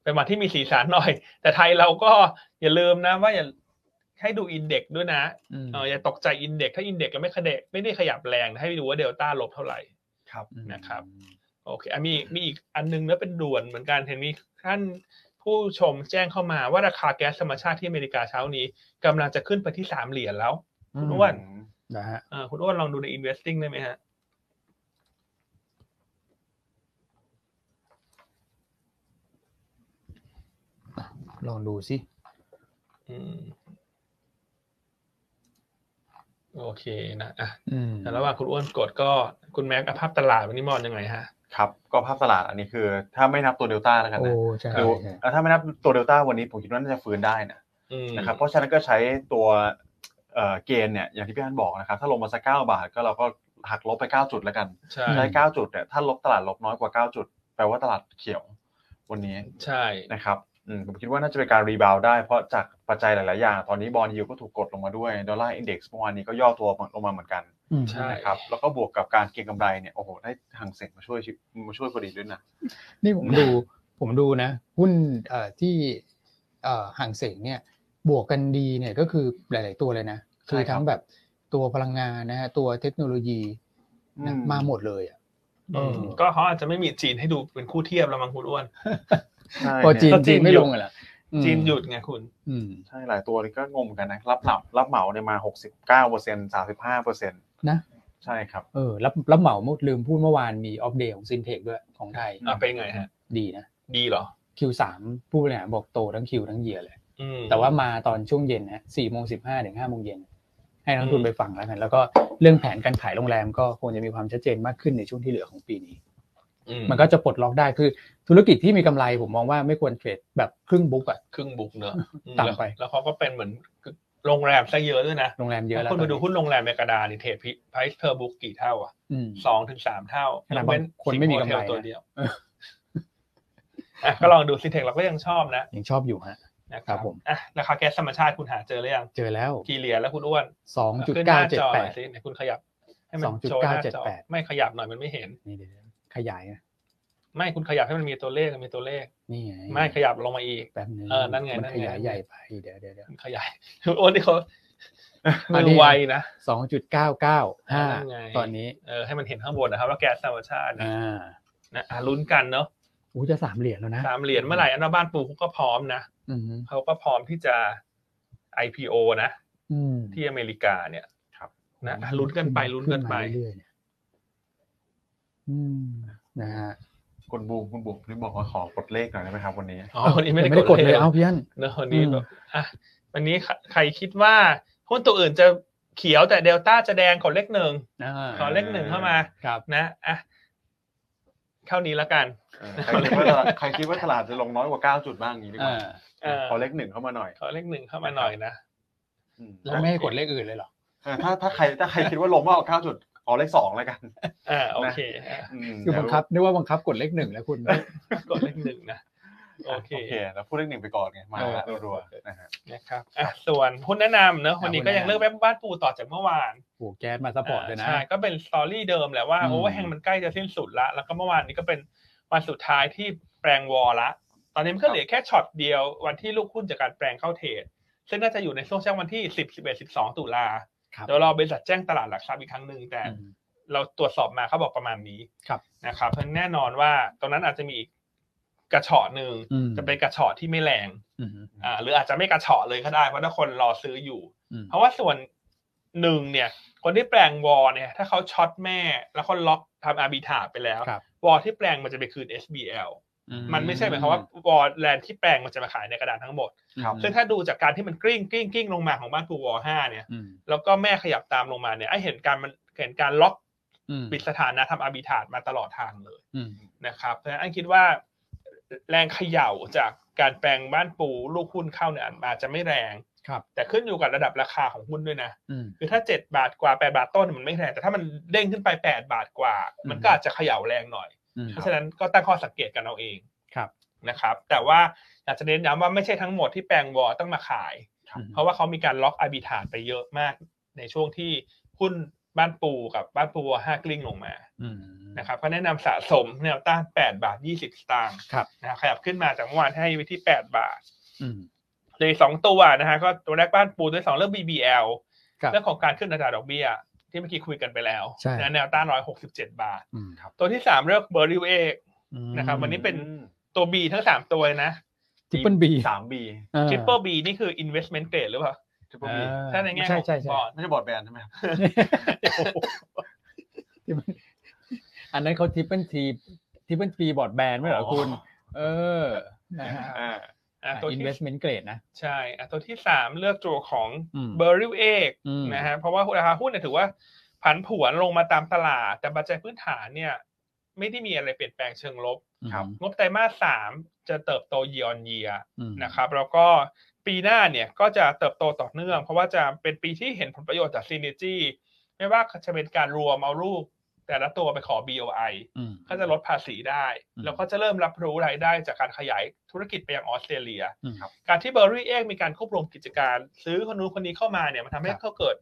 A: เป็นวันที่มีสีสันหน่อย แต่ไทยเราก็อย่าลืมนะ ว่าอย่าให้ดูอินเด็กซ์ด้วยนะเอออย่าตกใจอินเด็กซ์ถ้าอินเด็กซ์เราไม่ขดไม่ได้ขยับแรงนะให้ไปดูว่าเดลต้าลบเท่าไหร่
C: ครับ
A: นะครับ โอเคอ่ะมีมีอีกอันนึงแล้วเป็นด่วนเหมือนกันเห็นมีท่านผู้ชมแจ้งเข้ามาว่าราคาแก๊สธรรมชาติที่อเมริกาเช้านี้กำลังจะขึ้นไปที่สามเหรียญแล้ว
B: อื
A: คุณ
B: ม
A: อ้วน
B: นะฮะ
A: เอ่อคุณอ้วนลองดูใน investing ได้ไหมฮะ
B: ลองดูสิ
A: อืม โอเคนะอ่ะ
B: อืม
A: แต่ระหว่างคุณอ้วนกดก็คุณแม็กอะภาพตลาดวันนี้มองยังไงฮะ
C: ครับ ก็ภาพตลาดอันนี้คือ ถ้าไม่นับตัวเดลต้าแล้วกัน
B: โอ้
C: นะ
B: ใช่
C: หรือ
B: ใช่
C: เอ่อถ้าไม่นับตัวเดลต้าวันนี้ผมคิดว่าน่าจะฟื้นได้นะ
A: อืม
C: นะครับ เพราะฉะนั้นก็ใช้ตัวเอ่อเกณฑ์เนี่ยอย่างที่พี่ฮันบอกนะครับ ถ้าลงมาสัก 9 บาทก็เราก็หักลบไป 9 จุดแล้วกัน
A: ใช่
C: ใช้ 9 จุดเนี่ยถ้าลบตลาดลบน้อยกว่า 9 จุดแปลว่าตลาดเขียววันนี้
A: ใช่
C: นะครับอืมผมคิดว่าน่าจะเป็นการรีบาวด์ได้เพราะจากปัจจัยหลาย ๆ อย่าง ตอนนี้บอลยูก็ถูกกดลงมาด้วย ดอลลาร์อินเด็กซ์เมื่อวานนี้ก็ย่อตัวลงมาเหมือนกัน
B: อืม
A: ใช่
C: นะครับ แล้วก็บวกกับการเก็งกำไรเนี่ย โอ้โห ได้ทางเสงมาช่วยชีวิตมาช่วยพอดีด้วยนะ
B: นี่ผมดูผมดูนะ หุ้นเอ่อที่เอ่อห่างเสงเนี่ย บวกกันดีเนี่ยก็คือหลาย ๆ ตัวเลยนะ คือ
C: ใช่ครับ
B: ทั้งแบบ ตัวพลังงานนะฮะตัวเทคโนโลยีนะ
C: อืม
B: มาหมดเลยอะ
A: อืม
B: เออ
A: ก็เขาอาจจะไม่มีจีนให้ดูเป็นคู่เทียบแล้วมั้งคุณอ้วน
C: ใช่
B: พอจีน
A: ก็จี
B: จี
A: น
B: นไม่
A: หยุด
B: ลงอะเหรออืม
A: จีนหยุดไงคุณ
B: อืม
C: ใช่หลายตัวนี่ก็งงกันนะรับเหมารับเหมาเนี่ยมาหกสิบเก้าเปอร์เซ็นต์สามสิบห้าเปอร์เซ็นต์
B: นะ
C: ใช่ครับ
B: เออรับรับเหมาหมดลืมพูดเมื่อวานมีอัปเดตของซินเทคด้วยของไทย
A: อ่ะเป็นไงฮะ
B: ดีนะ
A: ดีเหรอ
B: Q3 ผู้บริหารบอกโตทั้ง Q ทั้งเยียเลย
A: อืม
B: แต่ว่ามาตอนช่วงเย็นฮะ4โมง15ถึง5โมงเย็น ให้นักลงทุ
A: อื
B: น
A: ม
B: ไปฟังแล้วกัน แล้วก็เรื่องแผนการขายโรงแรมก็คงจะมีความชัดเจนมากขึ้นในช่วงที่เหลือของปีนี้
A: อื
B: มันก็จะปลดล็อกได้คือธุรกิจที่มีกำไรผมมองว่าไม่ควรเทรดแบบครึ่งบุ๊กอะ
A: ครึ่งบุกเนอะอืม
B: ต่ำไป
A: แล้วเขาก็เป็นเหมือนโรงแรมซะเยอะด้วยนะ
B: โรงแรมเยอะแล้ว
A: ถ้าคุณไปดู
B: ตอ
A: หุ้นโรงแรมในกระดาษนี่เทรดพิไพรซ์เพอร์บุ๊กกี่เท่าอ่ะ
B: อืม
A: สองถึงสามเท่า
B: ขนาด
A: ยกเว้
B: คนไม่มีกำไร
A: ซิงโฮเทลตัว
B: นะ
A: เดียว
B: เออ
A: อ่ะก็ลองดูซิเทคเราก็ยังชอบนะ
B: ยังชอบอยู่ฮะ
A: นะค
B: ครั
A: รับบ
B: ผม
A: อ่ะราคาแก๊สธรรมชาติคุณหาเจอหรือยัง
B: เจอแล้ว
A: กี่เหรียญแล้วคุณอ้วน ขึ้นหน้าจอหน่อยสิ
B: 2.978
A: ไหนคุณขยับให้มัน
B: 2.978
A: โชว์หน้าจอไม่ขยับหน่อยมันไม่เห็น
B: นี่เดี๋ยวขยายนะ
A: ไม่คุณขยับให้มันมีตัวเลขมันมีตัวเลข
B: นี่ไง
A: ไม่ขยับลงมาอีก
B: แป๊บนึง
A: เออนั่นไง
B: มั
A: นั่นไง
B: ขยายใหญ่ไปเดี๋ยวเดี๋ยวเดี๋ยว
A: มันขย ายคุณโอ้วนที่เขา
B: อั
A: มื
B: น
A: อ
B: นี้
A: ไวนะ
B: สองจุดเก้าเก้าห้า
A: นั่นไง
B: ตอนนี้
A: เออให้มันเห็นข้างบนนะครับว่าแก๊สธรรมชาตินะ
B: อ่า
A: นะอ่ะลุ้นกันเนาะ
B: อู้จะสามเหรียญแล้วนะ
A: สามเหรียญเมื่อไหร่อันว่าบ้านปูเขาก็พร้อมนะ
B: อืม
A: เขาก็พร้อมที่จะ IPO นะ
B: อืม
A: ที่อเมริกาเนี่ย
C: ครับ
A: นะอ่ะลุ้นกันไปลุ้นกันไป
B: ขึ้มาเรื่อยๆเนี่ยอืมนะฮะ
C: คุณบูมคุณบูมนี่บอกว่าขอกดเลขหน่อยได้ไหมครับวันนี้
A: อ๋อคนนี้ไม่
B: ยัง
A: ได้
B: ก
A: ก
B: ด
A: ด
B: เล
A: เลย ย
B: เอาเพี้ยน
A: เนอะวันนี้
B: อืม
A: แบบอ่ะวันนี้ใครใครคิดว่าหุ้นตัวอื่นจะเขียวแต่เดลต้าจะแดงขอเลขหนึ่ง
B: อ่า
A: ขอเลขหนึ่งเข้ามา
B: ครับ
A: นะอ่ะเท่านี้แล้วกัน
C: เออใครคิดว่าตลาดใครคิดว่าตลาดจะลงน้อยกว่าเก้าจุดบ้างอย่างนี้ดีก
B: อ่า
C: ว่า
A: เออ
C: ขอเลขหนึ่งเข้ามาหน่อย
A: ขอเลขหนึ่งเข้ามาหน่อยนะ
C: อืม
B: แล้วไม่ให้กดเลขอื่นเลยเหรอ
C: เออถ้าถ้าใครถ้าใครคิดว่าลงมากกว่าเก้าจุดขอเลขสองแล้วกัน
A: อ่าโอเคอ่ะ
C: ม
B: คือบังคับนึกว่าบังคับกดเลขหนึ่งแล้วคุณ
A: กดเลขหนึ่งนะ
C: ะ
A: โอเค
C: แล้วพูดเลขหนึ่งไปก่อนไงมา
B: เออ
C: ละรัวๆนะฮะ
A: นะครับอ่ะส่วนหุ้นแนะนำเนอะวันนี้ก็ยังเลือกแม่บ้านปูต่อจากเมื่อวาน
B: โอ้แก๊สมาซัพพอร์ตเลยนะ
A: ใช่ก็เป็นสตอรี่เดิมแหละว่า
B: อืม
A: โอ้แห่งมันใกล้จะสิ้นสุดละแล้วก็เมื่อวานนี้ก็เป็นวันสุดท้ายที่แปลงวอลละ ตอนนี้มันก็เหลือแค่ช็อตเดียววันที่ลูกหุ้นจากการแปลงเข้าเทรดซึ่งน่าจะอยู่ในช่วงเช้าวันที่ 10 11 12 ตุลา
B: ครับ
A: เดี๋ยวรอบริษัทแจ้งตลาดหลักทรัพย์อีกครั้งหนึ่งแต่
B: อืม
A: เราตรวจสอบมาเขาบอกประมาณนี้
B: ครับ
A: นะครับเพราะฉะนั้นแน่นอนว่าตรงนั้นอาจจะมีอีกกระเฉาะหนึ่ง
B: อืม
A: จะเป็นกระเฉาะที่ไม่แรง
B: อืม
A: อ่าหรืออาจจะไม่กระเฉาะเลยก็ได้เพราะถ้าคนรอซื้ออยู่
B: อืม
A: เพราะว่าส่วนหนึ่งเนี่ย คนที่แปลงวอลเนี่ย ถ้าเขาช็อตแม่ แล้วเขาล็อกทำอาร์บิทาไปแล้ว
B: ครับ
A: วอลที่แปลงมันจะไปคืน SBL
B: อื
A: มันไม่ใช่หมายความว่าวอลแลนด์ที่แปลงมันจะมาขายในกระดานทั้งหมด
C: ครับ
A: ซึ่งถ้าดูจากการที่มันกริ้งกริ้งกริ้งลงมาของบ้านปูวอลห้าเนี่ย
B: อืม
A: แล้วก็แม่ขยับตามลงมาเนี่ยไอเห็นการมันเห็นการล็อก
B: อืม
A: ปิดสถานะทำอาบิทาดมาตลอดทางเลย
B: อืม
A: นะครับเพราะฉะนั้นอันคิดว่าแรงเขย่าจากการแปลงบ้านปูลูกหุ้นเข้าเนี่ยอาจจะไม่แรง
B: ครับ
A: แต่ขึ้นอยู่กับระดับราคาของหุ้นด้วยนะ
B: อืม
A: คือถ้า 7 บาทกว่า 8 บาทต้นมันไม่แรง แต่ถ้ามันเด้งขึ้นไป 8 บาทกว่า มัน
B: อืม
A: ก็อาจจะเขย่าแรงหน่อย
B: อืม
A: เพราะฉะนั้นก็ตั้งข้อสังเกตกันเอาเอง
B: ครับ
A: นะครับ แต่ว่าอยากจะเน้นย้ำว่าไม่ใช่ทั้งหมดที่แปลงวอลต้องมาขาย
B: ครับ
A: เพราะว่าเขามีการล็อกอาบิทาดไปเยอะมาก ในช่วงที่หุ้นบ้านปูกับบ้านปูวอลห้ากลิ้งลงมา
B: อืม
A: นะครับก็แนะนำสะสมแนวต้าน 8 บาท 20 สตางค์
B: ครับ
A: นะครับขยับขึ้นมาจากเมื่อวานให้ไว้ที่ 8 บาท
B: อืม
A: เลยสองตัวนะฮะก็ตัวแรกบ้านปูด้วยสองเรื่อง BBL
B: ครับ
A: เรื่องของการขึ้นอัตราดอกเบี้ย ที่เมื่อกี้คุยกันไปแล้ว
B: ใช่
A: นะแนวต้าน 167 บาท
B: อืมครับ
A: ตัวที่ 3 เรื่อง b e r r y w a g นะครับวันนี้เป็น
C: อืม
A: ตัว B ทั้ง 3 ตัวเลยนะ
B: ทิปเปิลบี
C: สามบี
A: ทริปเป B นี่คือ investment grade หรือเปล่า
C: ทริปเปิลบี
A: ถ้าในแง่
B: ใช่
A: ของ
B: ใช่ใช่
A: บอล
C: ไม่ใช่บอร์ดแบนใช่ไหมครับ
B: ที่มัน อันนั้นเขาทิปเปิลทีทิปเปิลทีบอร์ดแบนไม่เหรอคุณ เออนะฮะ
C: อ่า
A: อ่ะตัว
B: อิน
A: ที่
B: เวสเมนต์เกรดนะ
A: ใช่อ่ะตัวที่ 3 เลือกตัวของ
B: อืม
A: b e r r y w a g
B: อืม
A: นะฮะเพราะว่าราคาหุ้นเนี่ยถือว่าผันผวนลงมาตามตลาด แต่ปัจจัยพื้นฐานเนี่ย ไม่ได้มีอะไรเปลี่ยนแปลงเชิงลบ งบไตรมาสสามจะเติบโต year on year
B: อืม
A: นะครับแล้วก็ปีหน้าเนี่ยก็จะเติบโตต่อเนื่อง เพราะว่าจะเป็นปีที่เห็นผลประโยชน์จากซีเนจีไม่ว่าจะเป็นการรวมเอาลูก แต่ละตัวไปขอ BOI
B: อืม
A: ก็จะลดภาษีได้
B: อืม
A: แล้วก็จะเริ่มรับรู้รายได้จากการขยายธุรกิจไปยังออสเตรเลีย
B: อืม
A: การที่เบอร์รี่เองมีการควบรวมกิจการ ซื้อคนนู้นคนนี้เข้ามาเนี่ยมันทำให้
B: ครับ
A: เขาเกิด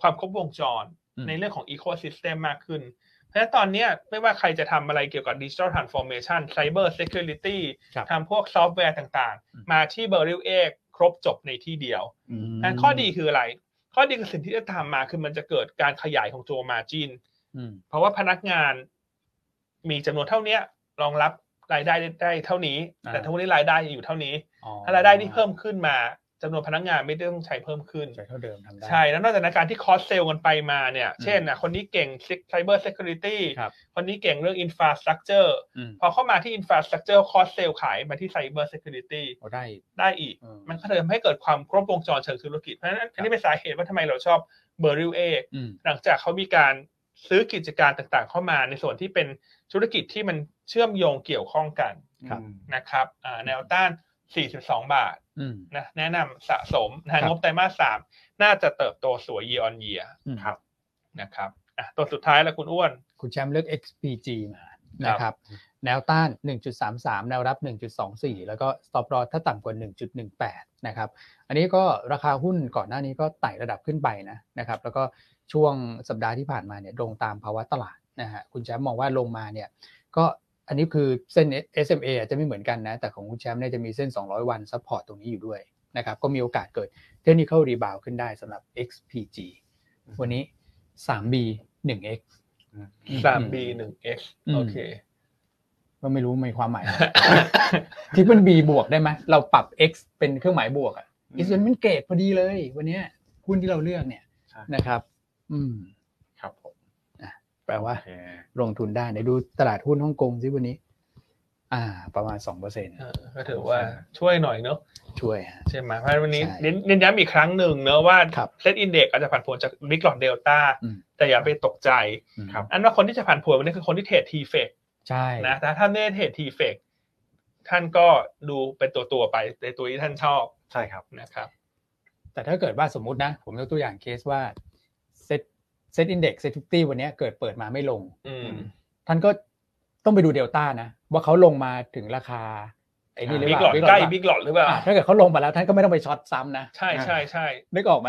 A: ความครบวงจร
B: อืม
A: ในเรื่องของอีโคซิสเต็มมากขึ้น เพราะฉะนั้นตอนเนี้ยไม่ว่าใครจะทำอะไรเกี่ยวกับดิจิ t a ลทรานส์ฟอร์เมชันไซเบอร์เซ u ูริตี้
B: ครับ
A: ทำพวกซอฟต์แวร์ต่าง
B: อืม
A: ๆ มาที่เบอร์รี่เองครบจบในที่เดียว
B: อืม
A: อันข้อดีคืออะไร ข้อดีคือสิ่งที่จะตามมาคือมันจะเกิดการขยายของตัวมาจิน
B: อืม
A: เพราะว่าพนักงานมีจำนวนเท่าเนี้ยรองรับรายได้ได้เท่านี้
B: อ่า
A: แต่ทั้งวันนี้รายได้อยู่เท่านี้
B: อ๋อ
A: ถ้ารายได้ที่เพิ่มขึ้นมาจำนวนพนักงานไม่ต้องใช้เพิ่มขึ้น
B: ใช้เท่าเดิมทำได้
A: ใช่ แล้วนอกจากนั้นการที่คอสเซลกันไปมาเนี่ย
B: อืม
A: เช่นนะคนนี้เก่งไซเบอร์เซ u r ริตี้
B: ครับ
A: คนนี้เก่งเรื่องอินฟราสตรักเจอร์
B: อืม
A: พอเข้ามาที่อินฟราสตรักเจอร์คอสเซลขายมาที่ไซเบอร์เซ u r ริตี้
B: พอได้
A: ได้อีก
B: เออ
A: มันก็เลยทำให้เกิดความครบวงจรเชิงธุรกิจ เพราะฉะนั้นอันนี้เป็นสาเหตุว่าทำไมเราชอบเบอร์ริวเอ
B: อืม
A: หลังจากเขามีการซื้อกิจการต่างๆ เข้ามาในส่วนที่เป็นธุรกิจที่มันเชื่อมโยงเกี่ยวข้องกัน
B: ครับ
C: อืม
A: นะครับอ่าแนวต้าน 42 บาท
B: อืม
A: นะแนะนำสะสมนะฮะ
B: ครับ
A: งบไตรมาสสามน่าจะเติบโตสวย year on year
B: อืม
C: ครับ
A: นะครับอ่ะตัวสุดท้ายแล้วคุณอ้วน
B: คุณแชมป์เลือก XPG มา
A: ครับ
B: นะครับ แนวต้าน 1.33 แนวรับ 1.24 แล้วก็ stop loss ถ้าต่ำกว่า 1.18 นะครับ อันนี้ก็ราคาหุ้นก่อนหน้านี้ก็ไต่ระดับขึ้นไปนะนะครับ แล้วก็ช่วงสัปดาห์ที่ผ่านมาเนี่ยลงตามภาวะตลาดนะฮะ คุณแชมป์มองว่าลงมาเนี่ย ก็อันนี้คือเส้น SMA อาจจะไม่เหมือนกันนะ แต่ของคุณแชมป์เนี่ยจะมีเส้น 200 วัน ซัพพอร์ตตรงนี้อยู่ด้วยนะครับ ก็มีโอกาสเกิด technical rebound ขึ้นได้สำหรับ XPG วันนี้ 3B 1X
A: สาม B หนึ่ง X
B: อืม
A: โอเค
B: ก็ไม่รู้มีความหมาย ทิปเปิลบีบวกได้ไหมเราปรับ x เป็นเครื่องหมายบวกอ่ะอิสเ n นมันเกรดพอดีเลย วันเนี้ยหุ้นที่เราเลือกเนี่ย
C: ใช่
B: นะครับ อืม
C: ครับผม
B: แปลว่า
C: โอเค
B: ลงทุนได้ไหนดูตลาดหุ้นฮ่องกงซิวันนี้ อ่า ประมาณสองเปอร์เซ็น
A: เออก็ถือว่าช่วยหน่อยเนอะ
B: ช่วยฮะ
A: ใช่ไหมเพราะฉะนั้นวันนี้
B: ใช่
A: เน้นเน้นย้ำอีกครั้งหนึ่งเนอะว่า
B: ครับ
A: เซตอินเด็กอาจจะผันผวนจากมิกรอนเดลต้า
B: อืม
A: แต่อย่าไปตกใจ
C: ครับ
A: อันว่าคนที่จะผันผวนวันนี้คือคนที่เทรดทีเฟก
B: ใช่
A: นะแต่ถ้าไม่ได้เทรดทีเฟกท่านก็ดูเป็นตัวตัวๆไปในตัวที่ท่านชอบ
C: ใช่ครับ
A: นะครับ
B: แต่ถ้าเกิดว่าสมมุตินะ ผมยกตัวอย่างเคสว่าเซ็ตเซ็ตอินเด็กซ์เซ็ตฟิตี้วันเนี้ยเกิดเปิดมาไม่ลง
A: อืม
B: ท่านก็ต้องไปดูเดลต้านะ ว่าเขาลงมาถึงราคาไอ้นี่หรือ
A: บิ๊ก
B: เป
A: หลอด
B: ล่าบิ๊กหลอด
A: ใกล้
B: ปะ
A: บิ๊กหลอดหรือเปล่า
B: อ่ะถ้าเกิดเขาลงมาแล้วท่านก็ไม่ต้องไปช็อตซ้ำนะ
A: ใช่ใช่ใช่
B: นึกออกไหม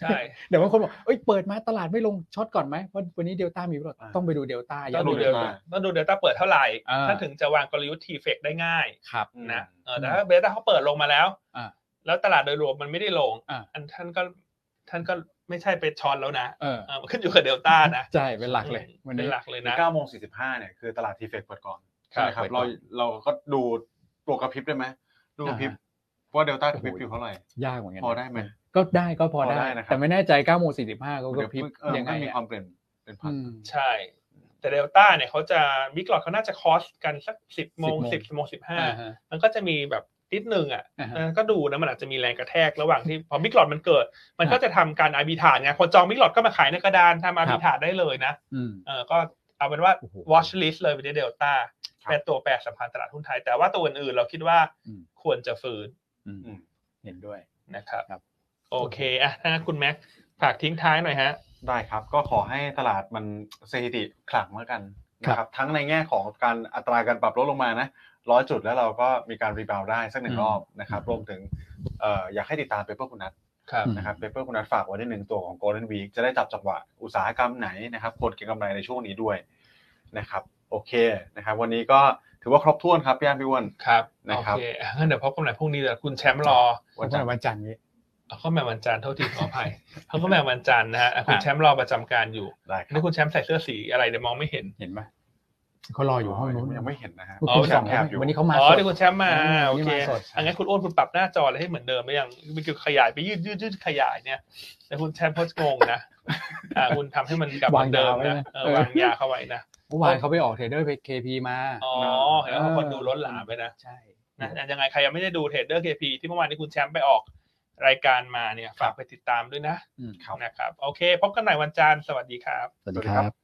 A: ใช่
B: เดี๋ยวบางคนบอกเอ้ยเปิดมาตลาดไม่ลงช็อตก่อนไหมเพราะวันนี้เดลต้ามีหรือเปล่า
C: อ่า
B: ต้องไปดูเดลต้า
A: ต้
B: ย้
A: อ
B: อง น
A: ดู
B: ดู
A: เด
B: เด
A: ล
B: ล
A: ต้าต้
B: ต้า
A: องดูเดลต้าเปิดเท่าไหร่
B: อ่า
A: ถ้าถึงจะวางกลยุทธ์ทีเฟกได้ง่าย
B: ครับ
A: นะเออ
B: อืม
A: แต่ถ้าเดลต้าเขาเปิดลงมาแล้ว
B: อ่า
A: แล้วตลาดโดยรวมมันไม่ได้ลง
B: อ่า
A: อันท่านก็ท่านก็ไม่ใช่ไปช้อนแล้วนะ
B: เออ
A: เออมันขึ้นอยู่กับเดลต้านะ
B: ใช่เป็นหลักเลย
A: อืม
B: วัน
A: เป็
B: นี้
A: นหลักเลยนะ
C: เก้าโมงสี่สิบห้าเนี่ยคือตลาดทีเฟกเปิดก่อน
B: ครั
C: ใช่
B: บ
C: ไหมครับ
B: เปิดก่
C: เรา
B: อน
C: เราก็ดูตัวกระพริบได้ไหมดูกระพริบว่าเดลต้ากระพริบอยู่เท่าไหร่
B: ยากเหมือนกัน
C: พอได้ไหม
B: ก็ได้ก็พอ
C: พอได้
B: ได้
C: นะครับ
B: แต่ไม่แน่ใจ9ก้าโมงสี่สิบห้าก็กระพริบ
C: เออ
B: ยังไง
C: มันมี
B: อะ
C: ความเปลี่ยนเป็นพัน
B: อืม
A: ใช่ แต่เดลต้าเนี่ยเขาจะบิ๊กหลอดเขาน่าจะคอสกันสักสิบโมง
B: 10
A: สิบโมงสิบห้า
B: อ่าฮะ
A: มันก็จะมีแบบนิดนึงอ่ะ
B: อ่าฮะ
A: เออก็ดูนะมันอาจจะมีแรงกระแทกระหว่างที่ พอบิ๊กหลอดมันเกิด มันก็
B: อ่ะ
A: จะทำการอาร์บิทาดไงคนจองบิ๊กหลอดก็มาขายในกระดานทำอา
B: ครับ
A: ร์ิ
B: บ
A: ทาดได้เลยนะ
B: อืม
A: เออก็เอาเป็นว่า
B: โอ้โห
A: watch list เลยไปที่เดลต้า
C: ครับ
A: เป็นตัวแปรสำคัญตลาดหุ้นไทย แต่ว่าตัวอื่นๆเราคิดว่า
B: อืม
A: ควรจะฟื้น
B: อืม
C: อืม
B: เห็นด้วย
A: นะครับ
B: ครับ
A: โอเคอ่ะถ้างั้นคุณแม็กฝากทิ้งท้ายหน่อยฮะ
C: ได้ครับก็ขอให้ตลาดมันสถิติขลังแล้วกันนะค
B: ครั
C: รับบ ทั้งในแง่ของการอัตราการปรับลดลงมานะร้อยจุดแล้วเราก็มีการรีบาวได้สักหนึ่ง
B: อืม
C: รอบนะครับรวมถึงเอ่ออยากให้ติดตามเปเปอร์คุณนัท
A: ครับ
B: อืม
C: นะครับเปเปอร์คุณนัทฝากไว้ในหนึ่งตัวของ Golden Week จะได้จับจังหวะอุตสาหกรรมไหนนะครับคนเก็งกำไรในช่วงนี้ด้วยนะครับโอเคนะครับวันนี้ก็ถือว่าครบถ้วนครับพี่อันพี่อ้วน
A: ครับ
C: นะครับ
A: โอเคอ่ะงั้นเดี๋ยวพบกันใหม่พรุ่งนี้เดี๋ยวคุณแชมป์รอ
B: วันจันทร์วันจันทร์นี้
A: เอาเข้ามาวันจันทร์เท่าที่ขออภัย เขาก็มาวันจันทร์นะฮะอ่ะคุณแชมป์รอประจำการอยู่
C: ได้ครั
A: นี่
C: บ
A: คุณแชมป์ใส่เสื้อสีอะไรเดี๋ยวมองไม่เห็น
B: เห็นไหมเขารออยู่ห้องนู้น
C: ยังไม่เห็นนะฮะ
B: เมื่อ
A: อ๋
B: กี้
A: อ
B: สอง
C: แอบอยู่
B: วันนี้เขามา
A: อ๋อ
B: สด
A: ที่คุณแชมป์มา
B: อืม
A: โอเค
B: วันนี้มาสด
A: อันงั้นคุณอ้วนคุณปรับหน้าจออะไรให้เหมือนเดิมไหมยังมันคือขยายไปยืดยืดยืดขยายเนี่ยแต่คุณแชมป์โพสต์งงนะอ่าคุณทำให้มันกลับเหมือนเดิมนะเออวางยาเข้าไว้นะ
B: เมื่อวานเขาไปออกเทรดเดอร์เคพีมา
A: อ๋อเห็นว่าคนดูล้นหลามไปนะ
B: ใช่
A: นะแต่ยังไงใครยังไม่ได้ดูเทรดเดอร์เคพีที่เมื่อวานนี้คุณแชมป์ไปออกรายการมาเนี่ยฝากไปติดตามด้วยนะ
B: อืม
C: ครับ
A: นะครับโอเค พบกันใหม่วันจันทร์สวัสดีครับ
B: สวัสดีครับ